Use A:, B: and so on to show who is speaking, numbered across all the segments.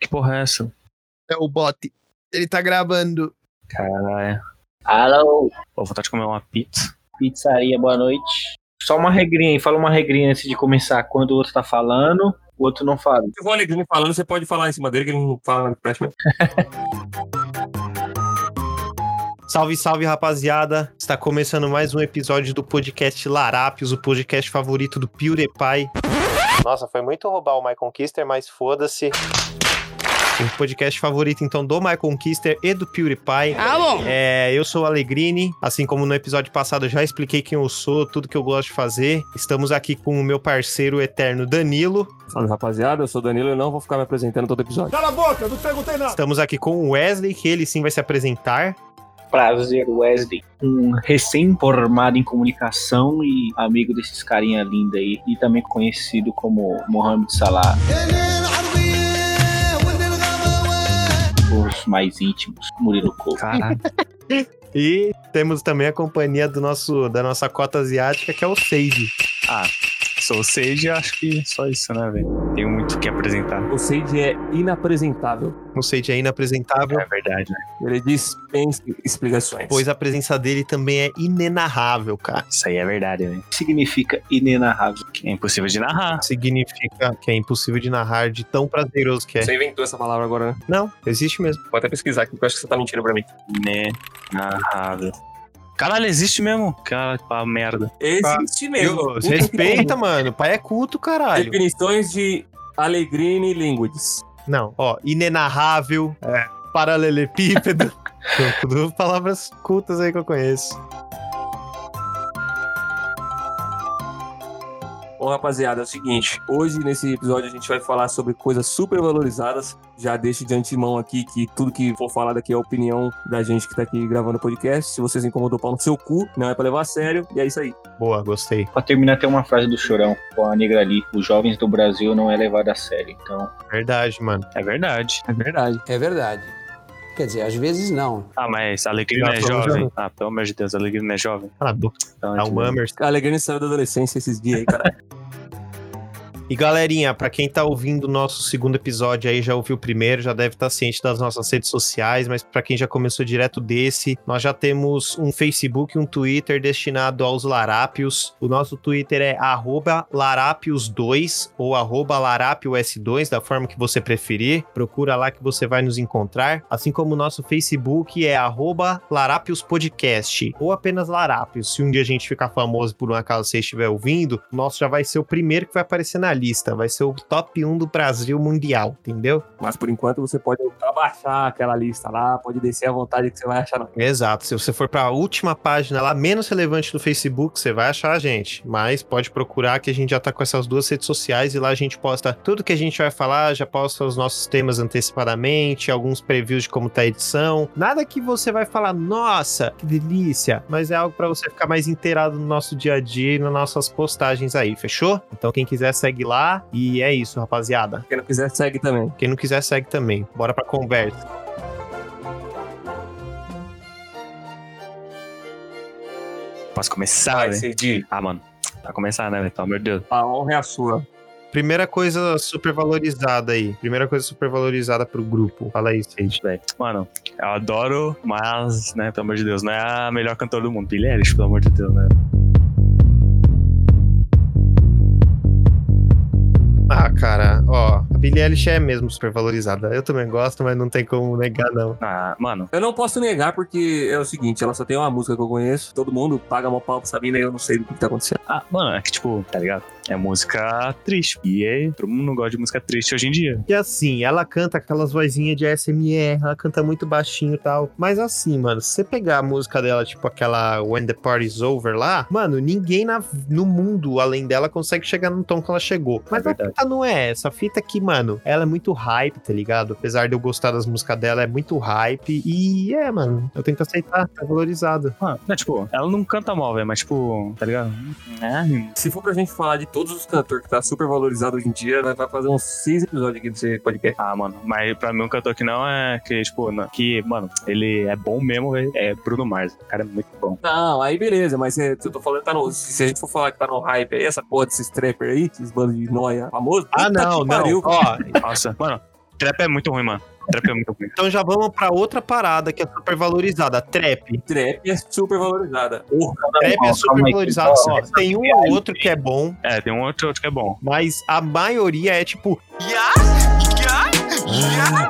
A: Que porra é essa?
B: É o bot. Ele tá gravando.
A: Caralho.
C: Alô,
A: Pô, vontade de comer uma pizza.
C: pizzaria, boa noite.
D: Só uma regrinha, hein? fala uma regrinha antes de começar. Quando o outro tá falando, o outro não fala.
E: Se o Alegrinho falando, você pode falar em cima dele, que ele não fala na presta.
B: Salve, salve, rapaziada. Está começando mais um episódio do podcast Larápios, o podcast favorito do PewDiePie. Nossa, foi muito roubar o My Conquister, mas foda-se. O podcast favorito, então, do My Conquister e do PewDiePie.
F: Ah, bom.
B: É, eu sou o Alegrini, assim como no episódio passado eu já expliquei quem eu sou, tudo que eu gosto de fazer. Estamos aqui com o meu parceiro eterno Danilo.
E: Salve, rapaziada. Eu sou o Danilo e não vou ficar me apresentando todo episódio.
B: Estamos aqui com o Wesley, que ele sim vai se apresentar.
C: Prazer, Wesley. Um recém-formado em comunicação e amigo desses carinha linda aí. E também conhecido como Mohamed Salah. Os mais íntimos, Murilo Couto.
A: Caralho.
B: E temos também a companhia do nosso, da nossa cota asiática, que é o Sage.
A: Sou Sage e acho que só isso, né, velho? Tenho muito o que apresentar.
E: O Sage é inapresentável.
B: O Sage é inapresentável,
A: É verdade, né?
E: Ele dispensa explicações.
B: pois a presença dele também é inenarrável, cara.
A: Isso aí é verdade, velho.
C: Significa inenarrável.
A: É impossível de narrar.
B: Significa que é impossível de narrar de tão prazeroso que é.
E: Você inventou essa palavra agora, né?
B: Não, existe mesmo.
E: Vou até pesquisar aqui, porque eu acho que você tá mentindo pra mim.
A: Né? Narrável. Caralho, existe mesmo? Cara, pá, merda.
E: Existe
B: Viu? Se Tá. Respeita, mano. Pai é culto, caralho.
E: Definições de Alegrini e Linguides.
B: Não, ó, inenarrável, é, paralelepípedo. São tudo palavras cultas aí que eu conheço.
E: Bom, rapaziada, é o seguinte. Hoje, nesse episódio, a gente vai falar sobre coisas super valorizadas. Já deixo de antemão aqui que tudo que for falado aqui é a opinião da gente que tá aqui gravando o podcast. Se vocês incomodam o pau no seu cu, não é pra levar a sério. E é isso aí.
B: Boa, gostei.
C: Pra terminar, tem uma frase do Chorão com a Negra ali. Os jovens do Brasil não é levado a sério. Então,
B: Verdade, mano.
A: É verdade.
E: É verdade.
F: É verdade. Quer dizer, às vezes não.
A: Ah, mas Alegria não é
B: Já falou,
A: jovem. Ah, pelo amor de Deus, Alegria não é jovem.
B: Cala a boca.
A: Então,
B: Dá um Hammers.
E: A Alegrini saiu da adolescência esses dias aí, cara.
B: E galerinha, pra quem tá ouvindo o nosso segundo episódio aí, já ouviu o primeiro, já deve estar ciente das nossas redes sociais, mas pra quem já começou direto desse, nós já temos um Facebook e um Twitter destinado aos larápios. O nosso Twitter é arroba larápios2 ou arroba larápios2, da forma que você preferir. Procura lá que você vai nos encontrar. Assim como o nosso Facebook é arroba larápiospodcast ou apenas larápios. Se um dia a gente ficar famoso por um acaso você estiver ouvindo, o nosso já vai ser o primeiro que vai aparecer na lista. Vai ser o top 1 do Brasil mundial, entendeu?
E: Mas por enquanto você pode abaixar aquela lista lá, pode descer à vontade que você vai achar. Não.
B: Exato. Se você for pra última página lá, menos relevante do Facebook, você vai achar a gente. Mas pode procurar que a gente já tá com essas duas redes sociais e lá a gente posta tudo que a gente vai falar, já posta os nossos temas antecipadamente, alguns previews de como tá a edição. Nada que você vai falar, nossa, que delícia, mas é algo pra você ficar mais inteirado no nosso dia a dia e nas nossas postagens aí, fechou? Então quem quiser segue lá e é isso, rapaziada.
E: Quem não quiser, segue também.
B: Quem não quiser segue também. Bora pra conversa.
A: Posso começar, velho?
E: Sergi.
A: Ah, mano. Pra começar, né, velho? Pelo amor de Deus.
E: A honra é a sua.
B: Primeira coisa super valorizada aí. Primeira coisa super valorizada pro grupo. Fala aí, Sage.
A: velho. Mano, eu adoro, mas, né, pelo amor de Deus, não é a melhor cantora do mundo. Billie Eilish, pelo amor de Deus, né?
B: Ah, cara, ó. A Billie Eilish é mesmo super valorizada. Eu também gosto, mas não tem como negar, não.
A: Ah, mano,
E: Eu não posso negar porque é o seguinte, ela só tem uma música que eu conheço, todo mundo paga mó pau pra Sabina e eu não sei do que tá acontecendo.
A: ah, mano, é que, tipo, tá ligado? É música triste. E aí, todo mundo não gosta de música triste hoje em dia.
B: E assim, ela canta aquelas vozinhas de ASMR, ela canta muito baixinho e tal. Mas assim, mano, se você pegar a música dela, tipo aquela When the Party's Over lá, mano, ninguém na- no mundo além dela consegue chegar no tom que ela chegou. Mas a
A: verdade.
B: fita não é essa. A fita aqui, mano, ela é muito hype, tá ligado? Apesar de eu gostar das músicas dela, é muito hype. E é, mano, eu tento aceitar, tá valorizado.
A: Mano, não, tipo, ela não canta mal, velho, mas, tipo, tá ligado? É,
E: Se for pra gente falar de todos os cantores que tá super valorizado hoje em dia, vai vai fazer uns seis episódios aqui desse podcast.
A: Ah, mano, mas pra mim um cantor que não é que, tipo, não- que, mano, ele é bom mesmo, velho, é Bruno Mars. O cara é muito bom.
E: Não, aí beleza, mas é, eu tô falando, tá no, se a gente for falar que tá no hype aí, essa porra desses trapper aí, esses bandos de noia famoso.
B: Ah,
E: puta
B: não,
E: que pariu.
B: não. Ó,
A: Nossa, mano, Trap é muito ruim, mano. Trap é muito ruim.
B: Então já vamos pra outra parada que é super valorizada, trap.
E: Trap é super valorizada.
B: Trap é super valorizada. Tem um ou outro que é bom,
A: É, tem um outro, outro que é bom.
B: mas a maioria é tipo,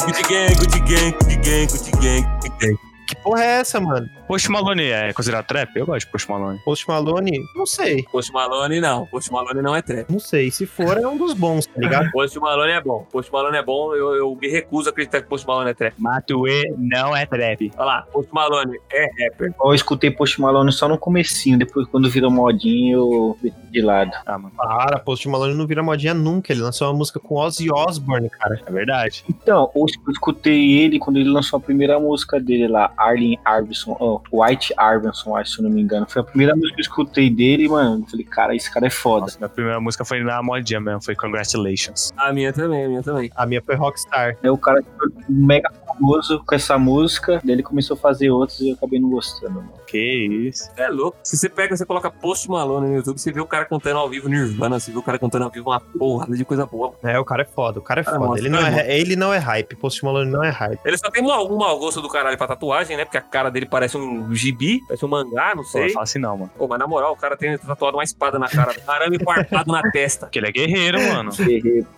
E: Good gang, good gang, good gang, good gang, good gang.
B: que porra é essa, mano?
A: Post Malone é considerado trap? Eu gosto de Post Malone.
B: Post Malone? Não sei.
E: Post Malone não. Post Malone não é trap.
B: Não sei. Se for, é um dos bons, tá ligado?
E: Post Malone é bom. Post Malone é bom. Eu, eu me recuso a acreditar que Post Malone é trap.
A: Matue não é trap.
E: Olha lá, Post Malone é rapper.
D: Eu escutei Post Malone só no comecinho, depois quando virou modinho eu deixei de lado.
A: Ah, mano,
B: Para, Post Malone não vira modinha nunca. Ele lançou uma música com Ozzy Osbourne, cara.
A: é verdade.
D: Então, eu escutei ele quando ele lançou a primeira música dele lá, Arlen Arbison, ó, White Arbison, acho, se eu não me engano. Foi a primeira música que eu escutei dele, mano. Eu falei, cara, esse cara é foda.
A: Nossa, minha primeira música foi na modinha mesmo, foi Congratulations.
E: A minha também, a minha também.
B: A minha foi Rockstar.
D: Aí o cara ficou mega famoso com essa música, daí ele começou a fazer outras e eu acabei não gostando, mano.
A: Que isso.
E: É louco. Se você pega, você coloca Post Malone no YouTube, você vê o cara cantando ao vivo Nirvana, você vê o cara cantando ao vivo uma porrada de coisa boa.
B: É, o cara é foda, o cara é
E: Cara,
B: foda.
E: mano,
B: Ele não
E: cara,
B: é, ele não é hype. Post Malone não é hype.
E: Ele só tem um mau gosto do caralho pra tatuagem, né? Porque a cara dele parece um gibi, parece um mangá, não
A: Pô,
E: sei.
A: fala assim não, mano.
E: Pô, mas na moral, o cara tem tatuado uma espada na cara, um arame quartado na testa.
A: Porque ele é guerreiro, mano.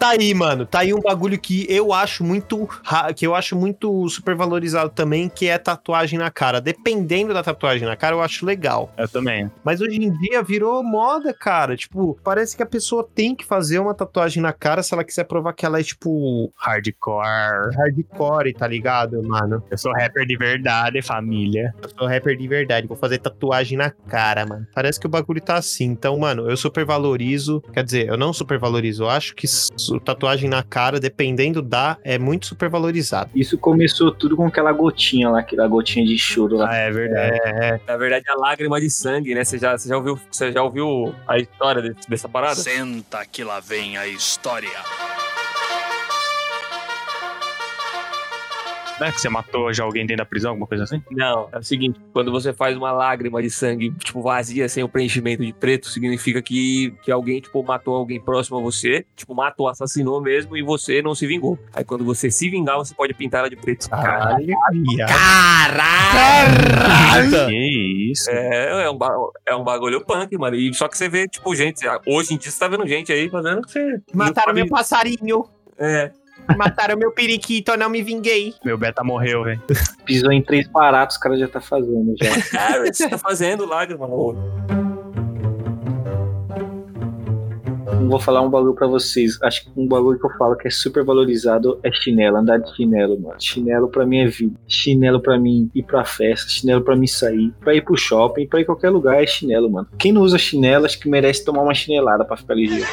B: Tá aí, mano. Tá aí um bagulho que eu acho muito ra- que eu acho muito supervalorizado também, que é tatuagem na cara. Dependendo da tatuagem na cara, eu acho legal.
A: Eu também.
B: Mas hoje em dia virou moda, cara. Tipo, parece que a pessoa tem que fazer uma tatuagem na cara se ela quiser provar que ela é tipo
A: Hardcore.
B: hardcore, tá ligado, mano?
A: Eu sou rapper de verdade, família.
B: Eu sou rapper de verdade, vou fazer tatuagem na cara, mano. Parece que o bagulho tá assim. Então, mano, eu supervalorizo. Quer dizer, eu não supervalorizo. Eu acho que su- tatuagem na cara, dependendo da, é muito supervalorizado.
D: Isso começou tudo com aquela gotinha lá, aquela gotinha de choro lá.
A: Ah, é verdade.
E: Na verdade, é a lágrima de sangue, né? Você já, você já, ouviu, você já ouviu a história de- dessa parada?
G: Senta que lá vem a história.
A: Não é que você matou já alguém dentro da prisão, alguma coisa assim?
E: Não, é o seguinte, quando você faz uma lágrima de sangue, tipo, vazia, sem o preenchimento de preto, significa que, que alguém, tipo, matou alguém próximo a você, tipo, matou, assassinou mesmo, e você não se vingou. Aí quando você se vingar, você pode pintar ela de preto.
B: Caralho, viado.
A: Que isso.
E: É, é um, ba- é um bagulho punk, mano. E só que você vê, tipo, gente, hoje em dia você tá vendo gente aí fazendo que você.
B: Mataram
E: não
B: meu passarinho,
E: É,
B: mataram meu periquito, eu não me vinguei.
A: Meu beta morreu, velho.
D: Pisou em três baratos, o cara já tá fazendo já.
E: cara, o que você tá fazendo lágrima, mano.
D: Eu Vou falar um bagulho pra vocês. Acho que um bagulho que eu falo que é super valorizado é chinelo, andar de chinelo, mano. Chinelo pra mim é vida. Chinelo pra mim ir pra festa, chinelo pra mim sair, pra ir pro shopping, pra ir qualquer lugar é chinelo, mano. Quem não usa chinelo, acho que merece tomar uma chinelada pra ficar ligeiro.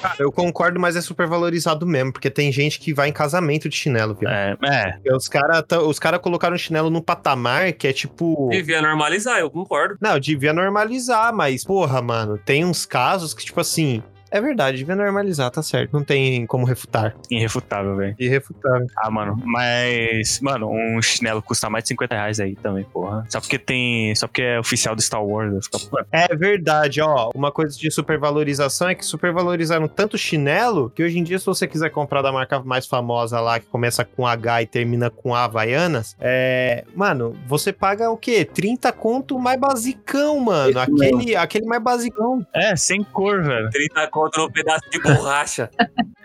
B: Cara, eu concordo, mas é supervalorizado mesmo, porque tem gente que vai em casamento de chinelo, viado.
A: É, é,
B: Porque Os caras os cara colocaram chinelo num patamar que é tipo.
E: Devia normalizar, eu concordo.
B: Não, devia normalizar, mas, porra, mano, tem uns casos que, tipo assim. É verdade, devia normalizar, tá certo. Não tem como refutar.
A: irrefutável, velho.
B: Irrefutável.
A: Ah, mano, mas, mano, um chinelo custa mais de 50 reais aí também, porra. Só porque tem. Só porque é oficial do Star Wars. eu fico, pô,
B: É verdade, ó. Uma coisa de supervalorização é que supervalorizaram tanto chinelo que hoje em dia, se você quiser comprar da marca mais famosa lá, que começa com H e termina com Havaianas, é. Mano, você paga o quê? 30 conto mais basicão, mano.
D: Isso mesmo.
B: Aquele, aquele mais basicão.
A: É, sem cor, velho.
E: 30 conto num pedaço de borracha.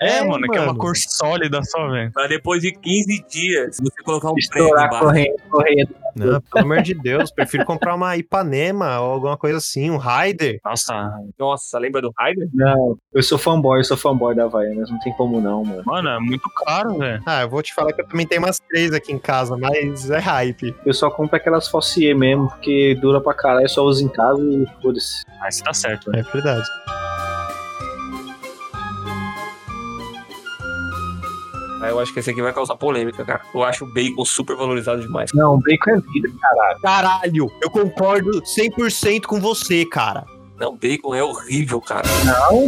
A: É,
B: É,
A: mano, que é uma
B: mano.
A: cor sólida só, velho.
E: pra depois de 15 dias você colocar um prego
D: Estourar
E: embaixo.
D: correndo, correndo.
B: Não, pelo amor de Deus, prefiro comprar uma Ipanema ou alguma coisa assim, um Raider.
A: Nossa,
E: Nossa, lembra do Raider?
D: Não, eu sou fanboy, eu sou fanboy da Havaianas, não tem como não, mano.
A: mano, é muito caro, velho.
B: Ah, eu vou te falar que eu também tenho umas três aqui em casa, mas é hype.
D: Eu só compro aquelas falsier mesmo, porque dura pra caralho, só uso em casa e foda-se.
A: Mas tá certo, velho.
B: É verdade.
E: Ah, eu acho que esse aqui vai causar polêmica, cara. Eu acho o bacon super valorizado demais.
D: Não, bacon é vida.
B: Caralho, eu concordo 100% com você, cara.
E: Não, bacon é horrível, cara.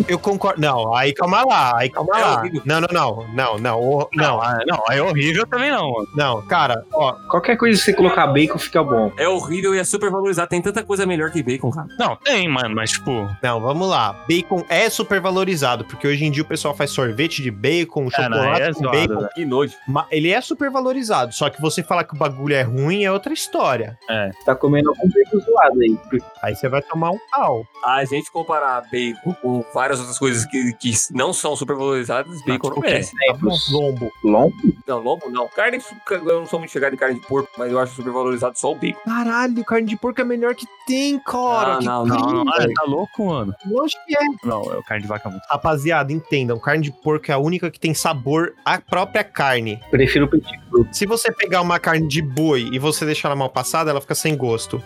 B: Eu concordo. Não, aí calma lá, aí calma
E: É
B: lá.
E: horrível.
B: Não, não, não, não, não, o- não,
A: ah, não, é horrível também não.
B: não, cara, ó,
D: Qualquer coisa que você colocar bacon fica bom.
E: É horrível e é super valorizado. Tem tanta coisa melhor que bacon, cara.
A: Não, tem, mano, mas tipo.
B: não, vamos lá. Bacon é supervalorizado, porque hoje em dia o pessoal faz sorvete de bacon,
A: não,
B: chocolate
A: é
B: com
A: zoado,
B: bacon.
A: velho.
E: Que nojo.
B: ma- Ele é supervalorizado, só que você falar que o bagulho é ruim é outra história.
D: Tá comendo algum bacon zoado aí.
B: Aí você vai tomar um pau.
E: A gente comparar bacon com várias outras coisas que, que não são super valorizadas, bacon não
A: tipo o quê?
E: merece.
B: Tá bom, lombo.
D: Lombo?
E: Não, lobo não. Carne, eu não sou muito chegado em carne de porco, mas eu acho super valorizado só o bacon.
B: Caralho, carne de porco é a melhor que tem, cara.
E: Ah,
B: que
A: Não,
E: não,
A: não,
B: incrível.
A: não, ah, tá louco, mano.
B: Lógico que é.
A: Não, é o carne de vaca muito.
B: Rapaziada, entendam, carne de porco é a única que tem sabor à própria carne.
D: Prefiro petit cru.
B: Se você pegar uma carne de boi e você deixar ela mal passada, ela fica sem gosto.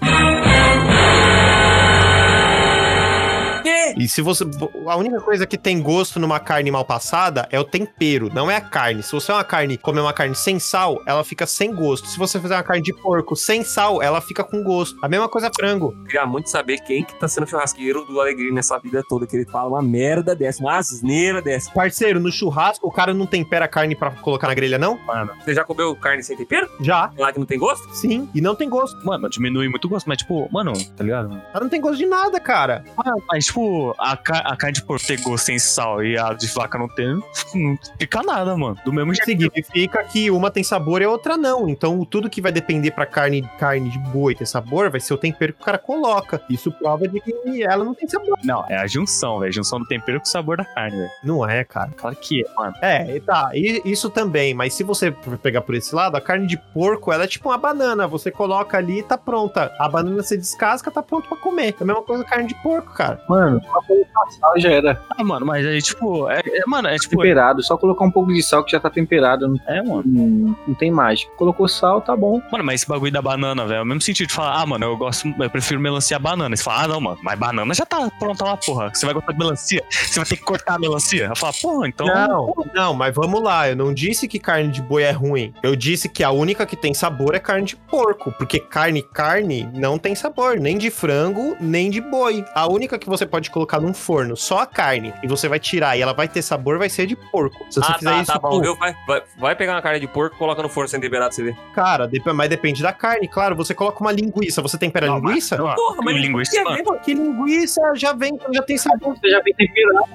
E: Quê?
B: E se você. A única coisa que tem gosto numa carne mal passada é o tempero, não é a carne. Se você é uma carne, comer uma carne sem sal, ela fica sem gosto. Se você fizer uma carne de porco sem sal, ela fica com gosto. A mesma coisa é frango.
E: Queria muito saber quem que tá sendo churrasqueiro do Alegria nessa vida toda, que ele fala uma merda dessa, uma asneira dessa.
B: Parceiro, no churrasco, o cara não tempera a carne pra colocar na grelha, não?
E: Você já comeu carne sem tempero?
B: Já,
E: Lá que não tem gosto?
B: sim. E não tem gosto.
A: Mano, diminui muito o gosto, mas tipo, mano, tá ligado?
B: Ela não tem gosto de nada, cara.
A: Ah, mas tipo, a, ca- a carne de porco ter gosto sem sal e a de vaca não ter, não fica nada, mano. Do
B: É.
A: mesmo jeito.
B: significa que uma tem sabor e a outra não. Então, tudo que vai depender pra carne, carne de boi ter sabor vai ser o tempero que o cara coloca. Isso prova de que ela não tem sabor.
A: Não, é a junção, velho. Junção do tempero com o sabor da carne, velho.
B: Não é, cara.
A: Claro que é, mano.
B: É, e tá. e Isso também. Mas se você pegar por esse lado, a carne de porco, ela é tipo uma banana. Você coloca ali e tá pronta. A banana se descasca, tá pronto pra comer. É a mesma coisa a carne de porco, cara.
D: Mano, só colocar sal já era
A: Ah, mano, mas aí, tipo, é, é, mano, é tipo. É,
D: temperado. Só colocar um pouco de sal que já tá temperado. Não,
A: mano.
D: não, não tem mágica. Colocou sal, tá bom.
A: Mano, mas esse bagulho da banana, velho, é o mesmo sentido de falar, ah, mano, eu gosto, eu prefiro melancia a banana. Você fala, ah, não, mano, mas banana já tá pronta lá, porra. Você vai gostar de melancia? Você vai ter que cortar a melancia? Eu falo, porra, então.
B: Não, não, mas vamos lá. Eu não disse que carne de boi é ruim. Eu disse que a única que tem sabor é carne de porco. Porque carne, carne não tem sabor, nem de frango, nem de boi. A única que você pode colocar num forno, só a carne. E você vai tirar e ela vai ter sabor, vai ser de porco. Se você
E: ah,
B: fizer
E: tá,
B: isso,
E: tá bom.
B: com-
E: Viu? Vai, vai, vai pegar uma carne de porco, coloca no forno sem temperado, pra você vê.
B: cara, dep- mas depende da carne. Claro, você coloca uma linguiça. Você tempera a
A: Não,
B: linguiça?
A: Mano,
E: Porra, mas
A: o linguiça, mano.
B: Pô, Que linguiça já vem, já tem sabor.
D: Você já vem temperado.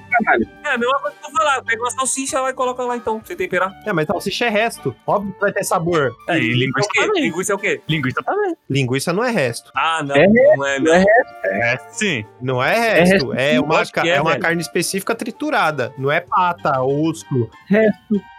E: É a mesma coisa que eu vou falar. Pega uma salsicha lá e coloca lá então, pra você temperar.
B: É, mas salsicha é resto. Óbvio que vai ter sabor.
A: É, e
E: É o
A: linguiça
E: quê?
A: também.
E: Linguiça é o quê?
A: Linguiça também.
B: Linguiça não é resto.
E: Ah, não.
D: É,
E: não é, não.
A: É, sim.
B: Não é resto, é, uma,
E: lógico que
B: ca-
E: é,
B: é uma
E: velho.
B: carne específica triturada, não é pata, osso.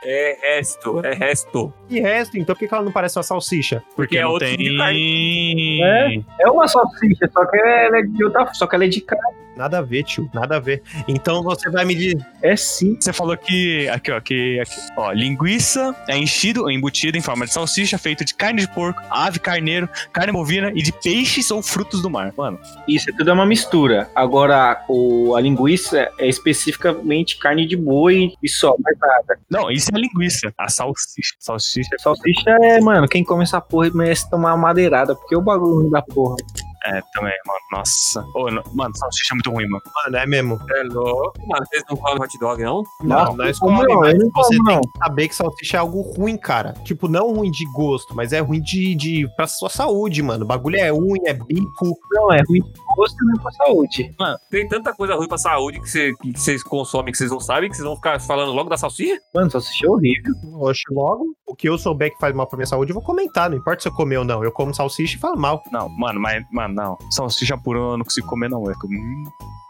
E: É resto, é resto.
B: E resto, então por que que ela não parece uma salsicha?
A: Porque,
E: é
A: não
E: outro
A: tem.
E: tipo de
A: carne.
D: É uma salsicha, só que ela é de outra. Só que ela é de carne.
B: Nada a ver, tio, nada a ver. Então você vai me dizer,
D: É sim.
A: Você falou que. Aqui, ó, que. Aqui, ó, linguiça é enchido ou embutido em forma de salsicha, feito de carne de porco, ave, carneiro, carne bovina e de peixes ou frutos do mar. Mano,
D: Isso é tudo uma mistura. Agora, o, a linguiça é especificamente carne de boi e só, mais nada.
A: não, isso é linguiça. A salsicha. Salsicha.
D: Salsicha é, mano, quem come essa porra merece tomar uma madeirada, porque o bagulho da porra.
A: É, também, mano. Nossa. Ô, não- mano, salsicha é muito ruim, mano.
B: mano, é mesmo.
E: É louco. Mano, vocês não comem hot dog, não?
B: Não, nós
D: como
B: comemos,
D: não,
B: mas
D: eu não
B: você
D: como,
B: tem
D: não.
B: que saber que salsicha é algo ruim, cara. Tipo, não ruim de gosto, mas é ruim de, de pra sua saúde, mano. O bagulho é unha, é bico.
D: Não, é ruim de gosto e não é pra saúde.
E: Tem tanta coisa ruim pra saúde que, cê- que vocês consomem que vocês não sabem, que vocês vão ficar falando logo da salsicha?
D: Mano, salsicha é horrível.
B: Oxe, logo, o que eu souber que faz mal pra minha saúde, eu vou comentar. Não importa se eu comer ou não. Eu como salsicha e falo mal.
A: Não, mano, mas. Mano, não. Salsicha pura eu não consigo comer, não. Eu, hum,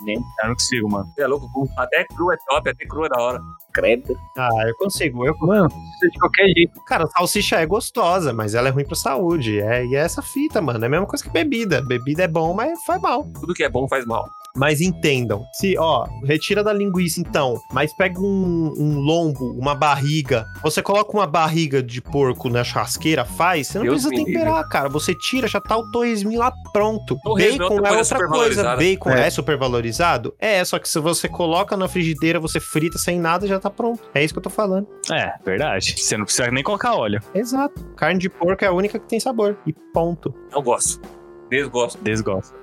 A: nem, eu não consigo, mano.
E: Cê É louco, cru. até cru é top, até cru é da hora.
D: Credo.
B: Ah, eu consigo. Eu
D: Mano, salsicha de qualquer jeito.
B: Cara, salsicha é gostosa, mas ela é ruim pra saúde. É, e é essa fita, mano. É a mesma coisa que bebida. Bebida é bom, mas faz mal.
E: Tudo que é bom faz mal.
B: Mas entendam. Se, ó, retira da linguiça então, mas pega um, um lombo, uma barriga. Você coloca uma barriga de porco na churrasqueira, faz. Você não
E: Deus
B: precisa
E: me
B: temperar, cara. Você tira, já tá o torresminho lá pronto.
E: Torresmo é
B: Bacon
E: outra
B: é outra
E: coisa
B: coisa.
E: supervalorizada.
B: Bacon é. supervalorizado? É, só que se você coloca na frigideira, você frita sem nada, já tá pronto. É isso que eu tô falando.
A: É, verdade. Você não precisa nem colocar óleo.
B: Exato. Carne de porco é a única que tem sabor. E ponto.
E: Não gosto. Desgosto.
A: Desgosto.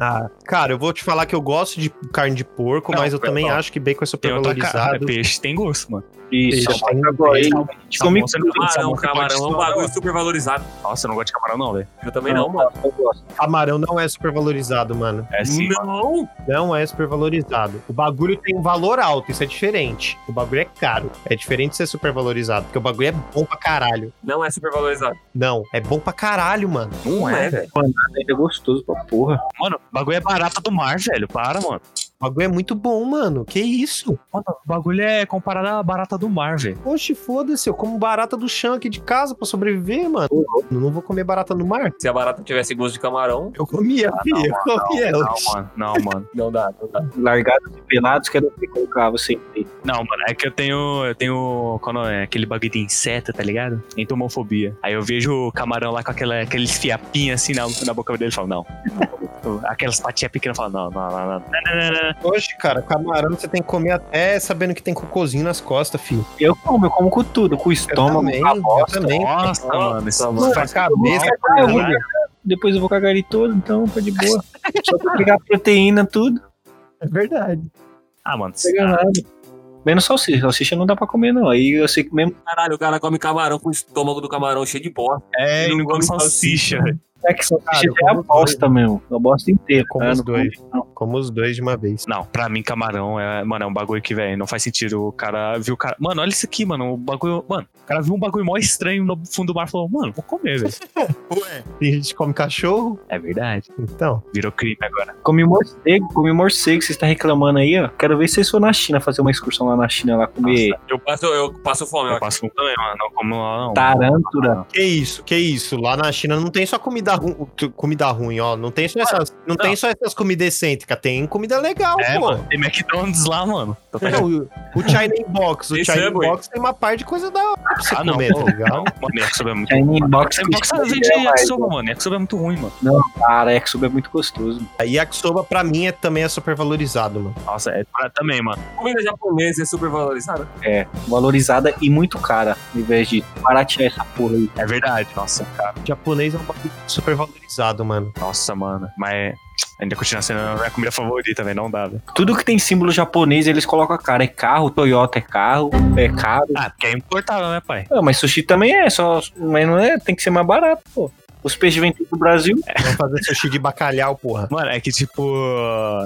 B: Ah, cara, eu vou te falar que eu gosto de carne de porco,
A: Não,
B: mas eu
A: pera,
B: também
A: não.
B: acho que bacon é
A: Tem outra cara.
B: supervalorizado.
A: Peixe tem gosto, mano.
B: Peixe
D: Isso,
B: tem-
D: agora, hein?
A: Salmão,
D: gente come
A: você não- salmão você
E: Camarão,
A: pode
E: camarão é um
A: estourar,
E: bagulho
A: mano.
E: super valorizado.
A: Nossa, eu não gosto de camarão, não, velho.
E: Eu também não, mano.
D: Eu gosto.
B: Camarão não é supervalorizado, mano.
A: É assim.
E: Não!
B: Não é supervalorizado. O bagulho tem um valor alto, isso é diferente. O bagulho é caro. É diferente de ser supervalorizado, porque o bagulho é bom pra caralho.
E: Não é super valorizado.
B: Não, é bom pra caralho, mano.
A: Não é, velho.
D: É gostoso pra porra.
A: Mano, o bagulho é barata do mar, velho. Para, mano.
B: O bagulho é muito bom, mano. Que isso?
A: Mano, o bagulho é comparado à barata do mar, velho.
B: Oxe, foda-se, eu como barata do chão aqui de casa pra sobreviver, mano. Eu não vou comer barata no mar.
E: Se a barata tivesse gosto de camarão,
B: Eu comia, filho,
A: não,
B: eu comia.
A: Não,
B: ela.
A: mano. Não, mano.
E: não dá, não dá.
D: Largados e pelados, que era o que colocava sempre.
A: Não, mano. É que eu tenho. Eu tenho. Quando é aquele bagulho de inseto, tá ligado? Entomofobia. Aí eu vejo o camarão lá com aquela, aqueles fiapinhos assim na, na boca dele e falo, não. Aquelas patinhas pequenas falam, não, não, não, não. não, não, não, não.
B: Oxe, cara, camarão você tem que comer até sabendo que tem cocôzinho nas costas, filho.
D: Eu como, eu como com tudo, com o estômago,
B: também,
D: com a
B: eu
D: bosta.
B: também.
A: Nossa, mano, é isso é
E: mano.
B: Nossa, a cabeça, é
D: Nossa,
B: cara,
D: eu vou- Depois eu vou cagar ele todo, então tá de boa. Só pra pegar proteína, tudo, não
B: é verdade.
A: Ah, mano. isso-
D: pega nada. Menos salsicha, salsicha não dá pra comer não. Aí eu sei que mesmo
E: Caralho, o cara come camarão com o estômago do camarão cheio de bosta.
A: É, e não come salsicha.
D: é que salsicha
B: Cara, eu
D: é a
B: como
D: bosta mesmo, a bosta inteira.
B: Como
D: Ah,
B: os
D: não como
B: dois.
D: não.
B: Como os dois de uma vez.
A: Não, pra mim, camarão é, mano, é um bagulho que, velho, não faz sentido. O cara viu o cara. Mano, olha isso aqui, mano. O bagulho. Mano, o cara viu um bagulho mó estranho no fundo do mar e falou, mano, vou comer, velho.
G: Ué,
B: Tem gente que come cachorro,
A: é verdade.
B: então.
A: Virou crime agora.
D: Comi morcego, comi morcego, vocês estão reclamando aí, ó. Quero ver se vocês foram na China fazer uma excursão lá na China, lá comer
E: Eu passo, eu passo fome,
A: Eu
E: ó.
A: passo um também, mano. Tá, Não como lá, não.
D: tarântula.
B: Que isso, que isso. Lá na China não tem só comida, ru- tu- comida ruim, ó. Não tem só essas, não tem só essas comidas excêntricas, tem comida legal,
A: É,
B: pô.
A: mano. Tem McDonald's lá, mano. Tô
B: Não, o, o China Inbox, o
E: Tem
B: China
E: Subway.
B: Box tem uma parte de coisa da hora pra você
A: Ah, não.
B: comer, tá
A: Não,
B: ligado?
A: mano, yakisoba é muito
D: China inbox
A: Tem box
D: que
A: vende
D: é, mais,
A: yakisoba, mano. Yakisoba é muito ruim, mano.
D: Cara, yakisoba é muito gostoso.
B: A Yakisoba, pra mim, é, também é super valorizado, mano.
A: Nossa, é pra- também, mano.
E: Comida japonesa é super valorizada.
D: É, valorizada e muito cara, ao invés de baratear essa porra aí.
A: É verdade. Nossa, cara.
B: O japonês é um bagulho super valorizado, mano.
A: Nossa, mano. Mas ainda continua sendo a minha comida favorita, velho. Não dá, velho.
D: Tudo que tem símbolo japonês, eles colocam a cara. É carro, Toyota é carro, é caro.
A: Ah, porque é importável, né, pai?
D: Ah, mas sushi também é, só. Mas não é, tem que ser mais barato, pô. Os peixes vêm tudo do Brasil.
B: Vamos fazer sushi de bacalhau, porra.
A: Mano, é que tipo.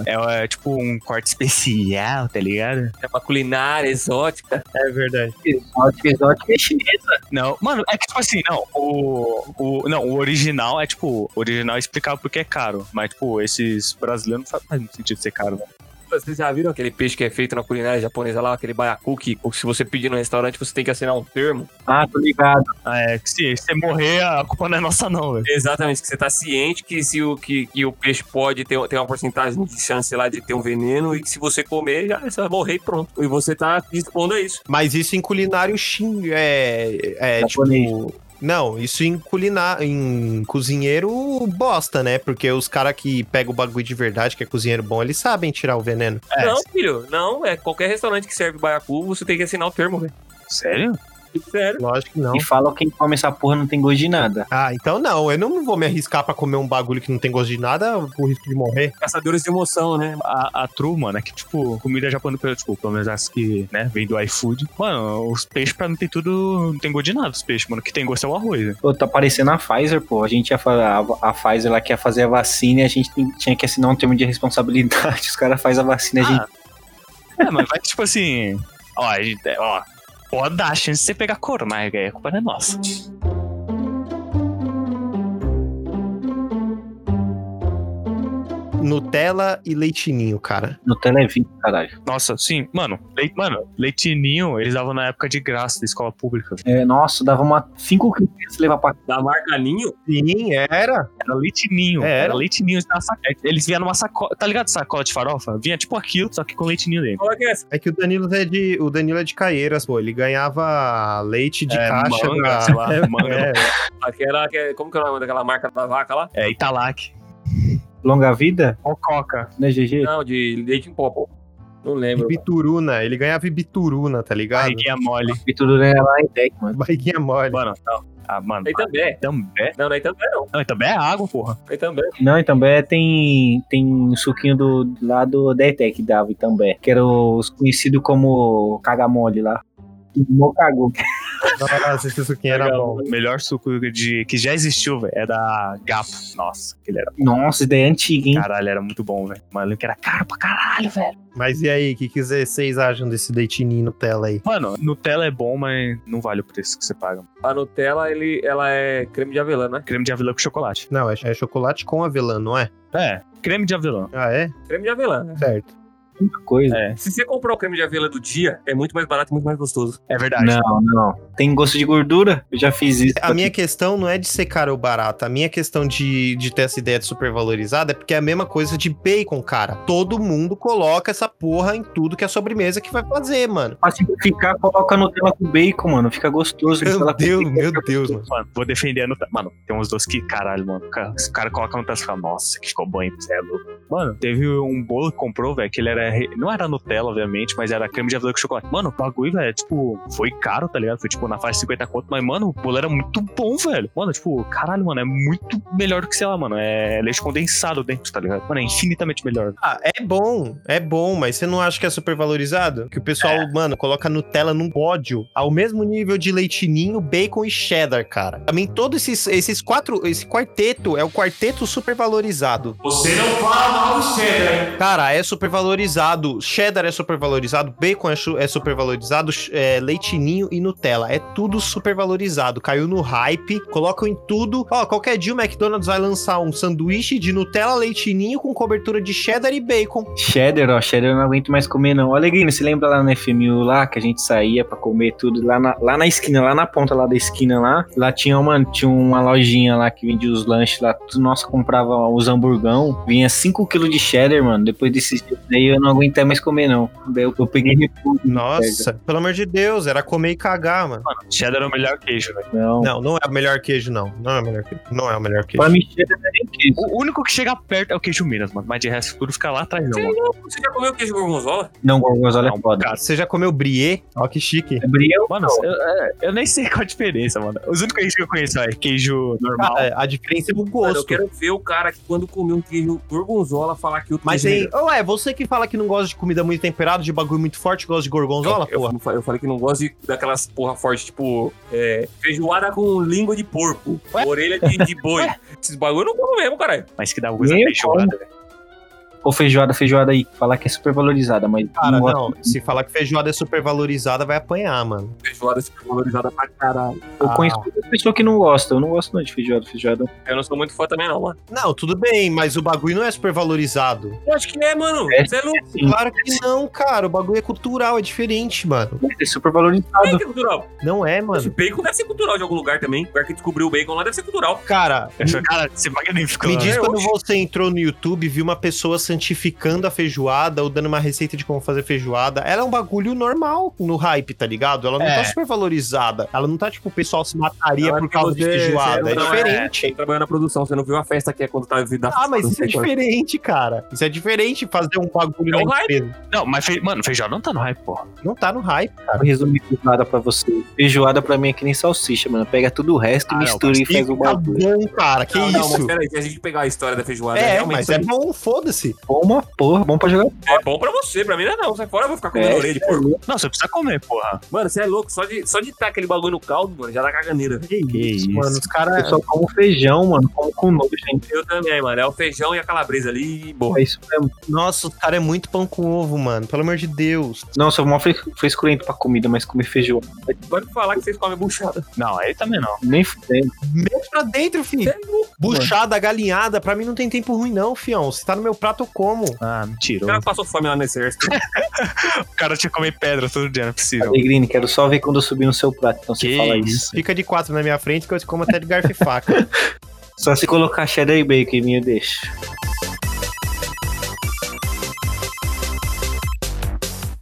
A: É, é tipo um corte especial, tá ligado?
E: É uma culinária exótica.
B: É verdade.
D: Exótico, exótico é chinesa.
A: Não, mano, é que tipo assim, não, o, o, não, o original é tipo, o original é explicado porque é caro, mas tipo, esses brasileiros não faz- faz muito sentido ser caro, né?
E: Vocês já viram aquele peixe que é feito na culinária japonesa lá, aquele baiacu que se você pedir no restaurante você tem que assinar um termo?
D: Ah, tô ligado.
A: Ah, É, que se você morrer, a culpa não é nossa não, velho.
E: Exatamente, que você tá ciente que, se o, que, que o peixe pode ter, ter uma porcentagem de chance lá de ter um veneno e que se você comer, já você vai morrer e pronto. E você tá dispondo a isso.
B: Mas isso em culinário chin... É, é
D: Japonês.
B: tipo... Não, isso em culinar, em cozinheiro bosta, né? Porque os caras que pegam o bagulho de verdade, que é cozinheiro bom, eles sabem tirar o veneno.
A: É.
E: Não, filho, não. É qualquer restaurante que serve baiacu, você tem que assinar o termo, velho.
A: Sério?
E: Sério.
B: Lógico que não.
D: E falam que quem come essa porra não tem gosto de nada.
B: Ah, então não, eu não vou me arriscar pra comer um bagulho que não tem gosto de nada, com risco de morrer.
E: Caçadores de emoção, né?
A: A, a true, mano, é que tipo, comida japonesa, tipo, pelo menos as que, né, vem do iFood, mano, os peixes pra mim tem tudo, não tem gosto de nada os peixes, mano, o que tem gosto é o arroz, velho.
D: Pô, tá parecendo a Pfizer, pô. A gente ia falar, a, a Pfizer lá quer fazer a vacina e a gente tem- tinha que assinar um termo de responsabilidade. Os caras fazem a vacina e a gente.
A: É, mas vai que, tipo assim, ó, a gente- ó, pode dar a chance de você pegar couro, mas é, a culpa não é nossa.
B: Nutella e leitinho, cara.
D: Nutella é vida, caralho.
A: Nossa, sim, mano, leite, mano, leitinho eles davam na época de graça da escola pública.
D: É, nossa, dava uma 5 crianças levar pra
E: Da marca Ninho,
B: Sim, era.
A: Era leitinho,
B: É, era.
A: era leitinho. é, Eles vinham numa sacola, tá ligado? Sacola de farofa? Vinha tipo aquilo, só que com leitinho dentro.
E: qual é que é essa?
B: É que o Danilo é de, o Danilo é de Caieiras, pô. Ele ganhava leite de
A: É,
B: caixa.
A: manga,
B: da-
A: sei lá, manga.
B: É,
E: Aquela, que é- como que é o nome daquela marca da vaca lá?
A: É Italac.
D: longa vida,
A: Ou coca.
D: né, GG?
E: Não, de leite em pó, pô.
D: Não lembro.
B: Bituruna, ele ganhava em Bituruna, tá ligado?
A: É Barriguinha mole.
D: Bituruna é lá em Tec, mano.
B: Barriguinha mole.
A: Mano, não. Ah, mano.
E: Aí
B: Então-
E: também.
A: Itambé?
E: Não, não é também não.
A: Não, Itambé é água, porra.
E: Aí também. é.
D: Não, Itambé tem, tem um suquinho do, lá do Detec dava Itambé, que era o conhecido como cagamole lá. Mocagô.
B: Nossa, esse suquinho era bom.
A: O melhor suco de, que já existiu, velho, é da Gapo. Nossa, aquele era.
D: Nossa, ideia antiga, hein?
A: Caralho, era muito bom, velho. Mano, eu lembro que era caro pra caralho, velho.
B: Mas e aí, o que que vocês acham desse Deitinin Nutella aí?
A: Mano, Nutella é bom, mas não vale o preço que você paga.
E: A Nutella, ele, ela é creme de avelã, né?
A: Creme de avelã com chocolate.
B: Não, é, é chocolate com avelã, não é?
A: É, creme de avelã.
B: Ah, é?
E: Creme de avelã. né?
B: Certo.
D: Muita coisa.
A: É,
E: Se você comprar o creme de avelã do dia, é muito mais barato e muito mais gostoso.
A: é verdade.
D: Não, não. Tem gosto de gordura? Eu já fiz isso.
B: é. A minha questão não é de ser caro ou barato. A minha questão de, de ter essa ideia de supervalorizada é porque é a mesma coisa de bacon, cara. Todo mundo coloca essa porra em tudo que é sobremesa que vai fazer, mano.
D: Pra simplificar, coloca Nutella com bacon, mano. Fica gostoso.
B: Meu
D: Nutella com
B: Deus,
D: bacon.
B: meu Deus, mano.
A: Mano, vou defender a Nutella. Mano, tem uns doces que, caralho, mano. Cara, se o cara coloca a Nutella e fica, nossa, que ficou bom, hein? Você é louco. Mano, teve um bolo que comprou, velho, que ele era. re- Não era Nutella, obviamente, mas era creme de avelã com chocolate. Mano, o bagulho, velho, tipo, foi caro, tá ligado? Foi tipo na faixa de 50 conto, mas, mano, o bolo era muito bom, velho. Mano, tipo, caralho, mano, é muito melhor do que, sei lá, mano. É leite condensado dentro, tá ligado? Mano, é infinitamente melhor.
B: Ah, é bom, é bom, mas você não acha que é supervalorizado? Que o pessoal,
H: É.
B: mano, coloca Nutella num pódio ao mesmo nível de leitinho, bacon e cheddar, cara. Também todos esses, esses quatro, esse quarteto é o quarteto supervalorizado.
H: Você não fala mal do cheddar, hein?
B: Cara, é supervalorizado, cheddar é supervalorizado, bacon é, su- é supervalorizado, ch- é, leitinho e Nutella. É tudo supervalorizado, caiu no hype, colocam em tudo. Ó, qualquer dia o McDonald's vai lançar um sanduíche de Nutella, leitinho com cobertura de cheddar e bacon.
D: Cheddar, ó, cheddar eu não aguento mais comer, não. Ó, Alegrino, você lembra lá na FMU lá que a gente saía pra comer tudo lá na, lá na esquina, lá na ponta lá da esquina lá? Lá tinha uma, tinha uma lojinha lá que vendia os lanches lá. tudo. Nossa, comprava os hamburgão. Vinha 5kg de cheddar, mano. Depois desses dias daí eu não aguentei mais comer, não. Daí eu, eu peguei refúgio.
B: Nossa, pelo amor de Deus, era comer e cagar, mano.
A: Cheddar é o melhor queijo, velho.
D: Não.
B: Não, não é o melhor queijo, não. Não é o melhor queijo. Não é o melhor queijo.
D: Pra mim, cheddar é nem queijo.
A: O único que chega perto é o queijo Minas, mano. Mas de resto, tudo fica lá atrás, não,
E: Sim.
A: mano.
E: Você já comeu queijo gorgonzola?
D: Não, gorgonzola é
A: Não,
D: foda.
A: cara.
B: Você já comeu brie? Ó, que chique.
D: Gabriel,
A: Mano, eu, é, eu nem sei qual a diferença, mano. Os únicos queijos que eu conheço é queijo normal.
B: Cara, a diferença é o
E: Mano, eu
B: gosto.
E: quero ver o cara que quando comeu um queijo gorgonzola falar que o é
B: Mas aí, ué, você que fala que não gosta de comida muito temperada, de bagulho muito forte, gosta de gorgonzola,
E: Eu,
B: porra.
E: não fa- eu falei que não gosto de, daquelas porra forte, tipo, é, feijoada com língua de porco, orelha de, de boi. Esses bagulho eu não como mesmo, caralho.
A: Mas que dá uma coisa
D: Meu
A: feijoada, velho.
D: ou feijoada, feijoada aí. Falar que é super valorizada, mas.
B: Cara,
D: gosto.
B: não. Se falar que feijoada é supervalorizada, vai apanhar, mano.
E: Feijoada super valorizada pra caralho.
D: Eu
B: Ah.
D: conheço muita pessoa que não gosta. Eu não gosto não de feijoada, feijoada.
E: Eu não sou muito fã também, não, mano.
B: Não, tudo bem, mas o bagulho não é supervalorizado.
E: Eu acho que é, mano.
D: É.
E: Você é louco,
D: Sim.
B: Claro que não, cara. O bagulho é cultural, é diferente, mano.
D: Mas é super valorizado.
E: é cultural.
B: Não é, mano.
E: Bacon deve ser cultural de algum lugar também. O lugar que descobriu o bacon lá deve ser cultural.
B: Cara,
A: Eu falei, cara, você é magnífico.
B: Me
A: mano.
B: diz
E: eu
B: quando você entrou no YouTube e viu uma pessoa santificando a feijoada ou dando uma receita de como fazer feijoada. Ela é um bagulho normal no hype, tá ligado? Ela não
A: É.
B: tá super valorizada. Ela não tá tipo, o pessoal se mataria
E: Ela
B: por
E: que
B: causa de
E: você-
B: feijoada.
E: você
B: É
E: não
B: diferente.
E: Trabalhando na produção, você não viu a festa que é quando tá vida.
B: Ah, mas isso é diferente, cara. Isso é diferente fazer um bagulho
E: É
B: na
E: um hype.
B: empresa.
A: Não, mas, fe... mano, feijoada não tá no hype, porra.
B: Não tá no hype.
D: Vou resumir feijoada pra você. Feijoada pra mim é que nem salsicha, mano. Pega tudo o resto,
A: Ah, não,
D: mistura e
B: E
D: faz o
B: tá
D: bagulho.
B: bom, cara. Que
E: um não, não, mas
B: isso?
E: peraí, se a gente pegar a história da feijoada,
B: é,
E: realmente
B: mas é bom, foda-se.
D: Bom uma porra, bom pra jogar.
E: é bom pra você, pra mim não é não. Sai fora, eu vou ficar comendo
D: É.
E: orelha de porco.
A: Não, você precisa comer, porra.
E: Mano, você é louco, só de, só de tá aquele bagulho no caldo, mano, já dá caganeira.
B: Que
A: isso.
B: mano. Os
D: Eu
B: caras.
D: só como feijão, mano. Como com nojo, gente.
E: Eu também, mano. É o feijão e a calabresa ali e boa.
D: É isso mesmo.
B: Nossa, os caras é muito pão com ovo, mano. Pelo amor de Deus.
D: Não, eu sou mó fre- frescurento pra comida, mas comer feijoada.
E: Pode falar que vocês comem buchada.
A: Não, aí também não.
D: Nem fudendo.
B: Mete pra dentro, filho. Buchada, galinhada, pra mim não tem tempo ruim, não, fião. Se tá no meu prato, eu como.
A: Ah,
E: O
A: mentiroso.
E: cara que passou fome lá no exército.
A: O cara tinha que comer pedra todo dia, não é possível.
D: Negrini, quero só ver quando eu subir no seu prato. Então você
A: Que
D: fala isso.
A: isso.
B: Fica de quatro na minha frente que eu como até de garfo e faca.
D: Só se colocar cheddar e bacon em mim, eu deixo.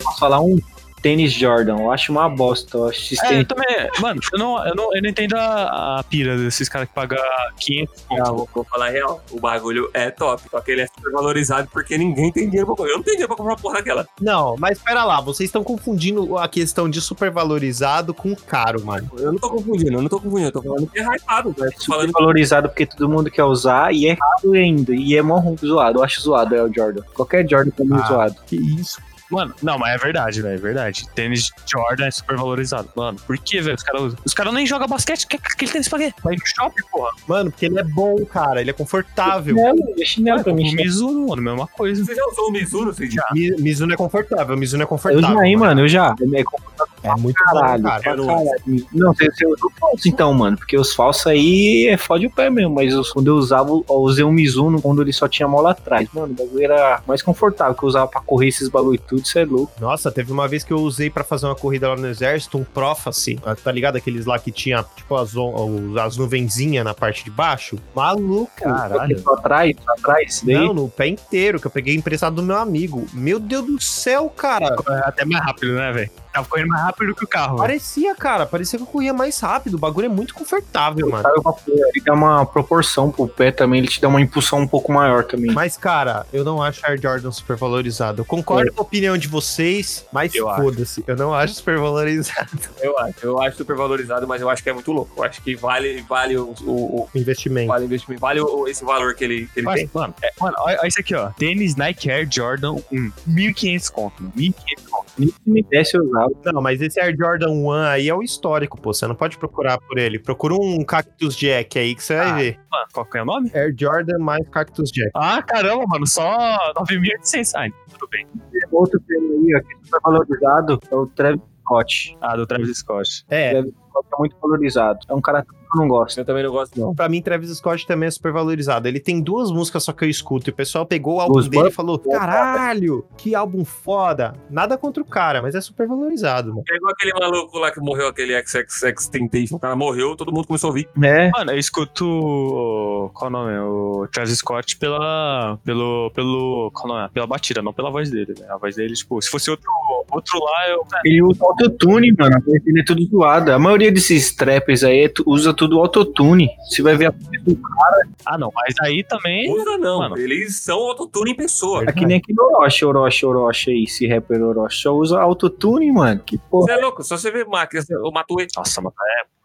D: Posso falar um? tênis Jordan. Eu acho uma bosta. Eu acho esses
A: É, eu
D: tênis-
A: também. Mano, eu não, eu não, eu não entendo a, a pira desses caras que pagam 500
E: Ah,
A: conto.
E: vou, vou falar a real. O bagulho é top. Só que ele é super valorizado porque ninguém tem dinheiro pra comprar. Eu não tenho dinheiro pra comprar uma porra daquela.
B: Não, mas pera lá, vocês estão confundindo a questão de supervalorizado com caro, mano.
E: Eu não tô confundindo, eu não tô confundindo. Eu tô falando que é hypado, velho. Tô
D: super
E: falando
D: valorizado porque todo mundo quer usar e é caro ainda. E é mó ruim, zoado. Eu acho zoado, é o Jordan. Qualquer Jordan pra mim é
B: Ah.
D: zoado.
B: Que isso?
A: Mano, não, mas é verdade, velho. É verdade. Tênis Jordan é super valorizado. Mano, por que, velho? Os caras os cara nem jogam basquete. Quer aquele tênis pra quê? Pra ir no shopping, porra.
B: Mano, porque ele é bom, cara, ele é confortável.
D: Chinelo, é chinelo pra
A: O
D: mim. chinelo.
A: Mizuno, mano, mesma coisa.
E: Você já usou o Mizuno, Cid?
B: Mi- Mizuno é confortável, Mizuno é
D: Eu
B: confortável.
D: já, hein, mano, eu já. É
B: É muito
D: Caralho,
B: bom, cara.
D: pra caralho. Não, você, você usou falso então, mano. Porque os falsos aí é fode o pé mesmo. Mas os- quando eu usava, eu usei um Mizuno quando ele só tinha mola atrás. Mano, o bagulho era mais confortável que eu usava pra correr esses bagulho e tudo. Isso é louco.
B: Nossa, teve uma vez que eu usei pra fazer uma corrida lá no exército, um Prophecy, tá ligado? Aqueles lá que tinha, tipo, as, on- as nuvenzinhas na parte de baixo. Maluco,
D: Porque Só atrás, só atrás, isso daí.
B: Não, no pé inteiro, que eu peguei emprestado do meu amigo. Meu Deus do céu, cara.
A: Até mais rápido, né, velho? Tava correndo mais rápido que o carro. velho.
B: Parecia, cara, parecia que eu corria mais rápido. O bagulho é muito confortável, mano.
D: Sabe qual que é? Ele dá uma proporção pro pé também, ele te dá uma impulsão um pouco maior também.
B: Mas, cara, eu não acho Air Jordan super valorizado. Eu concordo com a opinião de vocês, mas
A: Eu acho.
B: foda-se. Eu não acho super valorizado
E: Eu acho. Eu acho super valorizado, mas eu acho que é muito louco. Eu acho que vale, vale o, o- o-
B: o investimento.
E: vale o investimento. Vale o- esse valor que ele, que ele
A: Mas,
E: tem.
A: mano, é- mano, olha, olha isso aqui, ó. Tênis Nike Air Jordan 1. 1.500 conto. mano. 1.500 conto.
D: Nem se me desse eu usava.
B: Não, mas esse Air Jordan 1 aí é o histórico, pô. Você não pode procurar por ele. Procura um Cactus Jack aí que você vai
A: Ah.
B: ver.
A: Mano, qual que é o nome?
B: Air Jordan mais Cactus Jack.
A: Ah, caramba, mano. Só 9.800. Ah,
D: Outro tema aí, ó, que é super valorizado, é o Travis Scott.
A: Ah, do Travis Scott.
B: É,
D: O Scott é muito valorizado. É um cara que eu não gosto.
E: Eu também não gosto, não.
B: pra mim Travis Scott também é super valorizado. Ele tem duas músicas só que eu escuto e o pessoal pegou o álbum
D: Duas
B: dele e
D: bandas?
B: falou: "Caralho, que álbum foda". Nada contra o cara, mas é super valorizado, mano.
E: É igual aquele maluco lá que morreu, aquele XXX Temptation. um, O cara morreu, todo mundo começou a ouvir.
D: É.
A: Mano, eu escuto. o- Qual o nome? O Travis Scott pela. Pelo. pelo qual o nome? Pela batida, não pela voz dele, né? A voz dele, tipo, se fosse outro, outro lá, eu.
D: Ele usa autotune, mano. A voz dele é tudo zoada. A maioria desses trappers aí é tu- usa tudo autotune. Você vai ver a
A: Ah, não, mas aí também.
E: Usa não,
A: Mano.
E: Eles são autotune em pessoa.
D: é que nem aquele Orochi, Orochi, Orochi aí, esse rapper Orochi. Só usa autotune, mano. Que porra.
E: Você é louco, só você ver máquina, o Matue.
A: Nossa, mano,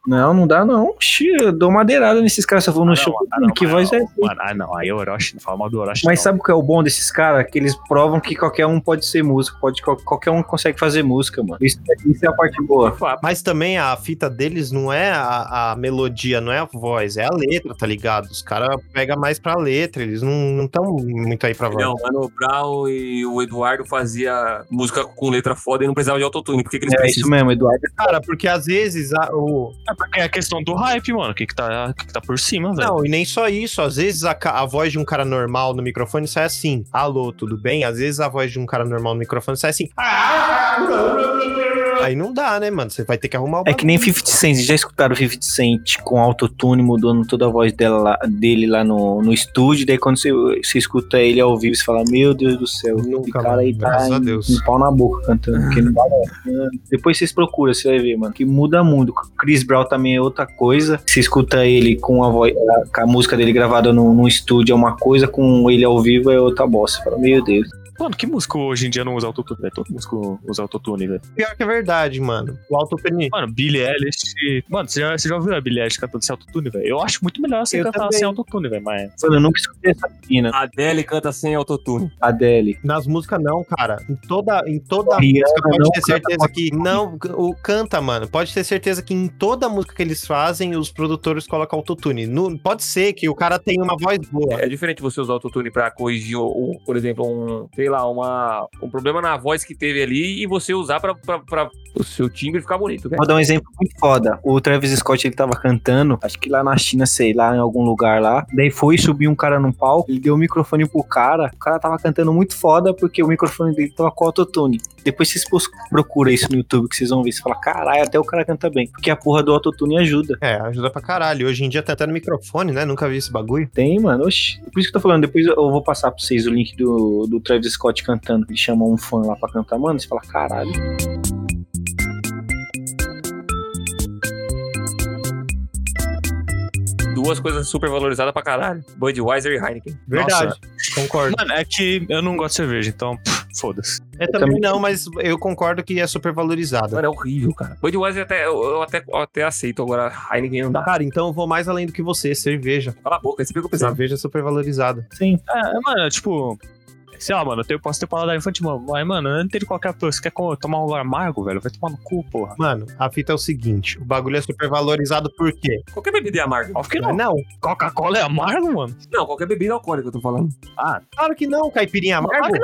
D: Não, não dá não. Xi, eu dou madeirada nesses caras se eu vou no
A: não,
D: show.
A: ah, não,
D: que
A: mas
D: voz
A: não,
D: é essa?
A: mano, ah, não, aí o Orochi, não fala mal do Orochi.
D: Mas
A: não.
D: sabe o que é o bom desses caras? Que eles provam que qualquer um pode ser músico, pode, qual- qualquer um consegue fazer música, mano. Isso, isso é a parte boa.
B: Mas também a fita deles não é a, a melodia, não é a voz, é a letra, tá ligado? Os caras pegam mais pra letra, eles não estão muito aí pra voz.
E: Não, Mano Brown e o Eduardo fazia música com letra foda e não precisava de autotune. Por que, que eles
D: É isso
E: precisam?
D: mesmo, Eduardo.
B: Cara, porque às vezes a- o.
A: É porque é a questão do hype, mano. O que que tá, o que que tá por cima, velho?
B: Não, e nem só isso. Às vezes a, ca- a voz de um cara normal no microfone sai assim: alô, tudo bem? Às vezes a voz de um cara normal no microfone sai assim. Aí não dá, né, mano? Você vai ter que arrumar o
D: É que nem 50 Cent, já escutaram 50 Cent com autotune mudando toda a voz dela lá- dele lá no, no estúdio, daí quando você, você escuta ele ao vivo, você fala, meu Deus do céu,
B: Nunca,
D: esse cara aí
B: mano,
D: tá
B: graças a
D: em-
B: Deus.
D: em pau na boca cantando, que não dá não. Depois vocês procuram, você vai ver, mano, que muda muito. Chris Brown também é outra coisa, você escuta ele com a, voz, a, com a música dele gravada no, no estúdio é uma coisa, com ele ao vivo é outra bosta, você fala, meu Deus.
A: Mano, que músico hoje em dia não usa autotune, velho? Todo músico usa autotune, velho.
B: bagulho. pior que é verdade, mano. O autotune.
A: Mano, Billie Eilish... Mano, você já, você já ouviu a Billie Eilish cantando sem autotune, velho? Eu acho muito melhor você
B: Eu
A: cantar
B: também.
A: sem autotune, velho, mas...
D: Mano, eu nunca escutei essa menina,
E: A Adele canta sem autotune.
D: Adele.
B: Nas músicas, não, cara. Em toda, em toda
D: Rihanna
B: Tá, música, pode
D: não
B: ter
D: canta
B: certeza que. Não, o canta, mano. Pode ter certeza que em toda música que eles fazem, os produtores colocam autotune. No- Pode ser que o cara tenha uma voz boa.
E: É diferente você usar autotune pra corrigir, o- o, por exemplo, um, sei lá, uma, um problema na voz que teve ali e você usar pra, pra, pra o seu timbre ficar bonito, né?
D: Vou dar um exemplo muito foda. O Travis Scott, ele tava cantando, acho que lá na China, sei lá, em algum lugar lá. Daí foi subir um cara num palco, ele deu o microfone pro cara. O cara tava cantando muito foda porque o microfone dele tava com autotune. Depois vocês pos- procuram isso no YouTube que vocês vão ver. Você fala, caralho, até o cara canta bem. Porque a porra do autotune ajuda.
B: É, ajuda pra caralho. Hoje em dia tá até no microfone, né? Nunca vi esse bagulho.
D: Tem, mano. Oxi. É Por isso que eu tô falando. Depois eu eu vou passar pra vocês o link do, do Travis Scott cantando. Ele chamou um fã lá pra cantar. Mano, você fala, caralho.
E: duas coisas super valorizadas pra caralho. Budweiser e Heineken.
B: Verdade, concordo.
A: Mano, é que eu não gosto de cerveja, então pff, foda-se.
B: Eu É, também não, mas eu concordo que é super valorizada.
E: Mano, é horrível, cara. Budweiser até, eu, eu até, eu até aceito, agora Heineken não dá.
B: Cara, então eu vou mais além do que você, cerveja.
E: Cala a boca, você pegou pesado.
B: Cerveja é super valorizada.
A: Sim. É, mano, tipo. Sei lá, mano, eu tenho- posso ter paladar infantil, mano. Mas, mano, eu não entendo qualquer pessoa. Você quer co- tomar um amargo, velho? Vai tomar no cu, porra.
B: Mano, a fita é o seguinte: o bagulho é super valorizado por quê?
E: Qualquer bebida é amarga.
A: Óbvio que
B: Não,
A: não.
B: não.
A: Coca-Cola é amargo, mano?
E: Não, qualquer bebida é alcoólica eu tô falando.
B: Claro que não, caipirinha amargo.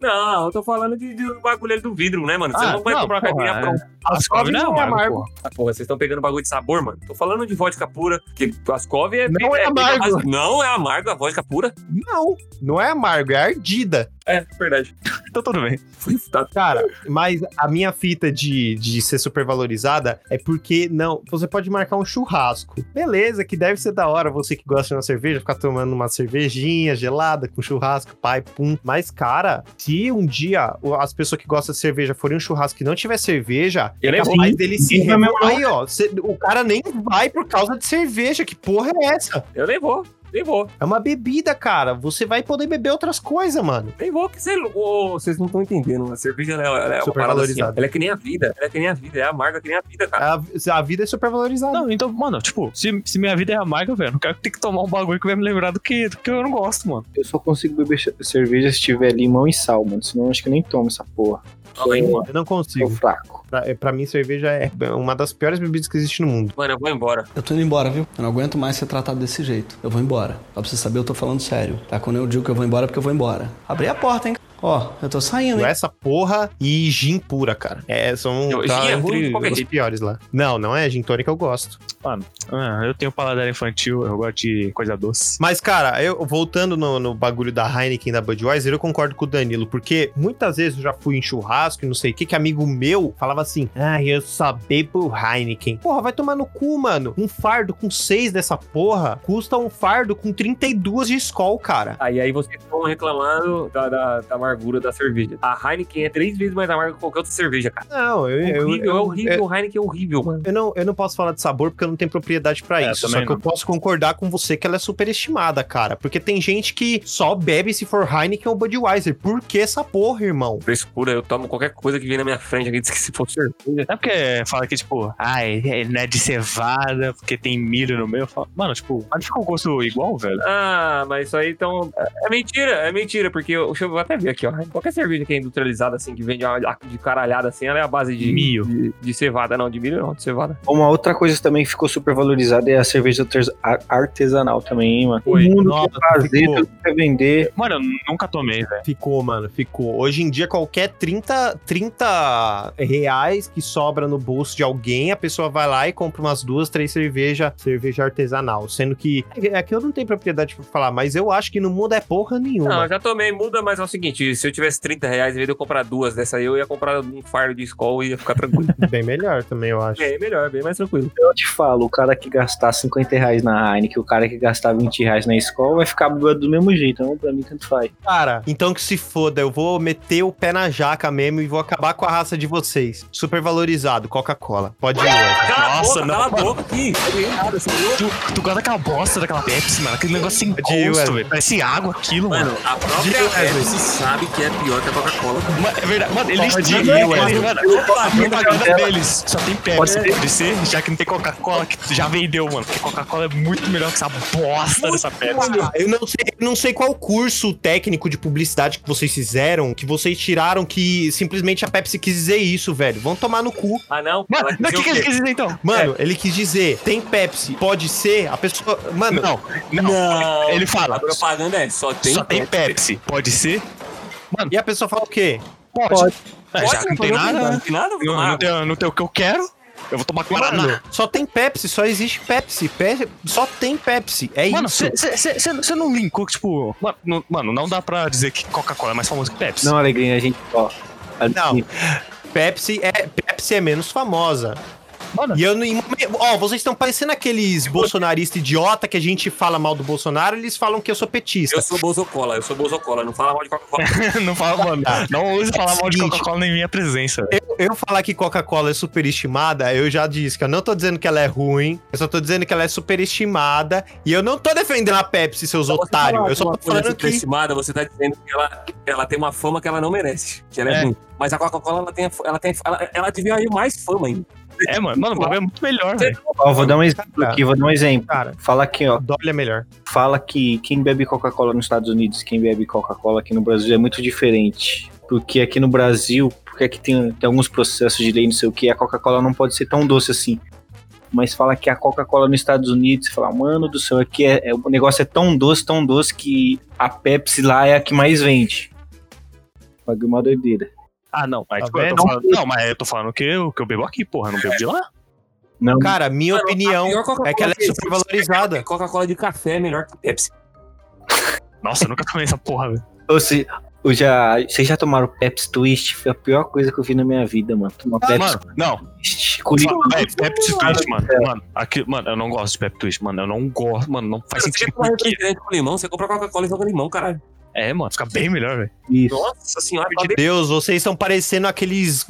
E: Não, eu tô falando de, de um bagulho ali do vidro, né, mano? Você
A: Ah,
E: não vai
A: não,
E: comprar
A: porra,
E: uma caipirinha
A: é.
E: pronta.
A: Ascov não é amargo, porra.
E: Ah, Porra, vocês estão pegando bagulho de sabor, mano. Tô falando de vodka pura, que Ascov é...
B: Não é amargo.
E: mas Não é amargo, a vodka pura.
B: Não, não é amargo, é ardida.
E: É, verdade.
A: Então tudo bem.
E: Fui tá.
B: Cara, mas a minha fita de, de ser super valorizada é porque, não, você pode marcar um churrasco. Beleza, que deve ser da hora você que gosta de uma cerveja, ficar tomando uma cervejinha gelada com churrasco, pai, pum. Mas, cara, se um dia o- as pessoas que gostam de cerveja forem um churrasco que não tiver cerveja,
E: Eu
B: é
E: nem
B: capaz dele se
D: Sim, também
B: revoltar. Aí, ó, cê- o cara nem vai por causa de cerveja. Que porra é essa?
E: Eu nem vou, nem vou,
B: É uma bebida, cara. Você vai poder beber outras coisas, mano.
E: nem vou, que sei lá. é Ô, Vocês não estão entendendo. A cerveja ela, é- ela é uma
B: Super
E: parada assim, ó.
B: valorizada.
E: Ela é que nem a vida. Ela é que nem a vida. É amarga que nem a vida, cara.
B: A, a vida é super valorizada.
A: Não, então, mano, tipo, se, se minha vida é amarga, velho, eu não quero ter que tomar um bagulho que vai me lembrar do que, do que eu não gosto, mano.
D: Eu só consigo beber che- cerveja se tiver limão e sal, mano. Senão eu acho que eu nem tomo essa porra.
E: Ai,
D: Sou,
B: Eu não
D: sou
B: consigo.
D: fraco.
B: Pra, é, pra mim, cerveja é uma das piores bebidas que existe no mundo.
E: Mano, eu vou embora.
F: Eu tô indo embora, viu? Eu não aguento mais ser tratado desse jeito. Eu vou embora. Só pra você saber, eu tô falando sério. Tá? Quando eu digo que eu vou embora, é porque eu vou embora. Abri a porta, hein? Ó, eu tô saindo, hein?
B: Essa porra e gin pura, cara. É, são
E: Não,
B: tá
E: gin é ruim de
B: entre
E: qualquer
B: os
E: jeito.
B: piores lá. Não, não é gin tônica, eu gosto.
A: Ah, eu tenho paladar infantil, eu gosto de coisa doce.
B: Mas, cara, eu voltando no, no bagulho da Heineken e da Budweiser, eu concordo com o Danilo, porque muitas vezes eu já fui em churrasco e não sei o que, que amigo meu falava assim, ah, eu só bebo Heineken. Porra, vai tomar no cu, mano. Um fardo com seis dessa porra custa um fardo com 32 de Skol, cara.
E: Aí aí vocês estão reclamando da, da- da amargura da cerveja. A Heineken é três vezes mais amarga que qualquer outra cerveja, cara.
B: Não, eu... eu-
E: horrível, é
B: eu-
E: horrível. O Heineken é horrível, mano.
B: Eu não, eu não posso falar de sabor porque eu não tenho propriedade pra
A: É,
B: isso. Só
A: também
B: que eu
A: não.
B: posso concordar com você que ela é superestimada, cara. Porque tem gente que só bebe se for Heineken ou Budweiser. Por que essa porra, irmão?
E: Frescura, eu tomo qualquer coisa que vem na minha frente aqui, diz que se for cerveja.
A: Não é porque fala que, tipo, ai, é- não é de cevada, porque tem milho no meio. Eu falo, mano, tipo, mas fica o gosto igual, velho.
E: Ah, mas isso aí então. É mentira, é mentira, porque eu, deixa eu vou até ver aqui, ó. Qualquer cerveja que é industrializada, assim, que vende a- de caralhada assim, ela é a base de.
A: Milho.
E: De, de cevada, não, de milho não, de cevada.
D: Uma outra coisa também que ficou super valorizada é a cerveja artes- ar- artesanal também, hein, mano.
E: Foi.
D: Todo mundo
B: Nossa,
D: quer fazer,
B: ficou.
D: todo mundo quer vender.
A: Mano, eu nunca tomei, velho.
B: Ficou, mano, ficou. Hoje em dia, qualquer 30, 30 reais que sobra no bolso de alguém, a pessoa vai lá e compra umas duas, três cerveja, cerveja artesanal. Sendo que. É que eu não tenho propriedade pra falar, mas eu acho que não muda é porra
E: Não,
B: nenhuma.
E: eu já tomei, muda, mas é o seguinte: se eu tivesse 30 reais, em vez de eu comprar duas dessa aí, eu ia comprar um fardo de Skol e ia ficar tranquilo.
B: Bem melhor também, eu acho.
E: é melhor, bem mais tranquilo.
D: Eu te falo, o cara que gastar 50 reais na Heineken, o cara que gastar 20 reais na escola vai ficar bêbado do mesmo jeito. Então, pra mim, tanto faz.
B: Cara, então que se foda, eu vou meter o pé na jaca mesmo e vou acabar com a raça de vocês. Super valorizado, Coca-Cola. Pode ir. Wesley.
E: Cala
A: Nossa,
E: a boca,
A: não.
E: cala a boca aqui. Eu ganhei nada, você viu?
A: Tu, tu gosta daquela bosta daquela Pepsi, mano? Aquele negócio sem
B: Pode ir,
A: gosto,
B: Wesley.
A: velho. Parece água aquilo, mano.
E: Mano, a própria Pepsi sabe que é pior que a Coca-Cola. cara.
A: Mano, é verdade. Mano, eles
B: Pode
A: têm.
B: ir,
A: eles-
B: Wesley.
A: mano, a propaganda deles só tem Pepsi. Deve ser, já que não tem Coca-Cola, que já vendeu, mano. Porque Coca-Cola é muito melhor que essa bosta dessa Pepsi.
B: Ah, eu não sei, eu não sei qual curso técnico de publicidade que vocês fizeram, que vocês tiraram que simplesmente a Pepsi quis dizer isso, velho. Vão tomar no cu.
E: Ah, não?
A: Mano,
E: Ela
A: mas o
E: quis
A: que, que eles
E: dizer o quê?
A: quis dizer então?
B: Mano, ele quis dizer, tem Pepsi, pode ser, a pessoa, mano,
A: Não, não.
E: Não.
A: Ele
E: A
A: fala,
E: propaganda é só tem.
A: só tem Pepsi. Pode ser?
B: e a pessoa fala o quê?
A: Pode. Ah,
E: Pode,
A: já que não tem
E: problema,
A: nada,
E: Não
A: né?
E: tem nada, eu vou
A: Não,
E: tomar
A: não,
E: água.
A: tem, não tem o que eu quero. Eu vou tomar Guaraná.
B: Mano, só tem Pepsi, só existe Pepsi, Pe- só tem Pepsi, é
A: Mano,
B: isso.
A: você não linkou, que, tipo. Mano não, mano, não dá pra dizer que Coca-Cola é mais famoso que Pepsi.
D: Não, Alegrinha, a gente, ó.
B: Não. Pepsi é, Pepsi é menos famosa. E eu não. em momento- Ó, vocês estão parecendo aqueles bolsonaristas idiota que a gente fala mal do Bolsonaro, eles falam que eu sou petista.
E: Eu sou Bozocola, eu sou Bozocola, não fala mal de Coca-Cola.
A: não fala, mano. Não use falar mal de
B: Seguinte.
A: Coca-Cola em minha presença. velho.
B: Eu, eu falar que Coca-Cola é superestimada, eu já disse que eu não tô dizendo que ela é ruim, eu só tô dizendo que ela é superestimada e eu não tô defendendo a Pepsi, seus
E: Você
B: otários.
E: falar
B: Eu só
E: alguma
B: tô
E: coisa
B: falando que.
E: superestimada, você tá dizendo que ela, ela tem uma fama que ela não merece, que ela é,
A: É.
E: ruim. Mas a Coca-Cola, ela tem, a- ela tem, ela, ela devia ir mais fama ainda.
A: É, mano. Mano, o bagulho é muito melhor, velho.
D: Ó, vou dar um exemplo
B: Cara.
D: aqui, vou dar um exemplo.
B: Cara,
D: Fala aqui, ó.
B: Dolly é melhor.
D: Fala que quem bebe Coca-Cola nos Estados Unidos, quem bebe Coca-Cola aqui no Brasil é muito diferente. Porque aqui no Brasil, porque aqui tem, tem alguns processos de lei, não sei o que, a Coca-Cola não pode ser tão doce assim. Mas fala que a Coca-Cola nos Estados Unidos, fala, mano do céu, aqui é, é- o negócio é tão doce, tão doce que a Pepsi lá é a que mais vende. Bagulho uma doideira.
A: Ah, não. Mas,
B: Tá
A: tipo, eu tô
B: vendo?
A: falando- não, mas eu tô falando que eu, que eu bebo aqui, porra. Eu não bebo de lá.
D: Não,
B: Cara, minha
E: Mano, a
B: opinião
E: pior Coca-Cola
B: é que ela é
E: existe
B: supervalorizada.
E: é Coca-Cola de café é melhor que Pepsi.
A: Nossa, eu nunca tomei essa porra, velho.
D: ou se, eu já, vocês já tomaram Pepsi Twist? Foi a pior coisa que eu vi na minha vida, mano. Tomar Pepsi
A: Mano, não.
D: Twist.
A: Mano, velho, Pepsi Twist, mano. Mano, aqui, mano, eu não gosto de Pepsi Twist, mano. Eu não gosto, mano. Não faz
E: Você quer
A: sentido
B: é
E: tomar
A: por quê.
E: refrigerante é com limão, você compra Coca-Cola e joga limão, caralho.
A: É, mano, fica bem melhor, velho.
D: Isso.
E: Nossa senhora,
B: Meu Deus, vocês estão parecendo aqueles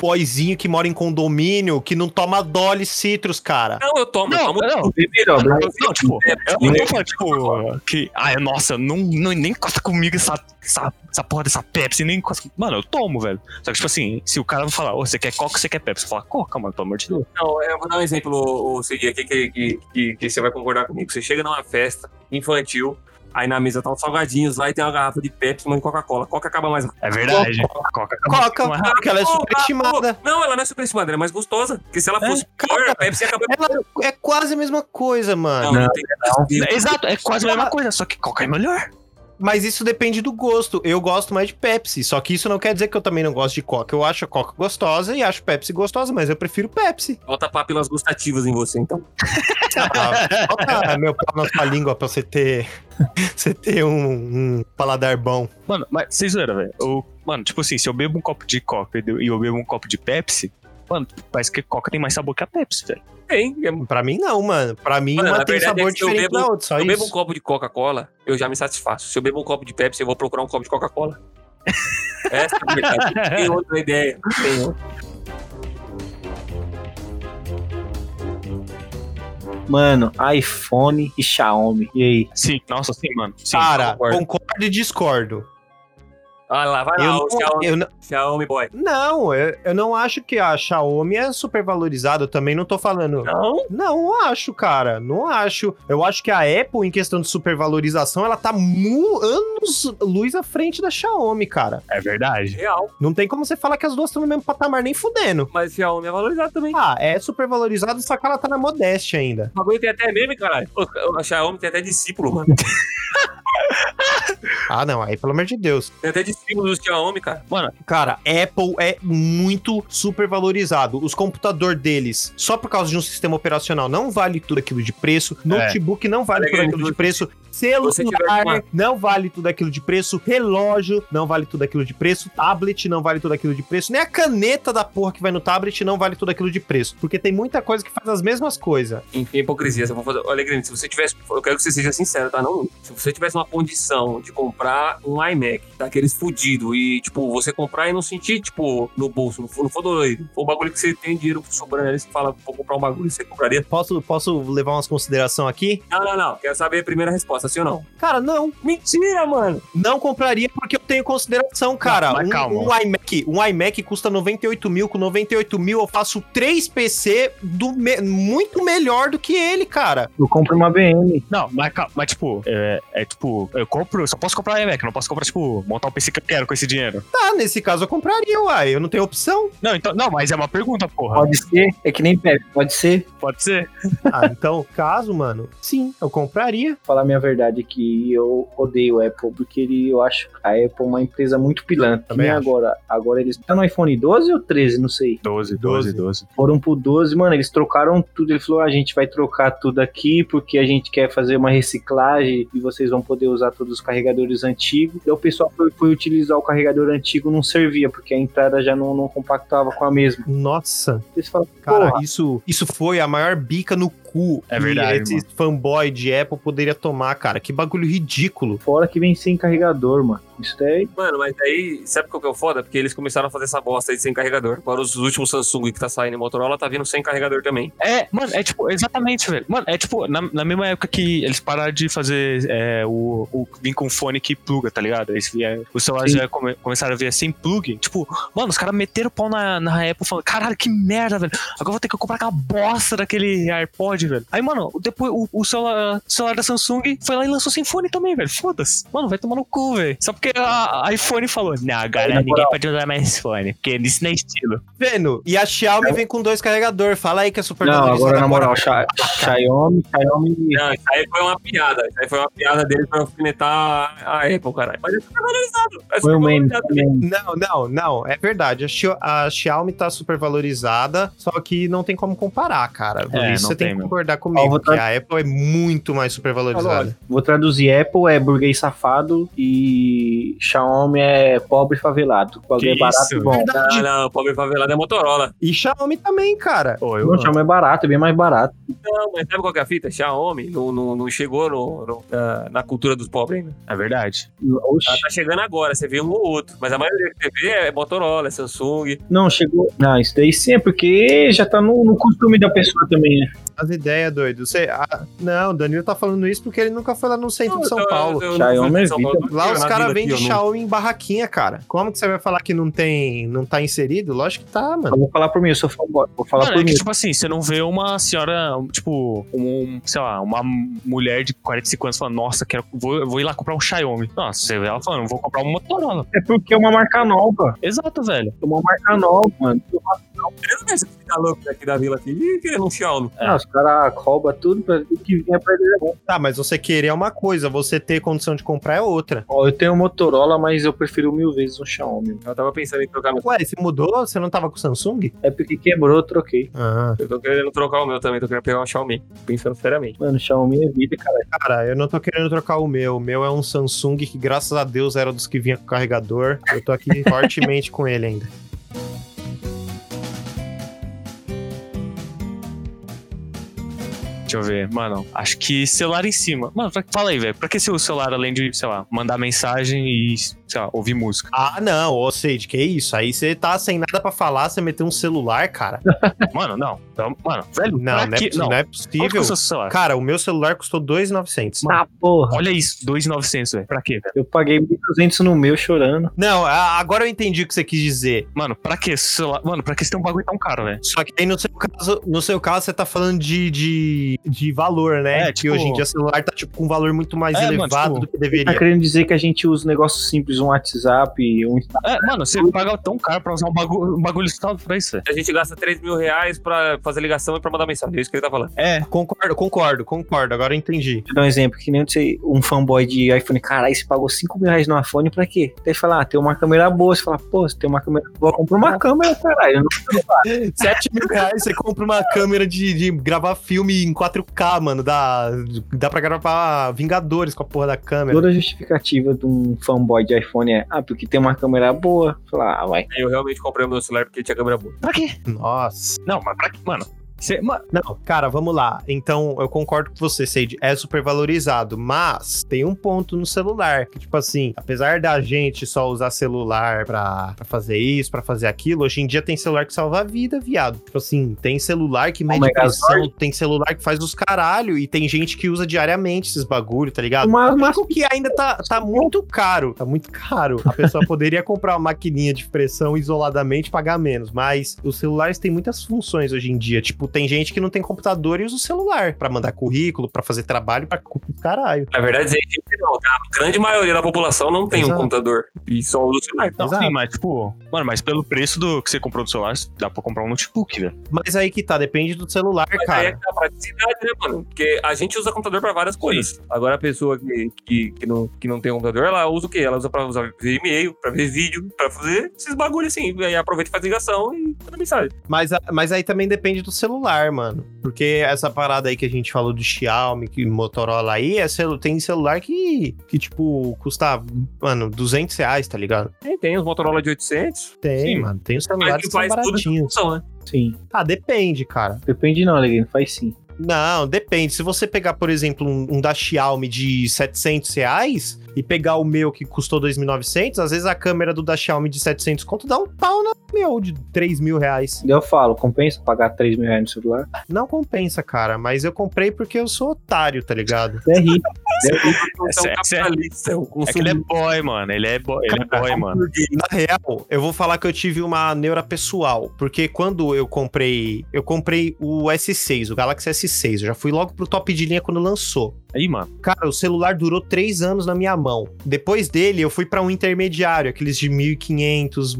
B: boizinho que mora em condomínio que não toma Dolly Citrus, cara.
E: não, eu tomo, eu
A: Não,
E: tomo É,
A: não.
D: Primeiro, ó,
A: Eu- Não, tipo, eu não tô falando, tipo, que. Ah, nossa, não, não, nem encosta comigo essa, essa, essa porra dessa Pepsi, nem encosta. Mano, eu tomo, velho. Só que, tipo assim, se o cara falar, ô, você quer Coca ou você quer Pepsi? Eu falo, Coca, mano, pelo amor de Deus.
E: Não, eu vou dar um exemplo, o Cid, aqui que, que, que, que você vai concordar comigo. Você chega numa festa infantil, aí na mesa tá uns salgadinhos lá e tem uma garrafa de Pepsi, uma de Coca-Cola. Coca acaba mais rápido.
A: É verdade. Coca.
B: Coca,
A: Mas-
B: porque ela é superestimada.
E: Não, ela não é superestimada, ela é mais gostosa. Porque se ela fosse pior,
B: cara. Ah,
E: a Pepsi ia acabar...
B: Ela é quase a mesma coisa, mano.
E: Não, não, tem não.
A: Exato, é quase a mesma coisa, só que Coca é melhor.
B: Mas isso depende do gosto. Eu gosto mais de Pepsi. Só que isso não quer dizer que eu também não gosto de Coca. Eu acho a Coca gostosa e acho Pepsi gostosa, mas eu prefiro Pepsi.
E: Falta papilas gustativas em você, então.
B: Ah, bota meu pau na sua língua pra você ter. Você ter um, um paladar bom.
A: Mano, mas vocês zoeira, velho. Eu- Mano, tipo assim, se eu bebo um copo de Coca e eu- e eu bebo um copo de Pepsi, mano, parece que Coca tem mais sabor que a Pepsi, velho.
E: Tem. é-
B: Pra mim, não, mano. Pra mim,
E: Mano,
B: uma
E: na
B: tem
E: verdade
B: sabor
E: é que se eu
B: diferente
E: bebo-
B: da outra. Só
E: Se eu
B: isso.
E: bebo um copo de Coca-Cola, eu já me satisfaço. Se eu bebo um copo de Pepsi, eu vou procurar um copo de Coca-Cola. Essa é a verdade. Tem outra ideia. Tem outra.
D: Mano, iPhone e Xiaomi. E aí?
A: Sim, nossa, sim, mano. Sim.
B: Cara,
E: concordo.
B: concordo. e discordo.
E: Olha lá, vai lá, o
B: eu, não,
E: Xiaomi,
B: eu, não-
E: Xiaomi Boy.
B: não, eu, eu não acho que a Xiaomi é supervalorizada. Eu também não tô falando.
E: Não,
B: Não acho, cara. Não acho. Eu acho que a Apple, em questão de supervalorização, ela tá mu- anos luz à frente da Xiaomi, cara.
A: É verdade.
E: real.
B: Não tem como você falar que as duas estão no mesmo patamar, nem fudendo.
E: Mas Xiaomi é valorizado também.
B: Ah, é supervalorizado, só que ela tá na modéstia ainda.
E: O bagulho tem até meme, caralho. O, o Xiaomi tem até discípulo, mano.
B: Ah, não, aí pelo amor de Deus.
E: Tem até discípulo do Xiaomi, cara.
B: Cara, Apple é muito supervalorizado. Os computadores deles, só por causa de um sistema operacional, não vale tudo aquilo de preço. Notebook não vale
E: É. Olha,
B: tudo aquilo
E: Guilherme,
B: de
E: você-
B: preço.
E: você tiver
B: Celular
E: uma-
B: não vale tudo aquilo de preço. Relógio não vale tudo aquilo de preço. Tablet não vale tudo aquilo de preço. Nem a caneta da porra que vai no tablet não vale tudo aquilo de preço. Porque tem muita coisa que faz as mesmas coisas.
E: Enfim, hipocrisia. Só vou fazer... Olha, Grêmio, se você tivesse. Eu quero que você seja sincero, tá? Não. Se você tivesse uma condição de comprar um iMac, daqueles fudido, e, tipo, você comprar e não sentir, tipo, no bolso, não for, não for dolorido. For um bagulho que você tem dinheiro sobrando ali, você fala, vou comprar um bagulho, você compraria?
B: Posso, posso levar umas considerações aqui?
E: Não, não, não. Quero saber a primeira resposta, sim ou não?
B: Cara, não.
E: Mentira, mano.
B: Não compraria porque eu tenho consideração, cara.
A: Mas
B: um,
A: calma.
B: um iMac, um iMac custa 98 mil. Com 98 mil eu faço 3 PC do me- muito melhor do que ele, cara.
D: Eu compro uma BM.
A: Não, mas, calma, mas tipo, é, é, tipo, eu compro, eu só posso comprar iMac, não posso comprar, tipo, montar o PC que eu quero com esse dinheiro.
B: Tá, nesse caso eu compraria, uai. Eu não tenho opção.
A: Não, então, não, mas é uma pergunta, porra.
D: Pode ser. É que nem Pepsi. Pode ser.
A: Pode ser?
B: Ah, então, caso, mano, sim, eu compraria.
D: Falar a minha verdade aqui. Eu odeio o Apple porque ele, eu acho a Apple pô, uma empresa muito pilantra. Que
B: Também
D: nem
B: acho.
D: agora. Agora eles. Tá no iPhone 12 ou 13, não sei.
A: 12, 12, 12.
D: Foram pro 12, mano, eles trocaram tudo. Ele falou: "Ah, a gente vai trocar tudo aqui porque a gente quer fazer uma reciclagem e vocês vão poder usar todos os carregadores antigos. E o pessoal foi, foi utilizar o carregador antigo, não servia, porque a entrada já não, não compactava com a mesma.
B: Nossa,
D: Eles falaram,
B: cara,
D: porra,
B: isso, isso foi a maior bica no cu
A: É verdade,
B: que esse fanboy de Apple poderia tomar, cara. Que bagulho ridículo.
D: fora que vem sem carregador, mano. Isso daí.
E: Mano, mas aí, sabe qual que é o foda? Porque eles começaram a fazer essa bosta aí sem carregador. Agora os últimos Samsung que tá saindo em Motorola tá vindo sem carregador também.
A: É, mano, é tipo, exatamente, velho. Mano, é tipo, na, na mesma época que eles pararam de fazer é, o, o. vir com fone que pluga, tá ligado? Eles, vieram- os celulares já come- começaram a vir sem plug. Tipo, mano, os caras meteram o pau na, na Apple falando, caralho, que merda, velho. Agora eu vou ter que comprar aquela bosta daquele AirPod, velho. Aí, mano, depois o, o celular, o celular da Samsung foi lá e lançou sem fone também, velho. Foda-se. Mano, vai tomar no cu, velho. Só porque a, a iPhone falou, não, galera, ninguém pode usar mais fone, porque isso não é estilo.
B: Vendo? E a Xiaomi vem com dois carregadores. Fala aí que é super
D: Não,
B: valorizada
D: agora na moral, Xia- Xiaomi, Xiaomi.
E: Não, isso aí foi uma piada. Isso aí foi uma piada dele pra alfinetar a Apple, caralho. Mas é super valorizado.
D: Foi
E: É super
D: um meme
E: valorizado.
D: também.
B: Não, não, não. É verdade. A, Xio- a Xiaomi tá super valorizada, só que não tem como comparar, cara. Por
A: É,
B: isso
A: não
B: você tem,
A: tem
B: que
A: mesmo.
B: concordar comigo,
D: Ó, vou
B: que a Apple é muito mais super valorizada.
D: Vou traduzir Apple é burguês safado e Xiaomi é pobre favelado. O bagulho é
A: Que
D: barato
A: isso,
D: e bom.
E: Não, Ah, não, pobre favelado é Motorola.
B: E Xiaomi também, cara.
A: Ô, eu,
D: Não, Xiaomi é barato, é bem mais barato.
E: Não, mas sabe qual que é a fita? Xiaomi não, não, não chegou no, no- na, na cultura dos pobres ainda.
A: é verdade.
D: Oxi.
E: Ela tá chegando agora, você vê um ou outro. Mas a maioria que você vê é Motorola, é Samsung.
D: Não, chegou. Não, isso daí sim é porque já tá no, no costume da pessoa também, né?
B: As ideias, doido. Você, ah, não, o Danilo tá falando isso porque ele nunca foi lá no centro de São
E: Então, Eu- eu-
B: Paulo.
E: eu- eu-
D: Xiaomi é
E: São Paulo,
D: vida.
E: eu não
B: Lá
E: tenho
B: os
E: na
B: caras
E: vida
B: vendem
E: aqui, eu não-
B: Xiaomi em barraquinha, cara. Como que você vai falar que não tem, não tá inserido? Lógico que tá, mano.
D: Eu vou falar por mim, eu sou fanboy. Vou falar
A: Mano,
D: por
A: é que,
D: mim.
A: tipo assim, você não vê uma senhora, tipo, um, sei lá, uma mulher de 45 anos falando, nossa, quero, vou, vou ir lá comprar um Xiaomi. Nossa, você vê ela falando, vou comprar um Motorola.
D: É porque é uma marca nova.
A: Exato, velho.
D: É uma marca nova, mano.
E: Eu não vejo esse tá louco daqui da vila aqui. Ih, querendo um Xiaomi.
A: É.
D: Ah, os caras roubam tudo pra tudo que vier pra eles. é bom.
B: Tá, mas você querer é uma coisa, você ter condição de comprar é outra.
D: Ó, eu tenho um Motorola, mas eu prefiro mil vezes um Xiaomi.
E: Eu tava pensando em trocar meu.
B: Ué, você mudou? Você não tava com Samsung?
D: É porque quebrou, eu troquei.
B: Ah.
E: Eu tô querendo trocar o meu também, tô querendo pegar um Xiaomi. Pensando seriamente.
D: Mano, Xiaomi é vida, cara.
B: Cara, eu não tô querendo trocar o meu. O meu é um Samsung que, graças a Deus, era dos que vinha com carregador. Eu tô aqui fortemente com ele ainda.
A: Deixa eu ver, mano. Acho que celular em cima. Mano, pra- fala aí, velho. Pra que ser o celular além de, sei lá, mandar mensagem e, sei lá, ouvir música?
B: Ah, não, ou seja, que isso? Aí você tá sem nada pra falar, você meteu um celular, cara.
A: Mano, não. Então, mano, velho,
B: Não, não é,
A: pra que...
B: possi- não é
A: Quanto
B: possível.
A: custa o celular?
B: Cara, o meu celular custou 2,900.
D: Tá, porra.
A: Olha isso, 2,900, velho. Pra quê, velho?
D: Eu paguei 1.200 no meu chorando.
B: Não, a- agora eu entendi o que você quis dizer.
A: Mano, pra que celular? Mano, pra que você tem um bagulho tão caro, velho?
B: Só que aí no seu caso, no seu caso você tá falando de, de, de valor, né?
A: É,
B: Que
A: tipo-
B: hoje em dia o celular tá tipo com um valor muito mais
A: É, mano,
B: elevado
A: tipo-
B: do que
D: Tá
B: deveria.
D: querendo dizer que a gente usa um negócio simples, um WhatsApp, um
A: É, mano, você paga tão caro pra usar um bagulho, um bagulho só pra isso, velho.
E: A gente gasta 3 mil reais pra fazer ligação e pra mandar mensagem. É isso que ele tá falando.
B: É, concordo, concordo, concordo. Agora eu entendi.
D: Vou dar um exemplo, que nem você, um fanboy de iPhone, caralho, você pagou 5 mil reais no iPhone, pra quê? Daí fala, ah, tem uma câmera boa, você fala, pô, você tem uma câmera boa, compra uma câmera, caralho.
B: 7 mil reais você compra uma câmera de, de gravar filme em 4K, mano. Dá, dá pra gravar Vingadores com a porra da câmera.
D: Toda a justificativa de um fanboy de iPhone é, ah, porque tem uma câmera boa, fala, ah, vai.
E: Aí É, Eu realmente comprei o meu celular porque tinha câmera boa.
A: Pra quê?
B: Nossa.
A: Não, mas pra quê? Mano, você. ma-
B: Não, cara, vamos lá. Então, eu concordo com você, Sage. É super valorizado, mas tem um ponto no celular. Que, tipo assim, apesar da gente só usar celular pra, pra fazer isso, pra fazer aquilo, hoje em dia tem celular que salva a vida, viado. Tipo assim, tem celular que mede
D: Megazord.
B: pressão, tem celular que faz os caralho, e tem gente que usa diariamente esses bagulho, tá ligado?
D: Uma, uma
B: Marco que ainda tá, tá muito caro. Tá muito caro. A pessoa poderia comprar uma maquininha de pressão isoladamente e pagar menos. Mas os celulares têm muitas funções hoje em dia. Tipo, Tipo, tem gente que não tem computador e usa o celular pra mandar currículo, pra fazer trabalho, pra cu- caralho.
E: Na verdade, é gente não, tá? A grande maioria da população não tem um
B: Exato.
E: computador e só usa o celular.
A: Não,
B: Exato.
A: sim, mas tipo, mano, mas pelo preço do que você comprou do celular, dá pra comprar um notebook, velho.
B: Mas aí que tá, depende do celular,
E: Mas aí
B: cara.
E: é que tá a praticidade, né, mano? Porque a gente usa computador pra várias coisas. Agora a pessoa que, que, que, não, que não tem um computador, ela usa o quê? Ela usa pra usar ver e-mail, pra ver vídeo, pra fazer esses bagulhos assim. E aí aproveita e faz ligação e manda mensagem.
B: Mas, a- mas aí também depende do celular, mano. Porque essa parada aí que a gente falou do Xiaomi, que Motorola aí, é celu- tem celular que, que, tipo, custa, mano, 200 reais, tá ligado?
E: E tem os Motorola de 800.
B: Tem,
E: Sim.
B: mano. Tem os
E: Mas
B: celulares
E: que
B: que são
E: faz tudo essa
B: baratinhos.
E: função, né?
D: Sim.
B: Ah, depende, cara.
D: Depende não, Alegre, faz sim.
B: Não, depende. Se você pegar, por exemplo, um, um da Xiaomi de 700 reais e pegar o meu que custou 2.900, às vezes a câmera do da Xiaomi de 700 conto dá um pau na meu de 3 mil reais.
D: Eu falo, compensa pagar 3 mil reais no celular?
B: Não compensa, cara, mas eu comprei porque eu sou otário, tá ligado?
D: Você é rico.
E: Você é um
A: Essa- essa-
E: capitalista, é um
A: É que ele é
E: consumidor.
A: boy, mano. Ele é boy, ele é boy mano.
B: Na real, eu vou falar que eu tive uma neura pessoal, porque quando eu comprei, eu comprei o S6, o Galaxy S6, eu já fui logo pro top de linha quando lançou.
A: Aí, mano.
B: Cara, o celular durou três anos na minha mão. Depois dele, eu fui pra um intermediário, aqueles de 1.500,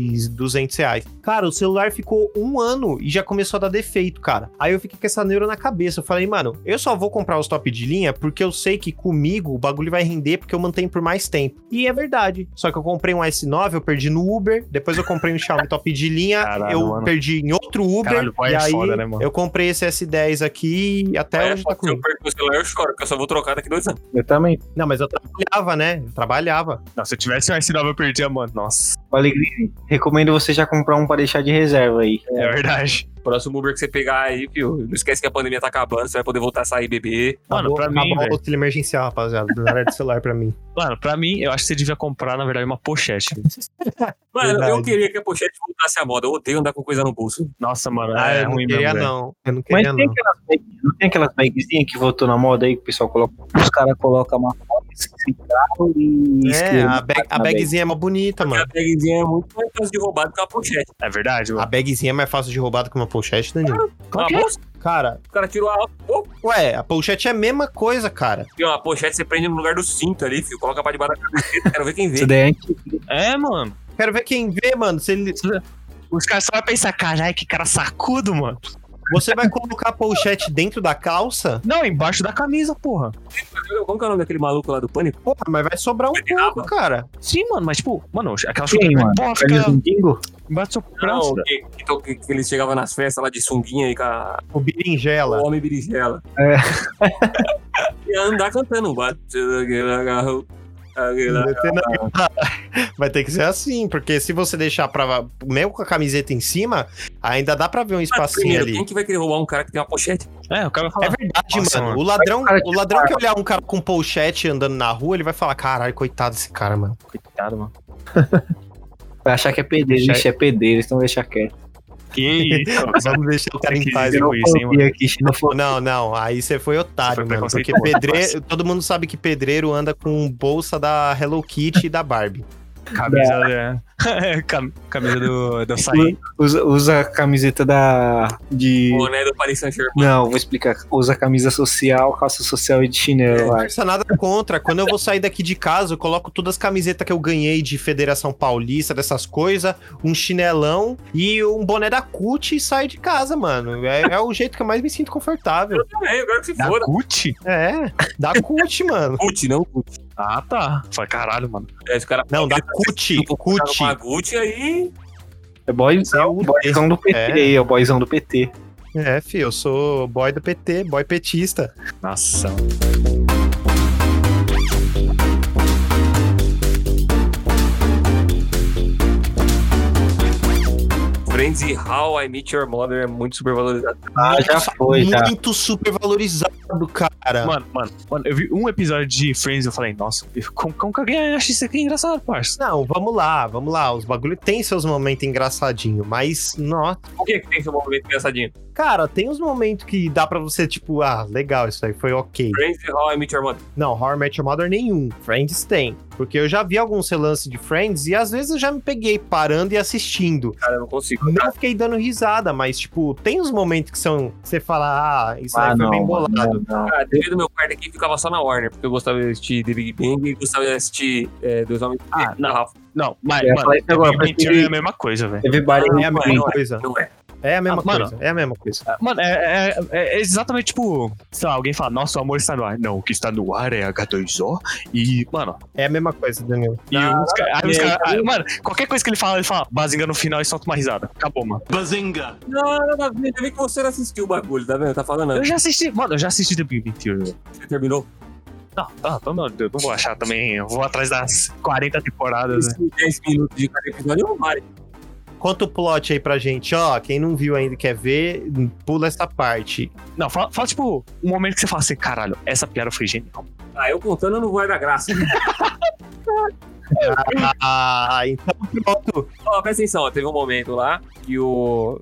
B: 1.200 reais. Cara, o celular ficou um ano e já começou a dar defeito, cara. Aí eu fiquei com essa neura na cabeça. Eu falei, mano, eu só vou comprar os top de linha porque eu sei que comigo o bagulho vai render porque eu mantenho por mais tempo. E é verdade. Só que eu comprei um S9, eu perdi no Uber. Depois eu comprei um Xiaomi top de linha,
A: Caralho,
B: eu
A: mano.
B: perdi em outro Uber.
A: Caralho, vai
B: e
A: é
B: aí
A: foda, né, mano?
B: eu comprei esse S10 aqui e
A: é
B: até
A: um
E: Aí,
B: hoje tá
E: se eu
B: comigo.
E: perco o celular, eu choro, que eu só vou trocar daqui dois anos.
D: Eu também.
B: Não, mas eu trabalhava, né? Eu trabalhava.
A: Não, se eu tivesse um S9, eu perdia, mano. Nossa,
D: Alegre, recomendo você já comprar um pra deixar de reserva aí.
A: é, verdade.
E: Próximo Uber que você pegar aí, viu? Não esquece que a pandemia tá acabando, você vai poder voltar a sair e beber.
A: Mano, pra mim,
B: acabou o
A: velho.
B: auxílio emergencial, rapaziada. Do área do celular pra mim.
A: Mano, pra mim, eu acho que você devia comprar, na verdade, uma pochete.
E: Mano, eu
B: Verdade.
E: queria que a pochete voltasse à moda. Eu odeio andar com coisa no bolso.
A: Nossa, mano,
B: Ah,
A: é
B: eu
A: ruim
B: não queria,
A: mesmo. velho.
B: não. Eu não
D: Mas
B: queria,
D: tem
B: não.
D: aquelas bag- não tem aquelas bagzinhas que voltou na moda aí, que o pessoal coloca. Os caras colocam uma foto, cigarro e
B: É,
D: isqueiro.
B: a, bag- a
D: na
B: bagzinha é mó bonita,
E: Porque a
B: mano.
E: bagzinha é muito mais fácil de roubar do que uma pochete.
A: É verdade,
B: A
A: mano.
B: bagzinha é mais fácil de roubar do que uma pochete, Danilo.
E: Uma bolsa,
B: Cara,
E: o cara tirou a alça, pô,
B: ué, a pochete é a mesma coisa, cara.
E: E uma pochete você prende no lugar do cinto ali, filho. Coloca pra debaixo da camiseta. Quero ver quem vê.
D: Isso daí é antigo.
A: É, mano.
B: Quero ver quem vê, mano. Se ele-
A: Os caras só vão pensar, caralho, que cara sacudo, mano.
B: Você vai colocar a pochete dentro da calça?
A: Não, embaixo da camisa, porra.
E: Como que é o nome daquele maluco lá do pânico?
B: Porra, mas vai sobrar um pouco, cara.
A: Sim, mano, mas tipo, mano, aquela
D: Quem,
A: chuteira
D: mano?
A: porra,
D: Carlos
A: fica
D: Domingo?
A: embaixo do seu
E: Não,
A: braço. velho.
E: que, que, to- que, que ele chegava nas festas lá de sunguinha e com a,
B: O berinjela.
E: o homem berinjela.
D: É.
B: É.
E: e é andar cantando. Bate naquele agarro, aquele agarro.
B: Vai ter que ser assim, porque se você deixar pra. Mesmo com a camiseta em cima, ainda dá pra ver um
E: Mas
B: espacinho
E: primeiro,
B: ali.
E: Quem que vai querer roubar um cara que tem uma pochete?
A: É, o cara vai falar.
B: É verdade,
A: Nossa,
B: mano.
A: mano.
B: O ladrão,
D: Cara,
B: o ladrão que olhar um cara com pochete andando na rua, ele vai falar: caralho, coitado desse cara, mano.
A: Coitado, mano.
D: Vai achar que é pedreiro.
B: Deixa-
D: Ixi, é pedreiro, eles vão deixar quieto.
A: Que isso, mano.
B: Vamos deixar o cara em
A: Que
B: paz.
A: dizer
B: hein?
A: isso, hein, mano.
D: Xenofobia aqui, xenofobia.
B: Não, não, aí você foi otário,
A: Você foi
B: mano. Porque
A: preconceituoso.
B: pedreiro, todo mundo sabe que pedreiro anda com bolsa da Hello Kitty e da Barbie.
A: Camisa, né? Cam- Camisa do, do açaí.
D: Usa, usa a camiseta da. de.
E: Boné né, do Paris Saint-Germain.
D: Não, vou explicar. Usa a camisa social, calça social e de chinelo.
B: Não
A: É.
D: vai.
B: precisa nada contra. Quando eu vou sair daqui de casa, eu coloco todas as camisetas que eu ganhei de Federação Paulista, dessas coisas, um chinelão e um boné da CUT e saio de casa, mano. É, é o jeito que eu mais me sinto confortável.
E: Eu também, agora que se
A: Da
E: foda.
A: Gucci?
B: É, da CUT, mano.
E: Gucci, não Gucci.
A: Ah, tá. Falei, caralho, mano.
E: É, se o cara
B: Não, da CUT, CUT.
E: uma Gucci, aí...
D: É boyzão,
B: É o-
D: boyzão do PT
B: É.
D: aí, é o boyzão do PT.
B: É, fi, eu sou boy do PT, boy petista.
A: Nossa.
E: Friends e How I Meet Your Mother é muito supervalorizado.
D: Ah, já foi, já.
E: é
D: tá.
B: Muito super valorizado, do
D: É.
B: cara.
A: Mano, mano, mano, eu vi um episódio de Friends e eu falei, nossa, eu- como, como que alguém acha isso aqui engraçado, parça?
B: Não, vamos lá, vamos lá. Os bagulho tem seus momentos engraçadinhos, mas, nossa.
E: Por que, que tem seu movimento engraçadinho?
B: Cara, tem uns momentos que dá pra você, tipo, ah, legal, isso aí foi ok.
E: Friends e How I Meet Your Mother.
B: Não, Horror Match Mother nenhum. Friends tem. Porque eu já vi alguns relances de Friends e às vezes eu já me peguei parando e assistindo.
E: Cara, eu não consigo.
B: Não fiquei dando risada, mas, tipo, tem uns momentos que são. Você fala, ah, isso aí
D: Ah,
B: foi
D: não,
B: bem bolado.
D: mano, não, não.
E: Cara, a TV Ah, do meu quarto aqui ficava só na Warner, porque eu gostava de assistir The Big Bang e gostava de assistir é, Dois Homens
A: Ah,
E: na Rafa.
A: Não, mas,
D: Eu ia
A: mano,
D: falar isso agora,
A: Big Bang
D: mas
A: Theory
D: ele-
A: é a mesma coisa, velho.
D: Teve várias
B: É a mesma
D: mães.
B: coisa.
E: Não é.
B: É a mesma
A: Ah, mano.
B: coisa. É a mesma coisa.
A: Mano, é, é- é exatamente tipo, sei lá, alguém fala, nossa, o amor está no ar. Não, o que está no ar é H2O e, mano,
B: É a mesma coisa, Danilo.
A: e os ca- aí
D: é,
A: os cara- aí, mano, qualquer coisa que ele fala, ele fala, bazinga no final e solta uma risada. Acabou, mano.
G: Bazinga!
E: Não, nada a ver. Ainda bem que você não assistiu o bagulho, tá vendo? Tá falando,
A: Eu
E: né?
A: já assisti, mano, eu já assisti The Big Bang Theory. velho.
E: Você terminou.
A: Não, ah, pelo amor de Deus, não vou achar também, eu vou atrás das 40 temporadas, né?
E: Esse 10 minutos de cada episódio não vale.
B: Conta o plot aí pra gente, ó. Quem não viu ainda e quer ver, pula essa parte.
A: Não, fala, fala, tipo, um momento que você fala assim, caralho, essa piada foi genial.
E: Ah, eu contando não vai dar graça.
B: Ah, então pronto.
E: Ó, presta atenção, ó, teve um momento lá que o.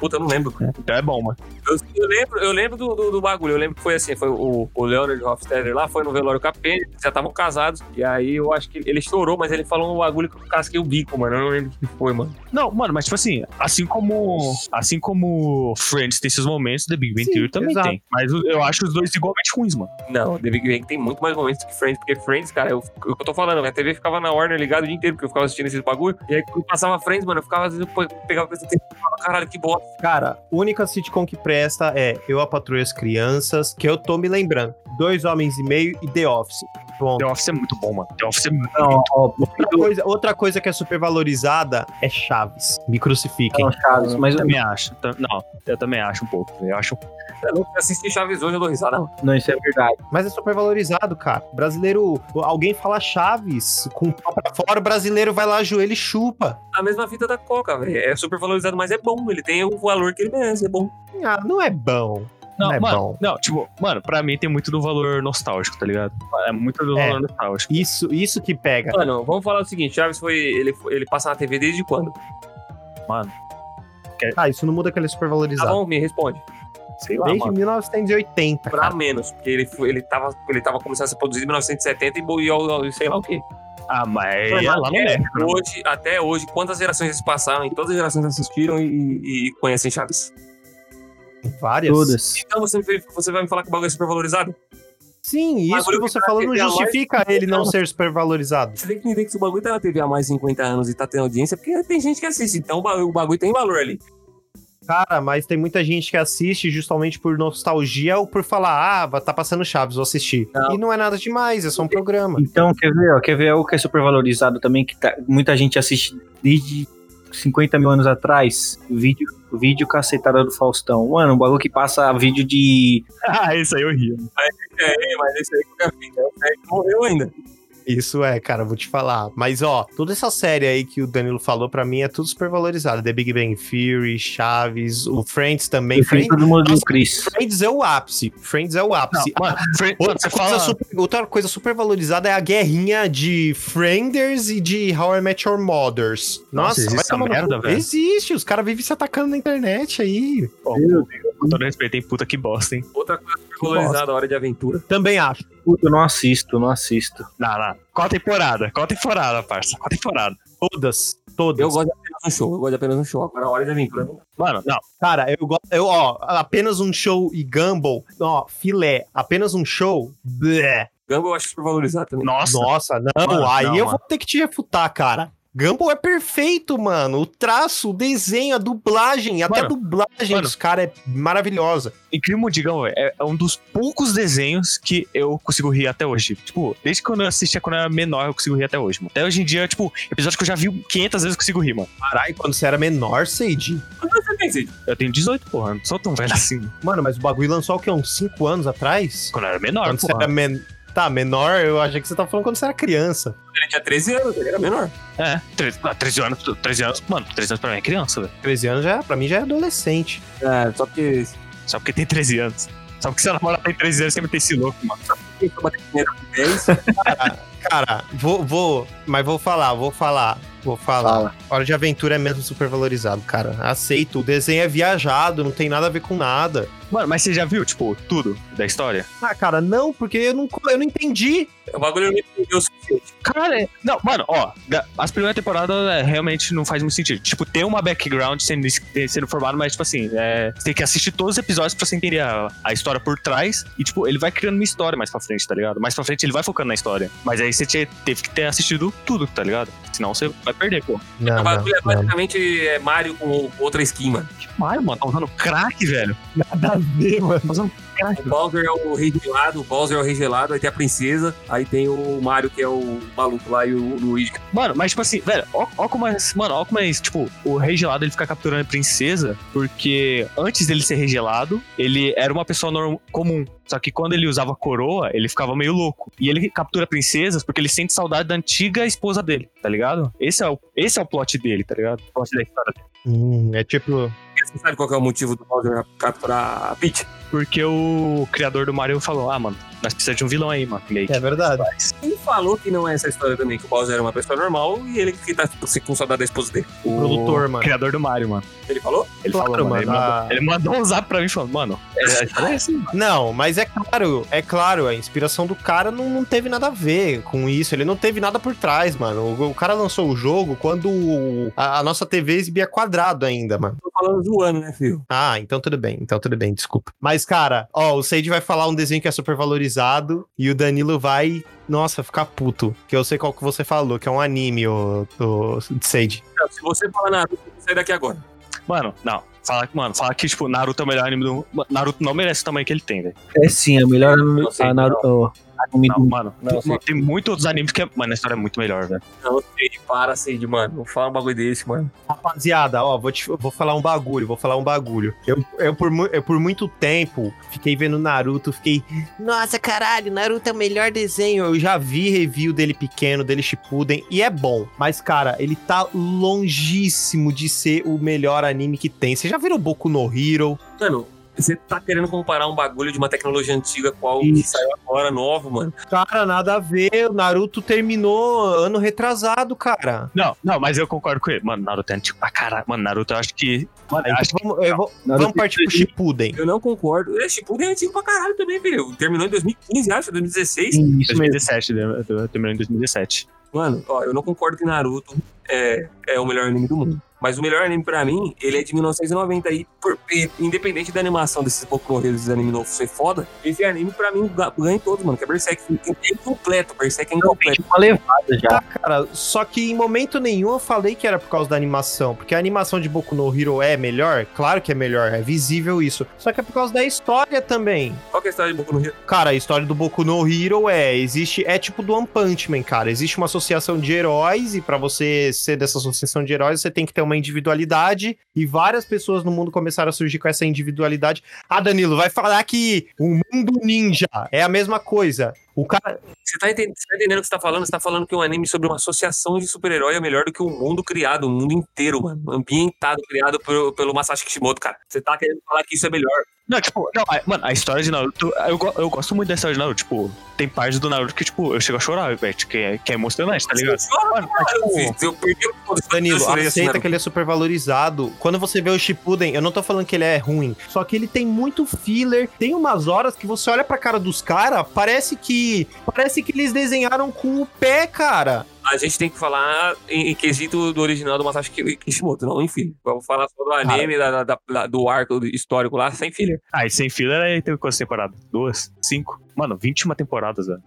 E: Puta, eu não lembro.
A: Então é bom, mano.
E: Eu, eu lembro, eu lembro do, do, do bagulho, eu lembro que foi assim, foi o, o Leonard Hofstadter lá, foi no velório capeta, eles já estavam casados, e aí eu acho que ele chorou, mas ele falou um bagulho que eu casquei o bico, mano, eu não lembro o que foi, mano.
A: Não, mano, mas tipo assim, assim como assim como Friends tem seus momentos, The Big Bang
B: Sim,
A: Theory também
B: exato.
A: tem. Mas eu- eu acho os dois igualmente ruins, mano.
E: Não, The Big Bang tem muito mais momentos que Friends, porque Friends, cara, eu, o que eu tô falando, minha TV ficava na Warner ligada o dia inteiro, porque eu ficava assistindo esses bagulho, e aí quando passava Friends, mano, eu ficava, às vezes, eu pe- pegava coisa e falava, caralho, que bosta.
B: Cara, única sitcom que presta é Eu, a Patrulha e as Crianças, que eu tô me lembrando. Dois Homens e Meio e The Office. Bom,
A: The Office é muito bom, mano. The Office é
D: Não, ó,
B: outra coisa, outra coisa que é super valorizada é Chaves. Me crucifiquem.
E: Ah.
D: não, Chaves, mas
A: Eu também acho. tam- Não, eu também acho um pouco. Eu acho.
E: tá Eu não assisti Chaves hoje, eu dou risada. mano.
D: não, isso é verdade.
B: Mas é super valorizado, cara. Brasileiro, alguém fala Chaves com o pau pra fora, o brasileiro vai lá, joelho e chupa.
E: A mesma vida da Coca, velho, é super valorizado, mas é bom, ele tem o valor que ele merece, é bom.
B: Ah, não é bom.
A: Não,
B: Não é
A: mano.
B: bom.
A: Não, tipo, mano, pra mim tem muito do valor nostálgico, tá ligado? É muito do
B: É.
A: valor nostálgico.
B: Isso, isso que pega.
E: Mano, vamos falar o seguinte, Chaves foi. Ele, foi- ele passa na TV desde quando? Tá
B: Ah, isso não muda que ele é super
E: Tá
B: valorizado.
E: bom, tá me responde.
A: Sei lá,
B: Desde
A: mano.
B: 1980,
E: Pra
B: cara.
E: menos, porque ele, foi- ele, tava, ele tava começando a ser produzido em 1970 e, bo- e, ao- e sei lá o quê.
A: Ah, mas
E: Mano,
A: é lá no
E: até
A: México, né?
E: hoje, até hoje, quantas gerações eles passaram e todas as gerações assistiram e, e- e conhecem Chaves.
B: Várias.
D: Todas.
E: Então você, me- você vai me falar que o bagulho é super valorizado?
B: Sim, isso
E: Bagulho
B: que
E: que
B: você
E: tá
B: falou não
E: aqui, a loja-
B: justifica ele não ser super valorizado.
E: Você tem que entender que se o bagulho tá na TV há mais de 50 anos e tá tendo audiência, porque tem gente que assiste, então o bagulho, o bagulho tem valor ali.
B: Cara, mas tem muita gente que assiste justamente por nostalgia ou por falar, ah, tá passando Chaves, vou assistir.
E: Não.
B: E não é nada demais, é só um programa.
D: Então, quer ver, ó, quer ver algo que é super valorizado também, que tá- muita gente assiste desde 50 mil anos atrás? Vídeo, vídeo cacetada do Faustão. Mano, um bagulho que passa vídeo de.
A: Ah, isso aí eu rio.
E: É, mas esse aí que eu já vi, né? O Fred morreu ainda.
B: Isso é, cara, vou te falar. Mas, ó, toda essa série aí que o Danilo falou, pra mim, é tudo super valorizado. The Big Bang Theory, Chaves, o Friends também. Friends,
D: todo mundo do
B: Nossa.
D: Chris.
B: Friends é o ápice. Friends é o
A: Não,
B: ápice.
A: mano, Fran- mano,
B: Outra
A: você
B: coisa,
A: fala.
B: super, outra coisa super valorizada é a guerrinha de Frienders e de How I Met Your Mothers.
A: Nossa,
B: Nossa,
A: existe
B: vai
A: essa
B: tomar no cu.
A: merda, velho?
B: Existe, os caras vivem se atacando na internet aí.
A: Com todo respeito, hein? Puta que bosta, hein?
E: Outra coisa super valorizada, hora de aventura.
B: Também acho.
D: Puta, eu não assisto, não assisto.
A: Não, não. Qual temporada? Qual temporada, parça? Qual temporada?
B: Todas, todas.
E: Eu gosto de apenas um show, eu gosto de apenas um show. Agora a hora de aventura não
A: Mano, não.
B: Cara, eu gosto. Eu, ó, apenas um show e Gumball, ó, filé. Apenas um show, blé.
E: Gumball eu acho super valorizado também.
A: Nossa.
B: Nossa, não.
A: Mano,
B: aí
A: não,
B: eu
A: mano.
B: vou ter que te refutar, cara. Gumball é perfeito, mano. O traço, o desenho, a dublagem, até a
A: Mano,
B: dublagem
A: mano.
B: dos caras é maravilhosa.
A: Incrível Mundigão, velho, é é um dos poucos desenhos que eu consigo rir até hoje. Tipo, desde quando eu assistia quando eu era menor, eu consigo rir até hoje, mano. Até hoje em dia, tipo, episódio que eu já vi 500 vezes eu consigo rir, mano.
B: Caralho, quando você era menor, Sage.
E: Mas você tem, Cid?
A: Eu tenho 18, porra, não sou tão velho assim.
B: Mano, mas o bagulho lançou o quê? Uns 5 anos atrás?
A: Quando eu era menor,
B: Quando você
A: porra.
B: era men... Tá, menor, eu achei que você tava falando quando você era criança.
E: Ele tinha 13 anos, ele era menor.
A: É, 13, ah, 13 anos, 13 anos, mano, 13 anos pra mim é criança, velho.
B: 13 anos já, pra mim já é adolescente.
E: É, só que.
A: Só porque tem 13 anos. Só porque se ela mora tem 13 anos, sempre tem esse louco, mano.
E: Quem toma dinheiro com 10?
B: Cara, vou, vou, mas vou falar, vou falar, vou falar. Hora de Aventura é mesmo super valorizado, cara. Aceito, o desenho é viajado, não tem nada a ver com nada.
A: Mano, mas você já viu, tipo, tudo da história?
B: Ah, cara, não, porque eu não, eu não entendi.
E: O bagulho é não entendeu assim, o suficiente.
A: Cara, é- não, mano, ó, da- as primeiras temporadas é, realmente não faz muito sentido. Tipo, tem uma background sendo, es- sendo formado, mas, tipo assim, é, você tem que assistir todos os episódios pra você entender a, a história por trás. E, tipo, ele vai criando uma história mais pra frente, tá ligado? Mais pra frente ele vai focando na história. Mas aí você te- teve que ter assistido tudo, tá ligado? Senão você vai perder, pô.
B: Não,
E: O bagulho é
B: não, não.
E: basicamente é Mario com outra skin, mano.
A: Mario, mano, tá usando crack, velho. Tá
E: O Bowser é o rei gelado, o Bowser é o rei gelado, aí tem a princesa, aí tem o Mario que é o maluco lá e o Luigi.
A: Mano, mas tipo assim, velho, ó, ó como é, mano, ó como é isso, tipo, o rei gelado ele fica capturando a princesa, porque antes dele ser rei gelado, ele era uma pessoa norm- comum. Só que quando ele usava a coroa, ele ficava meio louco. E ele captura princesas porque ele sente saudade da antiga esposa dele, tá ligado? Esse é o, esse é o plot dele, tá ligado? O plot da história dele.
B: Hum, é tipo.
E: E Você sabe qual que é o motivo do Bowser capturar a Peach?
A: Porque o criador do Mario falou: ah, mano, nós precisamos de um vilão aí, mano. E aí,
B: É verdade.
E: Quem falou que não é essa história também, que o Bowser era uma pessoa normal e ele que tá tipo, se com saudade da esposa dele?
B: O produtor, mano.
A: criador do Mario, mano.
E: Ele falou?
A: Ele
B: Claro,
A: falou, mano.
B: mano,
A: ele,
B: a-
A: mandou, ele mandou um zap pra mim falando, mano, é, a história é assim, mano.
B: Não, mas é claro, é claro, a inspiração do cara não, não teve nada a ver com isso. Ele não teve nada por trás, mano. O, o cara lançou o jogo quando o- a, a nossa TV exibia quadrado ainda, mano.
E: Tô falando zoando, né, filho?
B: Ah, então tudo bem, então tudo bem, desculpa. Mas, cara, ó, o Sage vai falar um desenho que é super valorizado e o Danilo vai, nossa, ficar puto. Que eu sei qual que você falou, que é um anime, o, o Sage.
E: Cara, Se você falar Naruto, eu vou sair daqui agora.
A: Mano, não. Fala, mano, fala que, tipo, Naruto é o melhor anime do mundo. Naruto não merece o tamanho que ele tem, velho.
D: É sim, a melhor
E: Não sei,
D: a Naruto. anime
A: Não,
D: do-
A: mano.
E: Não,
A: tem, tem muitos outros animes que é. Mano, a história é muito melhor, velho.
E: Não, Sage, para, Sage, mano. Não fala um bagulho desse, mano.
B: Rapaziada, ó, vou, te, vou falar um bagulho, vou falar um bagulho. Eu, eu, por, mu- eu por muito tempo fiquei vendo Naruto, fiquei. Nossa, caralho, Naruto é o melhor desenho. Eu já vi review dele pequeno, dele Shippuden, e é bom. Mas, cara, ele tá longíssimo de ser o melhor anime que tem. Vocês já viram Boku no Hero?
E: Mano, você tá querendo comparar um bagulho de uma tecnologia antiga com algo que
B: Isso.
E: saiu agora, novo, mano.
B: Cara, nada a ver. O Naruto terminou ano retrasado, cara.
A: Não, não, mas eu concordo com ele. Mano, Naruto é antigo pra caralho. Mano, Naruto, eu acho que. Mano, eu acho que.
B: Vamos, eu vou-
D: Naruto
B: vamos partir pro Shippuden.
E: Eu não concordo. É, Shippuden é antigo pra caralho também, filho. Terminou em 2015, acho, 2016.
D: Sim, isso mesmo.
A: 2017, né? Eu terminei em 2017.
E: Mano, ó, eu não concordo que Naruto é, é o melhor anime do mundo. Mas o melhor anime pra mim, ele é de 1990 aí, por- e independente da animação desses Boku no Hero, desses anime novos ser foda, esse anime pra mim ga- ganha em todos, mano, que é Berserk. É incompleto, Berserk é incompleto.
D: Uma levada já.
B: Tá, cara, só que em momento nenhum eu falei que era por causa da animação, porque a animação de Boku no Hero é melhor, claro que é melhor, é visível isso. Só que é por causa da história também.
E: Qual que é a história de Boku no Hero?
B: Cara, a história do Boku no Hero é, existe, é tipo do One Punch Man, cara. Existe uma associação de heróis e pra você ser dessa associação de heróis, você tem que ter uma individualidade e várias pessoas no mundo começaram a surgir com essa individualidade. Ah, Danilo, vai falar que o mundo ninja é a mesma coisa. O cara,
E: Você tá, entendendo, você tá entendendo o que você tá falando? Você tá falando que um anime sobre uma associação de super-herói é melhor do que o mundo criado, o mundo inteiro, mano. Ambientado, criado pelo, pelo Masashi Kishimoto, cara. Você tá querendo falar que isso é melhor.
A: Não, tipo, não, a- mano, a história de Naruto. Eu, go- eu gosto muito da história de Naruto. Tipo, tem partes do Naruto que, tipo, eu chego a chorar, velho. Que, é, que é emocionante, tá ligado?
E: Você chora,
A: Mano, mas,
E: cara,
A: tipo,
E: filho. Eu perdi o
B: Danilo,
E: Eu chorei assim,
B: aceita
E: Naruto.
B: que ele é super valorizado. Quando você vê o Shippuden, eu não tô falando que ele é ruim, só que ele tem muito filler, tem umas horas que você olha pra cara dos caras, parece que parece que eles desenharam com o pé, cara.
E: A gente tem que falar em, em quesito do original do Masashi Ki- Kishimoto, não, enfim. Vamos falar só do anime, da, da- da- do arco histórico lá, sem filha.
A: Ah, e sem filler aí teve quantas temporadas? Duas? Cinco? Mano, 21 temporadas, velho.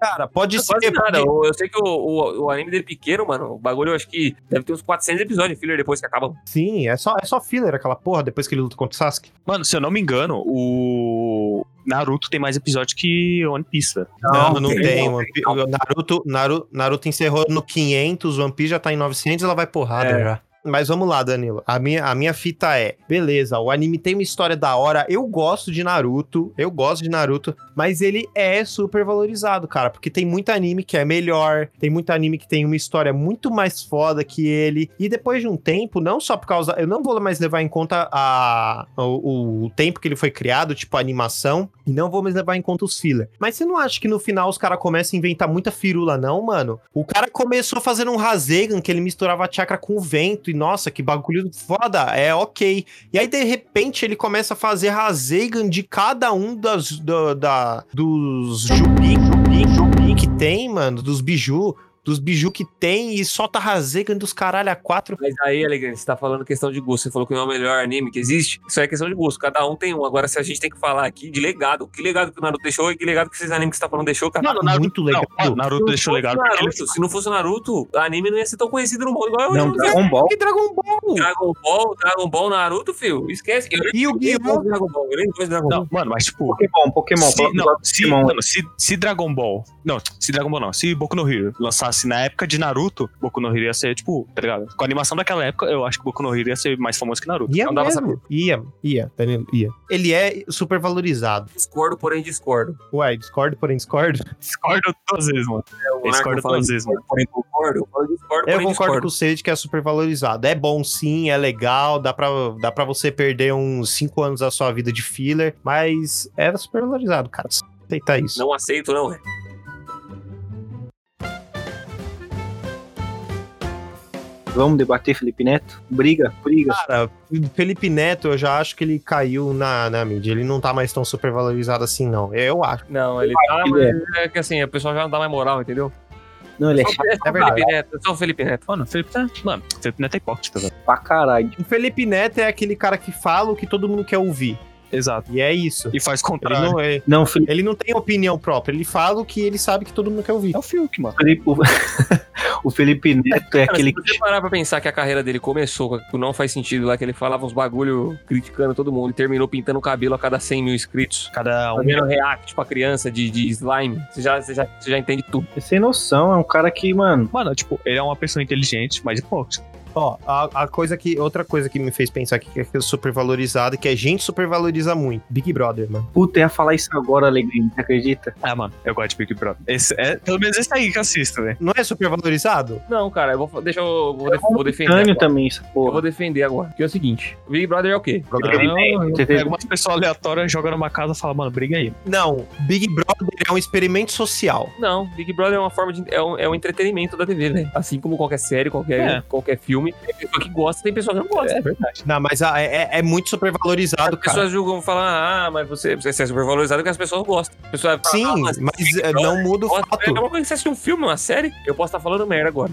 B: Cara, pode
E: Não
B: ser
E: quase nada.
B: é porque-
E: Eu, eu sei que o, o- o anime dele é pequeno, mano, o bagulho eu acho que deve ter uns 400 episódios de filler depois que acaba.
B: Sim, é só é só filler aquela porra depois que ele luta contra o Sasuke.
A: Mano, se eu não me engano, o Naruto tem mais episódio que One Piece, velho.
B: Não, não,
E: tem,
B: tem.
E: não
B: One Piece- Naruto, Naruto, Naruto encerrou no 500, One Piece já tá em 900, ela vai porrada
E: É.
B: já. Mas vamos lá, Danilo. A minha, a minha fita é: beleza, o anime tem uma história da hora. Eu gosto de Naruto, eu gosto de Naruto, mas ele é super valorizado, cara, porque tem muito anime que é melhor, tem muito anime que tem uma história muito mais foda que ele. E depois de um tempo, não só por causa. Eu não vou mais levar em conta a, o, o tempo que ele foi criado, tipo a animação, e não vou mais levar em conta os filler. Mas você não acha que no final os caras começam a inventar muita firula, não, mano? O cara começou fazendo um Rasengan, que ele misturava a chakra com o vento, e nossa, que bagulho foda, é ok. E aí, de repente, ele começa a fazer Rasengan de cada um das, do- da, dos Jubi, Jubi, Jubi que tem, mano, dos Biju, dos Biju que tem, e solta Rasengan dos caralho a quatro.
E: Mas aí, Alegre, você tá falando questão de gosto. Você falou que não é o melhor anime que existe. Isso aí é questão de gosto. Cada um tem um. Agora, se a gente tem que falar aqui de legado, que legado que o Naruto deixou e que legado que esses animes que você tá falando deixou, cara.
A: Não, Naruto-
B: muito legal.
A: Não, Naruto deixou
E: Se não
A: legado.
E: fosse
A: porque ele-
E: Naruto, se não fosse o Naruto, o anime não ia ser tão conhecido no mundo igual é
C: Não,
E: hoje. Não,
C: Dragon Ball.
B: Que Dragon Ball!
E: Dragon Ball, Dragon Ball, Naruto, filho. Esquece. Eu nem
B: E o
E: eu nem
B: Guion
E: gosto de Dragon Ball. Eu nem gosto de Dragon Ball.
A: Não, mano, mas tipo.
C: Pokémon, Pokémon.
A: se,
C: coloca
A: não,
C: lá no
A: se,
C: Pokémon.
A: mano, se, se Dragon Ball. Não, se Dragon Ball não. Se Boku no Hero lançasse na época de Naruto, Boku no Hero ia ser, tipo, tá ligado? Com a animação daquela época, eu acho que Boku no Hero ia ser mais famoso que Naruto.
B: Ia
A: não dava
B: é mesmo. Ia, ia, Danilo, ia. Ele é super valorizado.
E: Discordo, porém discordo.
B: Ué, discordo, porém discordo.
A: Discordo duas vezes, mano.
E: É, o
A: Discordo
E: Marco fala
A: duas vezes, mano.
E: discordo, porém concordo. Eu falo discordo,
B: Eu
E: porém
B: concordo
E: discordo.
B: com o Sage que é super valorizado. É bom sim, é legal, dá pra, dá pra você perder uns 5 anos da sua vida de filler, mas era super valorizado, cara. Aceitar isso.
E: Não aceito, não. é.
C: Vamos debater Felipe Neto? Briga, briga.
B: Cara, o Felipe Neto, eu já acho que ele caiu na, na mídia. Ele não tá mais tão super valorizado assim, não. Eu acho.
E: Não, ele tá, mas é que assim, a pessoa já não dá mais moral, entendeu?
C: Não, ele é
E: É só o
B: verdade.
E: Felipe Neto, é só o Felipe Neto.
A: Mano, Felipe Neto. Mano, Felipe Neto é hipócrita, velho.
C: chato pra caralho.
B: O Felipe Neto é aquele cara que fala o que todo mundo quer ouvir.
A: Exato.
B: E é isso.
A: E faz
B: Ele
A: contrário.
B: não, é,
C: Não, Felipe,
B: ele não tem opinião própria. Ele fala o que ele sabe que todo mundo quer ouvir.
A: É o Fiuk, mano.
C: Felipe- o... o Felipe Neto é
E: Cara,
C: aquele
E: se você
C: que.
E: parar pra pensar que a carreira dele começou com o Não Faz Sentido lá, que ele falava uns bagulho criticando todo mundo e terminou pintando o cabelo a cada 100 mil inscritos.
A: Cada um.
E: Fazendo react pra criança de, de slime. Você já, você, já, você já entende tudo.
C: Sem noção, é um cara que, mano.
A: Mano, tipo, ele é uma pessoa inteligente, mas hipócrita.
B: Ó, a, a coisa que. Outra coisa que me fez pensar que que é super valorizado, que a gente super valoriza muito. Big Brother, mano.
C: Puta, eu ia falar isso agora, Alegrinho, você acredita?
A: Ah, mano, eu gosto de Big Brother. Esse é, pelo menos esse aí que eu assisto, velho.
B: Não é super valorizado?
E: Não, cara, eu vou. Deixa eu. Vou, def- vou defender.
C: Tânio
E: Agora.
C: É também, essa
E: Eu vou
C: porra.
E: defender agora. Que é o seguinte: o Big Brother é o quê?
C: Ele tem, você tem-
A: Pega umas pessoas aleatórias, joga numa casa e fala, mano, briga aí.
B: Não, Big Brother é um experimento social.
E: Não, Big Brother é uma forma de. É um, é um entretenimento da TV, velho. Assim como qualquer série, qualquer,
A: É.
E: qualquer filme. Tem pessoa que gosta, tem pessoa que não gosta.
B: Não, mas a- é, é- é muito super valorizado,
E: As
B: cara.
E: pessoas julgam falam, ah, mas você, você é super valorizado que as pessoas gostam. A pessoa fala,
B: Sim,
E: "Ah, mas
B: mas
E: Big
B: é,
E: Brother
B: não muda o
E: Nossa, É
B: fato.
E: uma coisa que você assiste um filme, uma série, eu posso estar falando merda agora.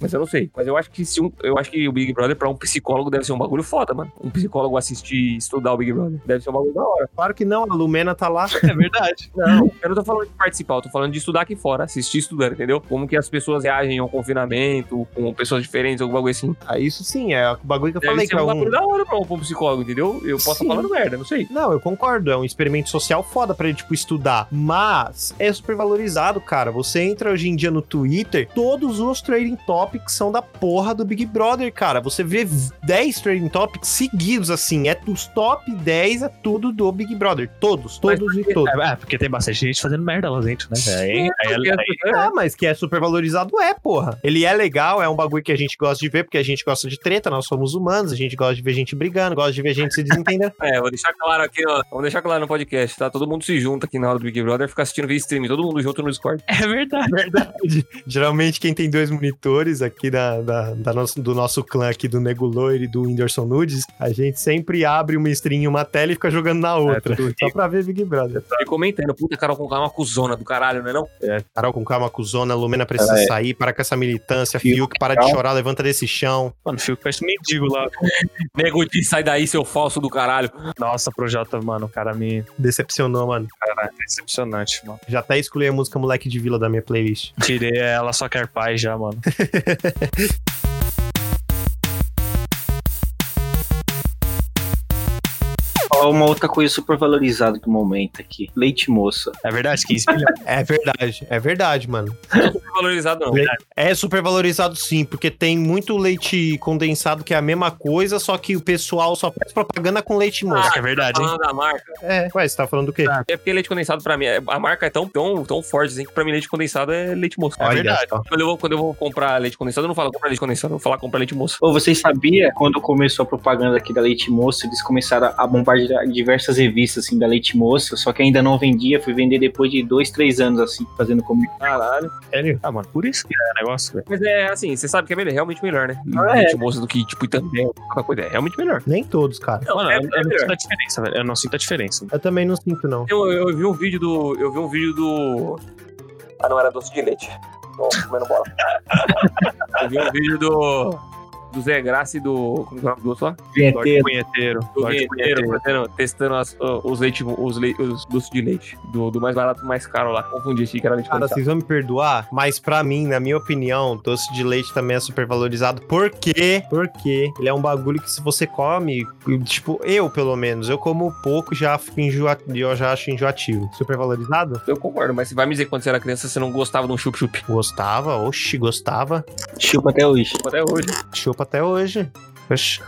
E: Mas eu não sei. Mas eu acho que se um, eu acho que o Big Brother pra um psicólogo deve ser um bagulho foda, mano. Um psicólogo assistir e estudar o Big Brother. Deve ser um bagulho da hora.
B: Claro que não, a Lumena tá lá.
A: É verdade.
B: Hum.
E: Não, eu não tô falando de participar, eu tô falando de estudar aqui fora, assistir estudando, entendeu? Como que as pessoas reagem ao confinamento, com pessoas diferentes, algum bagulho assim.
B: Ah, isso sim, é o bagulho que eu
E: Deve
B: falei que
E: ser
B: é
E: um
B: um.
E: bagulho da hora pra um, pra um psicólogo, entendeu? Eu posso estar
B: Sim.
E: falando merda, não sei.
B: Não, eu concordo, é um experimento social foda pra ele, tipo, estudar. Mas é super valorizado, cara. Você entra hoje em dia no Twitter, todos os trading topics são da porra do Big Brother, cara. Você vê 10 trading topics seguidos, assim. É os top 10 é tudo do Big Brother. Todos,
E: Mas
B: todos e todos.
A: É, porque tem bastante gente fazendo merda lá dentro, né, velho? Aí, aí,
E: Porque as
A: aí,
E: pessoas-
B: Ah, mas que é super valorizado, é, porra. Ele é legal, é um bagulho que a gente gosta de ver, porque a gente gosta de treta, nós somos humanos, a gente gosta de ver gente brigando, gosta de ver gente se desentendendo.
E: É, vou deixar claro aqui, ó. Vamos deixar claro no podcast, tá? Todo mundo se junta aqui na hora do Big Brother, fica assistindo via stream, todo mundo junto no Discord.
A: é verdade.
B: Geralmente quem tem dois monitores aqui da, da, da nosso- do nosso clã aqui, do Nego Loiro e do Whindersson Nudes, a gente sempre abre uma stream em uma tela e fica jogando
A: É,
B: na outra. só pra ver Big Brother.
E: E comentando, puta, Carol Conká é uma cuzona do caralho, não é não?
B: Carol com calma, cuzona, Lumena precisa
C: Ela é.
B: sair, para com essa militância,
C: Fiuk,
B: Fiuk, para de
C: calma.
B: chorar, levanta desse chão.
A: Mano, Fiuk parece um mendigo lá.
E: Nego de sai daí, seu falso do caralho.
A: Nossa, Projota, mano, o cara me.
B: Decepcionou, mano.
A: Cara, é decepcionante, mano.
B: Já até excluí a música Moleque de Vila da minha playlist.
A: Tirei ela só quer paz já, mano.
D: falar uma outra coisa super valorizada do momento aqui. Leite moça.
A: É verdade, 15 milhões.
B: É verdade, é verdade, mano.
E: Supervalorizado não.
B: É super valorizado sim, porque tem muito leite condensado que é a mesma coisa, só que o pessoal só faz propaganda com leite moça.
A: É verdade, hein?
E: Falando da marca.
B: É, ué, você tá falando do quê?
E: É porque leite condensado pra mim, é- a marca é tão, tão, tão forte assim que pra mim leite condensado é leite moça.
B: Olha só.
E: Quando eu, vou, quando eu vou comprar leite condensado, eu não falo comprar leite condensado, eu vou falar comprar leite moça.
D: Ou vocês sabiam, quando começou a propaganda aqui da Leite Moça, eles começaram a bombardear diversas revistas, assim, da Leite Moça, só que ainda não vendia, fui vender depois de dois, três anos, assim, fazendo comigo.
E: Caralho.
A: Sério? Ah, mano, por isso que é negócio, velho.
E: Mas é assim, você sabe que é melhor, realmente melhor, né?
D: Ah, é.
E: leite moça do que tipo Itambé, qualquer coisa. É realmente melhor.
B: Nem todos, cara.
E: Não,
A: Mano,
E: é,
A: eu, eu
E: é
A: não
E: melhor.
A: sinto a diferença, velho. Eu não sinto a diferença.
B: Eu também não sinto, não.
E: Eu, eu vi um vídeo do. Eu vi um vídeo do. Ah, não, era doce de leite. Bom, comendo bola. eu vi um vídeo do. Do Zé Graça e do. Como que é o nome do outro lá?
A: Lorde Punheteiro.
E: Do
A: Lorde
E: vinheteiro,
A: Punheteiro.
E: fazendo- testando as- os, leite, os, le- os doces de leite. Do, do mais barato pro mais caro lá. Confundi, achei que era leite
B: Cara,
E: condensado.
B: vocês vão me perdoar, mas pra mim, na minha opinião, doce de leite também é super valorizado. Por quê? Porque ele é um bagulho que se você come, tipo, eu pelo menos, eu como pouco já fico enjoa- eu já acho enjoativo. Super valorizado?
E: assim, Eu concordo, mas você vai me dizer que quando você era criança você não gostava de um chup-chup.
B: Gostava, oxi, gostava.
D: Chupa até hoje.
E: Até hoje.
B: Chupa até hoje. Oxi.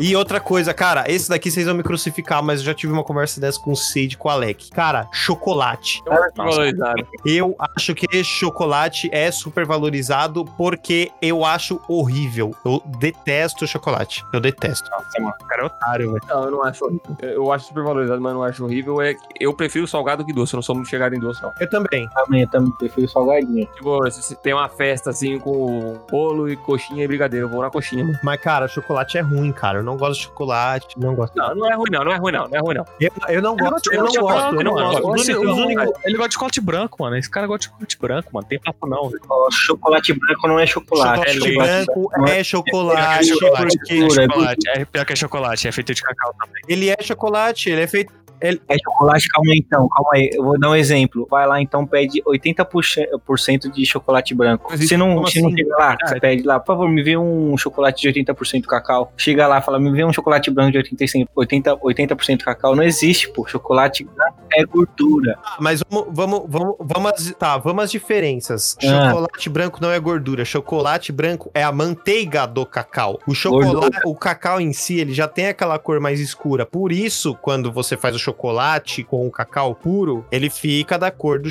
B: E outra coisa, cara, esse daqui vocês vão me crucificar, mas eu já tive uma conversa dessa com o Cid, com o Alec. Cara, chocolate.
E: Valorizado.
B: Eu acho que chocolate é super valorizado porque eu acho horrível. Eu detesto chocolate. Eu detesto.
A: Nossa, mano, o cara é otário, velho.
E: Não, eu não acho horrível. Eu acho super valorizado, mas eu não acho horrível. É que eu prefiro salgado que doce. Eu não sou muito chegado em doce, não.
B: Eu também.
D: Amanhã também prefiro salgadinho.
E: Tipo, se se tem uma festa assim com bolo e coxinha e brigadeiro, eu vou na coxinha, mano.
B: Mas, cara, chocolate é ruim, cara. Eu não gosto de chocolate. Não gosto.
E: Não, não é ruim, não, não é ruim, não, não é ruim, não.
B: Eu, eu não gosto, eu não
A: de
B: gosto,
A: chocolate,
B: eu não
A: mano.
B: gosto. Os
A: Ele
B: únicos- os
A: gosta-
B: únicos-
A: é Ele gosta de chocolate branco, mano. Esse cara gosta de chocolate branco, mano. Tem papo não, velho.
D: Ó, Chocolate branco não é chocolate.
B: Chocolate
A: leite.
B: branco é chocolate,
D: chocolate.
B: porque
D: Pura,
A: É chocolate. É pior que é chocolate. É feito de cacau também.
B: ele é chocolate, ele é feito.
D: É chocolate, calma aí então, calma aí. Eu vou dar um exemplo. Vai lá então, pede 80% de chocolate branco.
E: Mas isso-
D: Você não,
B: como
D: você não
B: assim?
D: chega lá, você pede lá, por favor, me vê um chocolate de 80% cacau. Chega lá, fala, me vê um chocolate branco de 85, 80%, 80% cacau. Não existe, pô. Chocolate branco é gordura.
B: Ah, Mas vamos, vamos, vamos, vamos, às- tá, vamos às diferenças.
D: Ah.
B: Chocolate branco não é gordura, chocolate branco é a manteiga do cacau. O chocolate, o cacau em si, ele já tem aquela cor mais escura. Por isso, quando você faz o chocolate com o cacau puro, ele fica da cor do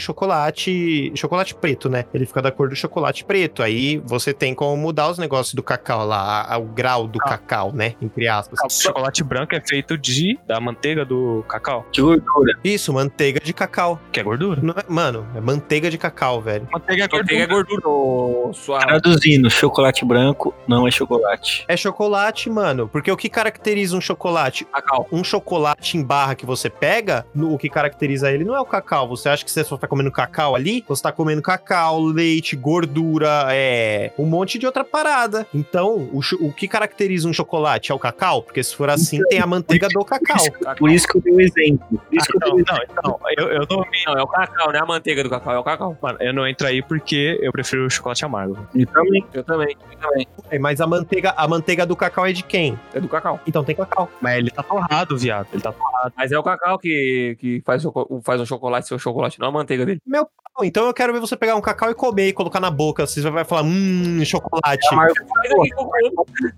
B: chocolate, chocolate preto, né? Ele fica da cor do chocolate preto. Aí você tem como mudar os negócios do cacau lá, a- a- o grau do cacau, né? Entre aspas.
A: O chocolate branco é feito de da manteiga do cacau,
D: De gordura.
B: Isso, manteiga de cacau.
A: que é gordura.
B: Não é- mano, é manteiga de cacau, velho.
A: Manteiga é
E: Eu tenho é gordura, ô, sua.
D: Traduzindo, chocolate branco não é chocolate.
B: É chocolate, mano. Porque o que caracteriza um chocolate?
E: Cacau.
B: Um chocolate em barra que você pega, no- o que caracteriza ele não é o cacau. Você acha que você só tá comendo cacau ali? Você tá comendo cacau, leite, gordura, é. Um monte de outra parada. Então, o, cho- o que caracteriza um chocolate é o cacau? Porque se for assim, tem a manteiga do cacau.
E: Cacau.
D: Por isso que eu dei o exemplo. Por isso que eu dei o
A: Não, não, então, eu, eu não me-
E: Não, é o cacau, não é a manteiga do cacau, é o cacau.
A: Mano, eu não entro aí porque eu prefiro chocolate amargo.
D: exemplo também.
E: Eu também, eu também.
B: É, Mas a manteiga, a manteiga do cacau é de quem?
E: É do cacau.
B: Então tem cacau.
A: Mas ele tá torrado, viado. Ele tá torrado.
E: Mas é o cacau que, que faz, o, faz um chocolate seu chocolate, não a manteiga dele.
B: Bom, Então eu quero ver você pegar um cacau e comer e colocar na boca. Você vai falar, hum, chocolate.
A: É
E: Traz aqui que eu como.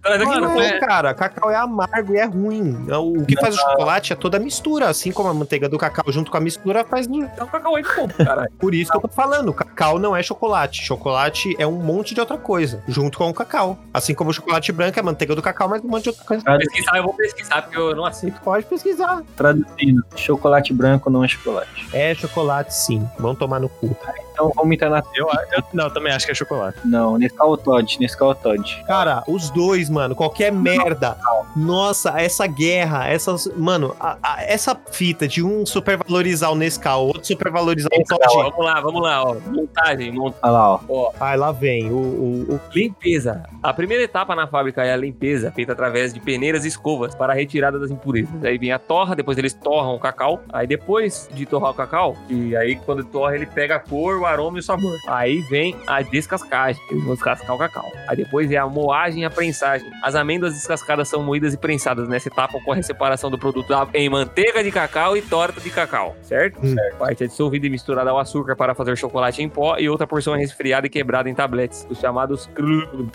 E: Traz aqui que eu
B: Não,
E: como.
B: cara, cacau é amargo e é ruim. O que faz o chocolate é toda a mistura, assim como a manteiga do cacau junto com a mistura faz. é
E: Dá um cacau aí que eu como, caralho.
B: Por isso que eu tô falando, cacau não é chocolate. Chocolate é um monte de outra coisa, junto com o cacau. Assim como o chocolate branco é manteiga do cacau, mas um monte de outra coisa.
E: Pesquisar, eu vou pesquisar, porque eu não aceito.
B: Pode pesquisar.
D: Traduzindo, chocolate branco não é chocolate.
B: É chocolate, sim. Vão tomar no cu.
D: Então vamos entrar na...
A: Eu, eu- não, eu também acho que é chocolate.
D: Não, Nescau Todd, Nescau é Todd.
B: Cara, os dois, mano, qualquer merda. Nossa, essa guerra, essas. Mano, a- a- essa fita de um supervalorizar o Nescau, outro supervalorizar o
D: Nescau.
B: Todinho.
E: Vamos lá, vamos lá, ó. Montagem, montagem.
D: Olha lá, ó.
B: Ai, lá vem. O, o, o
E: Limpeza. A primeira etapa na fábrica é a limpeza, feita através de peneiras e escovas para a retirada das impurezas. Aí vem a torra, depois eles torram o cacau. Aí depois de torrar o cacau, e aí quando torra, ele pega a cor, o aroma e o sabor. Aí vem a descascagem, eles vão descascar o cacau. Aí depois é a moagem e a prensagem. As amêndoas descascadas são moídas e prensadas. Nessa etapa ocorre a separação do produto da- em manteiga de cacau e torta de cacau, certo?
B: Hum.
E: Certo. Parte é dissolvida e misturada ao açúcar para fazer chocolate em pó e outra porção é resfriada e quebrada em tabletes, os chamados cru-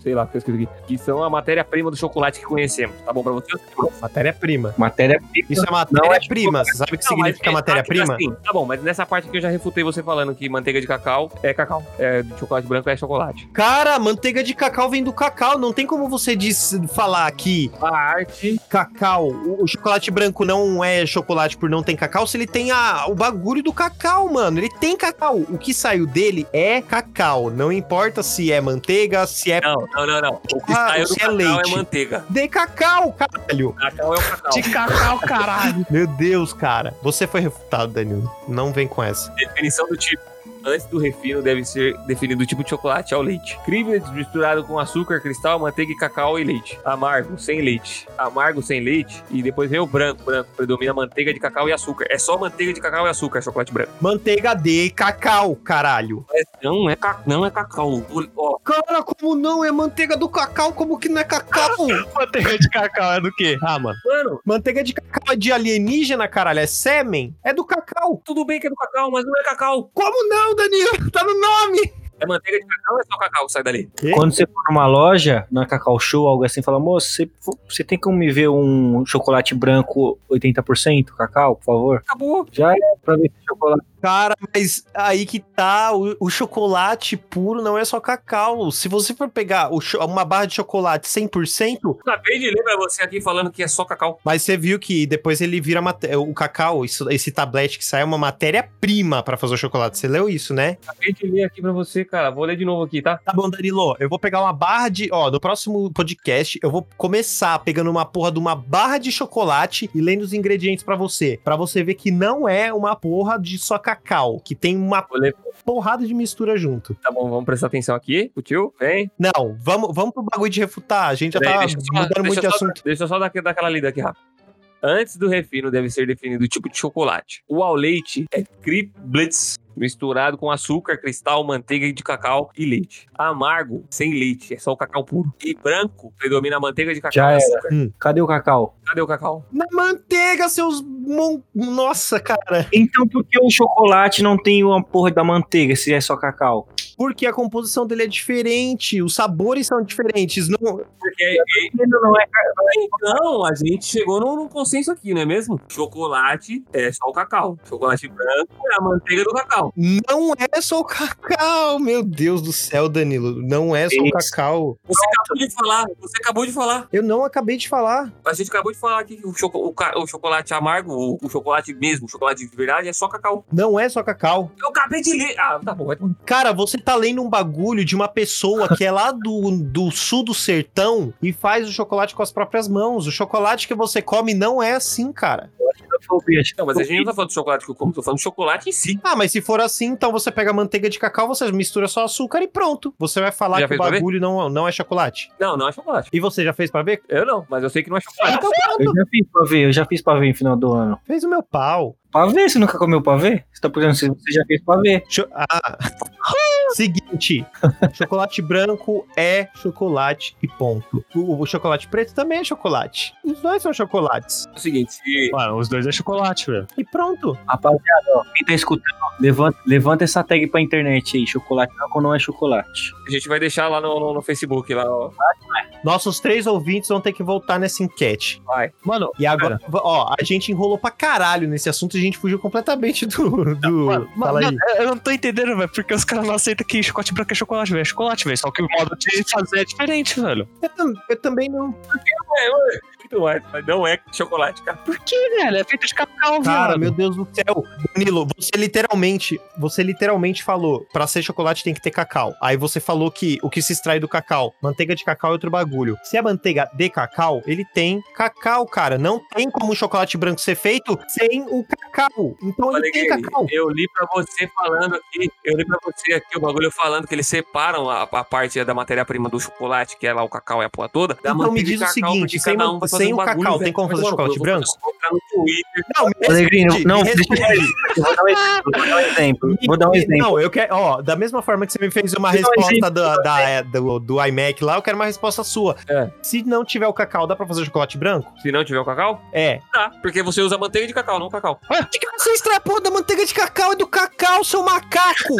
E: sei lá o que eu escrevi aqui, que são a matéria-prima do chocolate que conhecemos. Tá bom pra você?
B: Matéria-prima.
C: Matéria
E: Então,
B: Isso é matéria-prima. Você sabe o que
E: tipo Não, mas
B: significa
E: é,
B: matéria-prima?
E: assim, tá bom, mas nessa parte que eu já refutei você falando que manteiga de cacau é cacau. É, de chocolate branco é chocolate.
B: Cara, manteiga de cacau vem do cacau. Não tem como você diz, falar aqui
E: A arte.
B: cacau. O, o chocolate branco não é chocolate por não ter cacau se ele tem a, o bagulho do cacau, mano. Ele tem cacau. O que saiu dele é cacau. Não importa se é manteiga, se é
E: Não, não, não, não. O que
B: Ah,
E: saiu do
B: isso é
E: cacau
B: leite.
E: é manteiga.
B: de cacau, caralho.
E: Cacau é o cacau.
A: De cacau, caralho.
B: Meu Deus, cara. Você foi refutado, Danilo. Não vem com essa.
E: Definição do tipo. Antes do refino, deve ser definido o tipo de chocolate ao leite. Crivets misturado com açúcar, cristal, manteiga, e cacau e leite. Amargo, sem leite. Amargo, sem leite. E depois vem o branco. Branco predomina manteiga de cacau e açúcar. É só manteiga de cacau e açúcar, é chocolate branco.
B: Manteiga de cacau, caralho.
E: Mas não é, ca... não é cacau. O- Ó,
B: Cara, como não? É manteiga do cacau, como que não é cacau?
A: Manteiga de cacau é do quê? Ah, mano.
E: mano,
B: manteiga de cacau é de alienígena, caralho. É sêmen? É do cacau.
E: Tudo bem que é do cacau, mas não é cacau.
B: Como não, Danilo? Tá no nome.
E: É manteiga de cacau ou é só cacau que sai dali?
C: Quando você for numa loja, na Cacau Show, algo assim, fala, moço, você, você tem como me ver um chocolate branco 80% cacau, por favor?
E: Acabou.
C: Já é pra ver esse chocolate.
B: Cara, mas aí que tá. O, o chocolate puro não é só cacau. Se você for pegar o cho- uma barra de chocolate 100%,
E: Acabei de ler pra você aqui falando que é só cacau.
B: mas você viu que depois ele vira mate- o cacau, isso- esse tablete que sai é uma matéria-prima pra fazer o chocolate. Você leu isso, né?
E: Acabei de ler aqui pra você, cara. Vou ler de novo aqui, tá?
B: Tá bom, Danilo, eu vou pegar uma barra de. Ó, no próximo podcast, eu vou começar pegando uma porra de uma barra de chocolate e lendo os ingredientes pra você. Pra você ver que não é uma porra de só cacau, que tem uma
E: Vou ler.
B: porrada de mistura junto.
E: Tá bom, vamos prestar atenção aqui. O tio, vem.
B: Não, vamos, vamos pro bagulho de refutar. A gente já tá
E: Peraí, deixa eu só-
B: mudando muito
E: deixa
B: de
E: eu só-
B: assunto.
E: Deixa eu só dar, dar aquela lida aqui rápido. Antes do refino deve ser definido o tipo de chocolate. O ao leite é criblets misturado com açúcar, cristal, manteiga de cacau e leite. Amargo, sem leite, é só o cacau puro. E branco, predomina a manteiga de cacau
C: Já
E: e
C: era.
E: açúcar.
C: Cadê o cacau?
E: Cadê o cacau?
B: Na manteiga, seus. mon- Nossa, cara.
C: Então por que o chocolate não tem uma porra da manteiga se é só cacau?
B: Porque a composição dele é diferente, os sabores são diferentes. Não...
E: Porque
C: Não, não é
E: Então, a gente chegou num, num consenso aqui, não é mesmo? Chocolate é só o cacau. Chocolate branco é a manteiga do cacau.
B: Não é só o cacau, meu Deus do céu, Danilo. Não é só o
C: Isso.
B: cacau.
E: Você acabou de falar, você acabou de falar.
B: Eu não acabei de falar.
E: A gente acabou de falar aqui que o, choco- o ca- o chocolate amargo, o, o chocolate mesmo, o chocolate de verdade, é só cacau.
B: Não é só cacau.
E: Eu acabei de ler. Ah, tá bom. vai tomar.
B: Cara, você tá lendo um bagulho de uma pessoa que é lá do, do sul do sertão e faz o chocolate com as próprias mãos. O chocolate que você come não é assim, cara.
C: xenofobia.
E: Não, mas a gente não tá falando do chocolate que eu como, tô falando do chocolate em si.
B: Ah, mas se for assim, então você pega a manteiga de cacau, você mistura só açúcar e pronto. Você vai falar que
E: Já
B: o
E: fez pra ver?
B: bagulho não, não é chocolate.
E: Não, não é chocolate.
B: E você já fez pra ver?
E: Eu não, mas eu sei que não é chocolate.
B: Então
C: Eu
B: pronto.
C: já fiz pavê, eu já fiz pavê no final do ano.
B: Fez o meu pau.
C: Pavê? Você nunca comeu pavê? Você tá perguntando se você já fez pavê.
B: Cho- Ah. Seguinte, chocolate branco é chocolate e ponto. O, o chocolate preto também é chocolate. Os dois são chocolates.
E: É o seguinte, se-
A: Mano, os dois é chocolate, velho.
B: E pronto.
C: Rapaziada, ó, quem tá escutando, levanta, levanta essa tag pra internet aí. Chocolate branco não é chocolate.
E: a gente vai deixar lá no, no- no Facebook, lá, ó.
B: Nossos três ouvintes vão ter que voltar nessa enquete.
E: Vai.
B: Mano, e agora, ó, a gente enrolou pra caralho nesse assunto e a gente fugiu completamente do. do...
A: Mano,
B: Fala aí.
A: mano, eu não tô entendendo, velho, porque os caras não aceitam que chocolate branco é chocolate, velho. É chocolate, velho. Só que o modo de fazer é diferente, velho.
B: Eu, tam- eu também não.
E: Muito mais, mas É, não é chocolate, cara.
A: Por que, velho? É feito de cacau,
B: Cara,
A: velho.
B: meu Deus do céu. Danilo, você literalmente, você literalmente falou, pra ser chocolate tem que ter cacau. Aí você falou que o que se extrai do cacau, manteiga de cacau é outro bagulho. Se é manteiga de cacau, ele tem cacau, cara. Não tem como um chocolate branco ser feito sem o cacau. Então ele
E: Olha
B: tem
E: aqui,
B: cacau.
E: Eu li pra você falando aqui, eu li pra você aqui o bagulho falando que eles separam a, a parte da matéria-prima do chocolate, que é lá o cacau e a porra toda, da
B: Então me
E: manteiga de
B: diz o
E: cacau,
B: seguinte,
E: porque
B: sem,
E: cada
B: man-
E: um vai
B: sem
E: fazer
B: sem
E: um
B: o
E: bagulho,
B: cacau,
E: velho.
B: tem como fazer
E: Agora,
B: chocolate
E: eu vou
B: branco?
E: colocar no Twitter.
B: Não, me
D: Alegrino,
B: responde,
D: não,
B: me
D: deixa
B: responde.
D: Eu vou dar um exemplo, vou dar um exemplo. Vou dar um exemplo.
B: Não, eu quero. Ó, da mesma forma que você me fez uma
D: Vou dar um
B: resposta
D: exemplo.
B: da, da- é, do, do iMac lá, eu quero uma resposta sua.
E: É.
B: Se não tiver o cacau, dá pra fazer chocolate branco?
E: Se não tiver o cacau,
B: É.
E: dá. Porque você usa manteiga de cacau, não cacau.
B: Por que você extrapolou da manteiga de cacau e do cacau, seu macaco?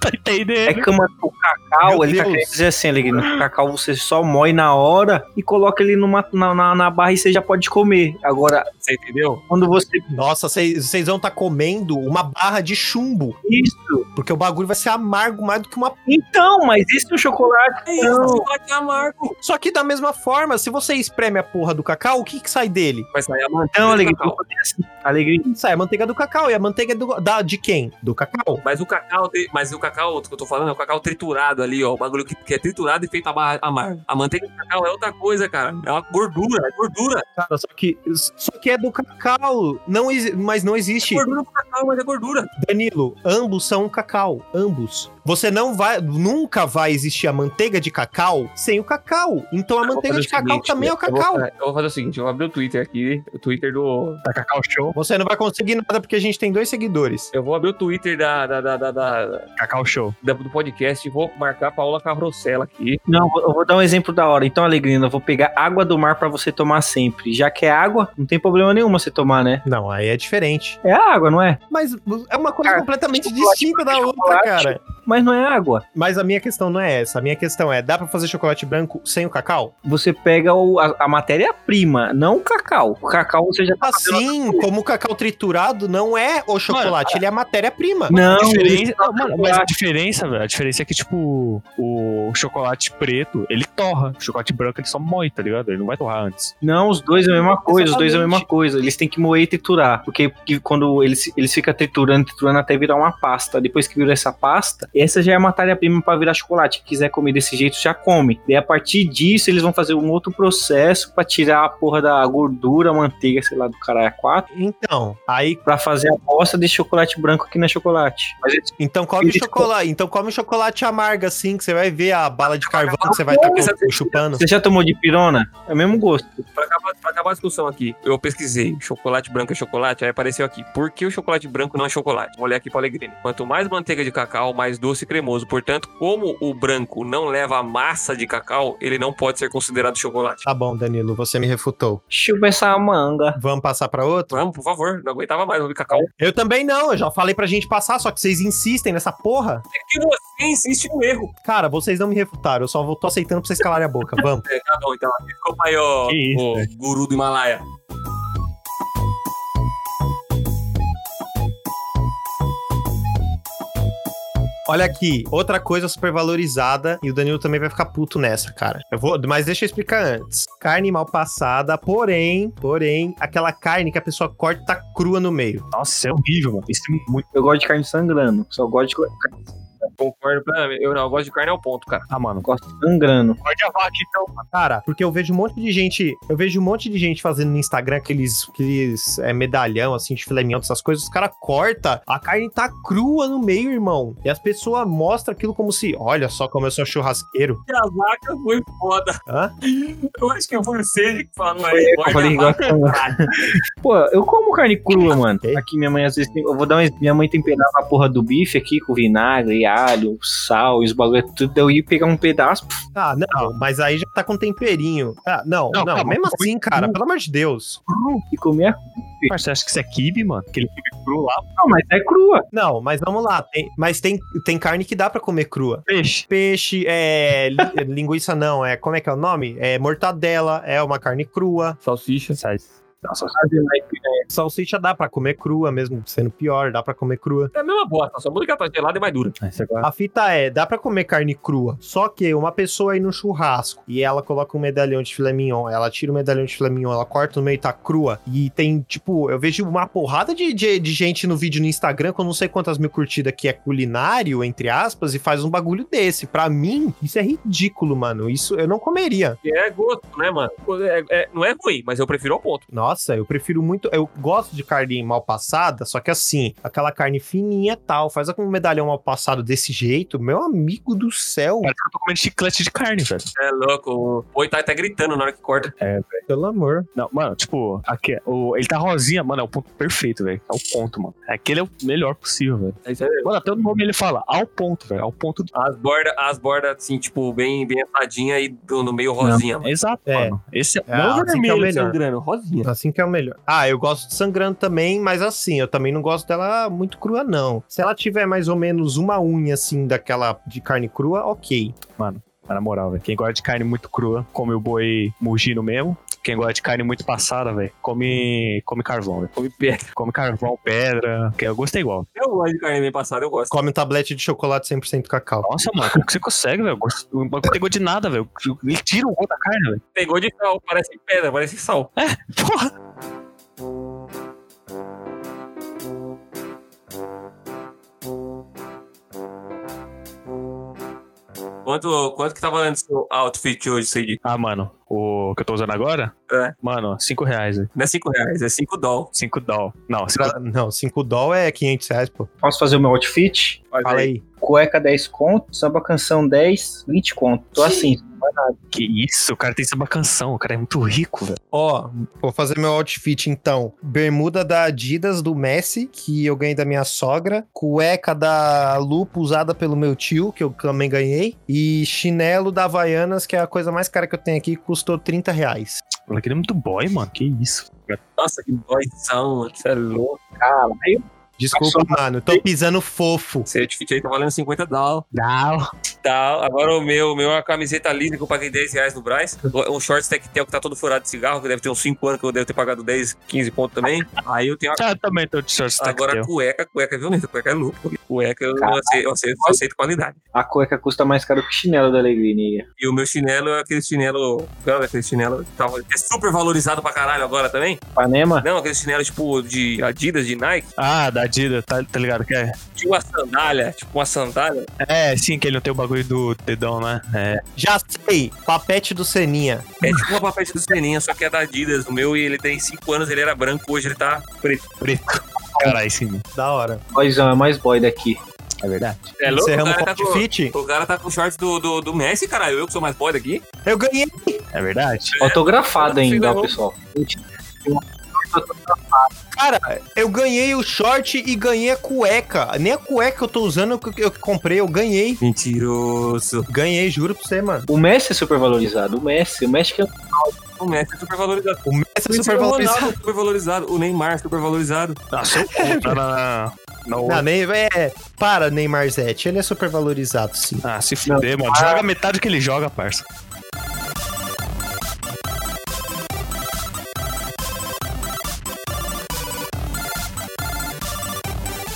A: Tá
D: É
A: entendendo?
D: que uma- o cacau,
B: Meu
D: ele tá
B: Deus.
D: querendo dizer assim, Alegrino, o cacau você só moe na hora e coloca ele numa, na, na, na barra e você já pode comer. Agora,
E: Você entendeu?
D: quando você...
B: Nossa, vocês vocês vão estar comendo uma barra de chumbo,
D: Isso!
B: porque o bagulho vai ser amargo mais do que uma.
D: Então, mas isso é um chocolate.
E: É isso,
D: Não.
E: vai que é amargo.
B: Só que da mesma forma, se você espreme a porra do cacau, o que que sai dele?
E: Vai sair a manteiga
D: Então,
B: é
E: de
D: Alegrino,
E: cacau.
D: vou fazer assim. Alegrino,
B: Sai a manteiga do cacau e a manteiga é do, da, de quem? Do cacau.
E: Mas o cacau, tem- mas o cacau que eu tô falando é o cacau triturado ali, ó. O bagulho que, que é triturado e feito a barra amargo.
B: Ah.
E: A manteiga de cacau é outra coisa, cara. É uma gordura, é gordura.
B: Cara, só que, só que é do cacau, não, exi- mas não
E: É
B: existe.
E: gordura pro cacau, mas é gordura.
B: Danilo, ambos são cacau, ambos. Você não vai, nunca vai existir a manteiga de cacau sem o cacau. Então a
E: Eu vou
B: manteiga
E: fazer
B: de
E: o
B: cacau
E: seguinte,
B: também é o cacau.
E: Eu vou, eu vou fazer o seguinte, eu vou abrir o Twitter aqui, o Twitter do...
A: Tá cacau show.
B: Você não vai conseguir nada porque a gente tem dois seguidores.
E: Eu vou abrir o Twitter da, da, da, da- da-
A: Cacau show.
E: da- do podcast e vou marcar a Paola Carrossela aqui.
D: Não, eu vou dar um exemplo da hora. Então, Alegrina, eu vou pegar água do mar pra você tomar sempre. Já que é água, não tem problema nenhum você tomar, né?
B: Não, aí é diferente.
D: É água, não é?
B: Mas é uma coisa
D: Cara,
B: completamente
D: chocolate
B: distinta da
D: branco é
B: outra,
D: chocolate.
B: cara.
D: Mas não é água.
B: Mas a minha questão não é essa. A minha questão é: dá pra fazer chocolate branco sem o cacau?
D: Você pega o- a, a matéria-prima, não o cacau. O cacau você
E: Ah,
D: já tá fazendo-
B: Assim como o cacau triturado não é o chocolate, ele é a matéria-prima.
D: Não,
A: A diferença,
D: isso não é
A: mano, mas a
D: chocolate.
A: diferença, velho, a diferença é que, tipo, o chocolate preto, ele torra. O chocolate branco, ele só moe, tá ligado? Ele não vai torrar antes.
D: Não, os dois é a mesma coisa, os dois é a
B: Exatamente.
D: mesma coisa. Eles têm que moer e triturar, porque, porque quando eles, eles ficam triturando, triturando até virar uma pasta. Depois que vira essa pasta, essa já é a matéria-prima pra virar chocolate. Quem quiser comer desse jeito, já come. Daí a partir disso, eles vão fazer um outro processo pra tirar a porra da gordura, manteiga, sei lá, do caralho a quatro,
B: Então, aí
D: pra fazer a bosta de chocolate branco que não é chocolate. Mas eles-
B: Então come
D: Ele-
B: chocolate, então come chocolate amargo assim, que você vai ver a bala de carvão que você vai estar chupando.
D: Você já tomou de pirona? É o mesmo gosto.
E: Pra acabar, pra acabar a discussão aqui, eu pesquisei chocolate branco é chocolate, aí apareceu aqui. Por que o chocolate branco não é chocolate? Vou olhar aqui pra Alegrini. Quanto mais manteiga de cacau, mais doce e cremoso. Portanto, como o branco não leva a massa de cacau, ele não pode ser considerado chocolate.
B: Tá bom, Danilo, você me refutou.
D: Chupa essa manga.
B: Vamos passar pra outro?
E: Vamos, Então, por favor, não aguentava mais ouvir cacau.
B: Eu também não, eu já falei pra gente passar, só que vocês insistem nessa porra.
E: É que você insiste no um erro.
B: Cara, vocês não me refutaram, eu só vou- tô aceitando pra vocês calarem a boca. Vamos.
E: É, tá bom, então. aqui Ficou aí, ó,
A: Que isso,
E: o guru do Himalaia.
B: Olha aqui, outra coisa supervalorizada e o Danilo também vai ficar puto nessa, cara. Eu vou, mas deixa eu explicar antes. Carne mal passada, porém, porém, aquela carne que a pessoa corta e tá crua no meio.
A: Nossa, isso é horrível, mano. Isso é muito.
D: Eu gosto de carne sangrando. Só gosto de carne
E: Concordo plenamente. Eu não, eu gosto de carne ao ponto, cara.
A: Ah, mano.
D: sangrando.
A: Pode a vaca, então.
B: Cara, porque eu vejo um monte de gente, eu vejo um monte de gente fazendo no Instagram aqueles, aqueles é, medalhão, assim, de filé mignon, essas coisas, os caras corta, a carne tá crua no meio, irmão. E as pessoas mostram aquilo como se, olha só como eu sou churrasqueiro.
E: E a vaca foi foda.
B: Hã?
E: Eu acho que eu fui o Sede que falou aí.
D: Eu falei, gosto- Pô, eu como carne crua, mano. Aqui minha mãe às vezes tem- eu vou dar um, ex- minha mãe temperava a porra do bife aqui com vinagre, alho, sal, e os bagulho tudo, daí eu ia pegar um pedaço. pff,
B: Ah, não, mas aí já tá com temperinho. Ah, não, não,
A: Não, calma,
B: mesmo
A: foi
B: assim, cara, pelo amor de Deus.
D: E comia.
A: Parça, Você acha que isso é kibe, mano? Aquele kibe cru lá,
D: Não, mas é crua.
B: Não, mas vamos lá, tem- mas tem, tem carne que dá pra comer crua.
A: peixe.
B: Peixe, é, li- é, linguiça não, é, como é que é o nome? É mortadela, é uma carne crua.
E: Salsicha.
A: Nossa,
B: Salsicha dá pra comer crua, mesmo sendo pior, dá pra comer crua.
E: É a mesma bosta, só muda que ela tá gelada e mais dura.
A: isso agora.
B: A fita é, dá pra comer carne crua, só que uma pessoa aí no churrasco e ela coloca um medalhão de filé mignon, ela tira o medalhão de filé mignon, ela corta no meio e tá crua. E tem, tipo, eu vejo uma porrada de, de, de gente no vídeo no Instagram com não sei quantas mil curtidas que é culinário, entre aspas, e faz um bagulho desse. Pra mim, isso é ridículo, mano. Isso eu não comeria.
E: Tipo, Que é gosto, né, mano? É- é- não é ruim, mas eu prefiro ao ponto.
B: Nossa, eu prefiro muito. Eu gosto de carne mal passada, só que assim, aquela carne fininha e tal, faz com um medalhão mal passado desse jeito, meu amigo do céu.
A: Parece que eu tô comendo chiclete de carne, velho.
E: É louco. O Itai tá gritando na hora que corta.
B: Pelo amor.
A: Não, mano, tipo, aqui, o, ele tá rosinha, mano, é o ponto perfeito, velho. É o ponto, mano. Aquele é o melhor possível, velho.
E: É isso aí.
A: Mano, até o nome ele fala, ao ponto, velho. Ao ponto do.
E: As bordas, as borda, assim, tipo, bem, bem assadinha e do- no meio rosinha.
A: Exato,
B: É.
A: mano. Esse é,
B: É,
A: não
B: assim que é o
A: vermelho
B: melhor.
A: sangrando, rosinha.
B: Assim que é o melhor. Ah, eu gosto de sangrando também, mas assim, eu também não gosto dela muito crua, não. Se ela tiver mais ou menos uma unha, assim, daquela de carne crua, ok.
A: Mas na moral, velho. Quem gosta de carne muito crua, come o boi mugindo mesmo. Quem gosta de carne muito passada, velho, come, come carvão, velho.
E: Come pedra.
A: Come carvão, pedra. Que eu gostei igual.
E: Eu gosto de carne bem passada, eu gosto.
B: Come um tablete de chocolate 100% cacau.
A: Nossa, mano, como que você consegue, velho? Gosto- O bagulho pegou de nada, velho. Ele tira o gosto da carne, velho.
E: Pegou de sal, parece pedra, parece sal.
A: Porra!
E: Quanto, quanto que tá valendo seu outfit hoje, Cid?
A: Ah, mano, o que eu tô usando agora?
E: É.
A: Mano, 5 reais, velho.
E: Não é 5 reais, é 5 dólares.
A: 5 doll. Não, 5
B: Pra- Não, 5 doll é 500 reais, pô.
D: Posso fazer o meu outfit?
B: Fala aí.
D: Cueca 10 conto, samba canção 10, 20 conto. Tô assim.
A: Que isso? O cara tem samba canção. O cara é muito rico, velho.
B: Ó, vou fazer meu outfit então. Bermuda da Adidas do Messi, que eu ganhei da minha sogra. Cueca da Lupo usada pelo meu tio, que eu também ganhei. E chinelo da Havaianas, que é a coisa mais cara que eu tenho aqui, custou 30 reais.
A: O moleque é muito boy, mano. Que isso?
E: Nossa, que dóizão, mano. Você é louco.
D: Caralho.
B: Desculpa, mano, tô pisando fofo.
E: Esse outfit aí tá valendo 50 dólares.
A: Não.
E: Tá, agora o meu, o meu é uma camiseta lisa que eu paguei 10 reais no Braz. Um shorts tectel que tá todo furado de cigarro, que deve ter uns 5 anos, que eu devo ter pagado 10, 15 pontos também. Aí eu tenho a-
A: Ah, eu também tô de shorts
E: agora a
A: tactel.
E: cueca, cueca é violenta, cueca é louco. Cueca eu
D: Caralho.
E: aceito, eu aceito, eu aceito qualidade.
D: A cueca custa mais caro que o chinelo da Alegria.
E: E o meu chinelo é aquele chinelo. Cara, aquele chinelo que tava- que é super valorizado pra caralho agora também.
D: Panema?
E: Não, aquele chinelo tipo de Adidas, de Nike.
A: Ah, da Adidas, tá, tá ligado? Que é?
E: Tinha uma sandália, tipo uma sandália.
A: é, sim, que ele não tem o bagulho do dedão, né? É.
B: Já sei, papete do Seninha.
E: É tipo uma papete do Seninha, só que é da Adidas, o meu, e ele tem 5 anos, ele era branco, hoje ele tá preto.
A: É, Caralho, sim. mano.
B: Da hora.
D: Boyzão, é mais boy daqui.
A: É verdade.
E: É louco, o
B: Encerramos
E: cara,
B: com
E: tá com,
B: outfit?
E: o cara tá com o short do, do, do Messi, caralho. Eu que sou mais boy daqui.
B: Eu ganhei.
A: É verdade.
D: Autografado
E: É,
D: ainda,
E: não.
D: ó, pessoal.
B: Cara, eu ganhei o short e ganhei a cueca. Nem a cueca que eu tô usando, eu que eu que comprei, eu ganhei.
E: Mentiroso.
B: Ganhei, juro pra você, mano.
D: O Messi é super valorizado. O Messi, o Messi que é
E: O Messi é super valorizado.
B: O Messi é
E: O
B: super valorizado.
E: Ronaldo é super valorizado. O Neymar é super valorizado.
A: Nossa, eu não, não, não, não.
B: Não, nem, é, para, Neymar Zete. Ele é super valorizado, sim.
A: Ah, se fuder, mano. Joga metade que ele joga, parça.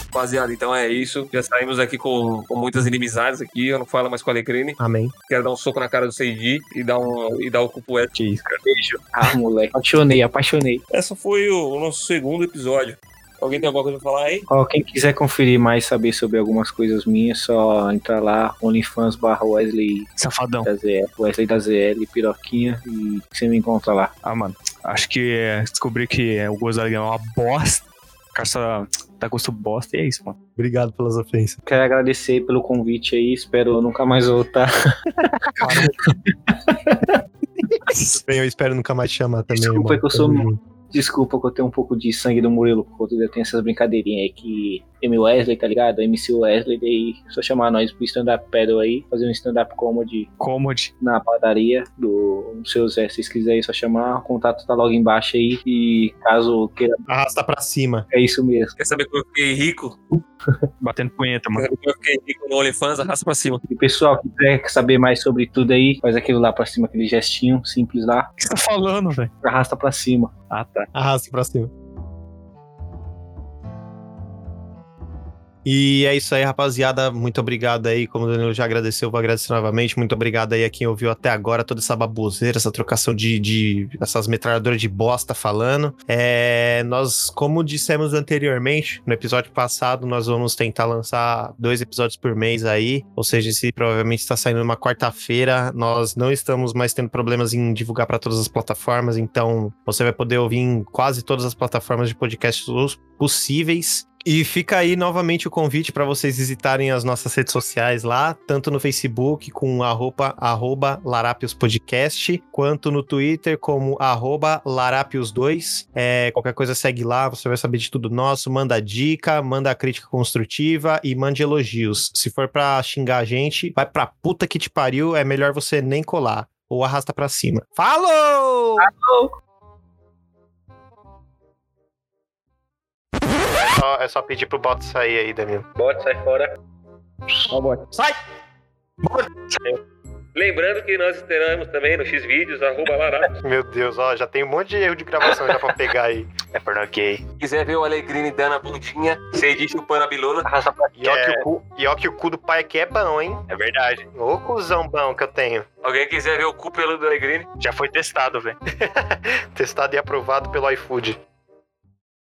E: Rapaziada, então é isso. Já saímos aqui com, com muitas inimizades aqui. Eu não falo mais com a Alecrim.
B: Amém.
E: Quero dar um soco na cara do Seiji e dar um e dar o cupo
A: Que isso, cara.
D: beijo. Ah, moleque. Apaixonei, apaixonei.
E: Essa foi o, o nosso segundo episódio. Alguém tem alguma coisa pra falar aí?
D: Ó, quem quiser conferir mais, saber sobre algumas coisas minhas, só entrar lá, onlyfans barra Wesley
A: Safadão.
D: da ZL, Wesley da ZL, Piroquinha, e você me encontra lá.
A: Ah, mano, acho que é, descobri que é, o Gozali é uma bosta. O cara só tá gosto bosta e é isso, mano.
B: Obrigado pelas ofensas.
D: Quero agradecer pelo convite aí, espero nunca mais voltar.
B: Bem, eu espero nunca mais te chamar também.
D: Desculpa,
B: irmão.
D: é que eu sou
B: Tamo junto.
D: Desculpa que eu tenho um pouco de sangue do Murilo, porque eu tenho essas brincadeirinhas aí que M. Wesley, tá ligado? MC Wesley, daí só chamar nós pro stand-up pedal aí, fazer um stand-up comedy
A: Comode.
D: na padaria do seu Zé, se vocês quiserem só chamar, o contato tá logo embaixo aí, e caso queira,
B: Arrasta pra cima.
D: é isso mesmo.
E: Quer saber como eu fiquei rico?
A: Batendo punheta,
E: Quer
A: mano.
E: saber como eu fiquei rico no OnlyFans? Arrasta pra cima.
D: E pessoal, que quiser saber mais sobre tudo aí, faz aquilo lá pra cima, aquele gestinho simples lá,
A: O que você tá falando, velho?
D: arrasta pra cima.
A: Ah, tá.
B: Arrasta pra cima. E é isso aí, rapaziada. Muito obrigado aí. Como o Danilo já agradeceu, eu vou agradecer novamente. Muito obrigado aí a quem ouviu até agora toda essa baboseira, essa trocação de. de essas metralhadoras de bosta falando. É, nós, como dissemos anteriormente, no episódio passado, nós vamos tentar lançar dois episódios por mês aí. Ou seja, esse provavelmente está saindo numa quarta-feira. Nós não estamos mais tendo problemas em divulgar para todas as plataformas, então você vai poder ouvir em quase todas as plataformas de podcasts possíveis. E fica aí novamente o convite para vocês visitarem as nossas redes sociais lá, tanto no Facebook com arroba, arroba Larápios Podcast, quanto no Twitter como arroba Larápios2. É, qualquer coisa segue lá, você vai saber de tudo nosso. Manda dica, manda crítica construtiva e mande elogios. Se for pra xingar a gente, vai pra puta que te pariu, é melhor você nem colar. Ou arrasta pra cima. Falou! Só- é só pedir pro bot sair aí, Danilo.
C: Bot, sai fora. Ó, bot.
B: Sai!
I: Lembrando que nós esperamos também no Xvideos, arroba Larapos.
B: Meu Deus, ó, já tem um monte de erro de gravação já pra pegar aí. É pornô gay.
E: quiser ver o Alegrini dando a bundinha, Cedi chupando a bilona,
C: Arrasta pra
B: E ó,
E: É.
B: que o cu, e ó que o cu do pai aqui é bom, hein?
I: É verdade.
B: Ô cuzão bom que eu tenho.
E: alguém quiser ver o cu pelo do Alegrini,
I: Já foi testado, velho.
B: Testado e aprovado pelo iFood.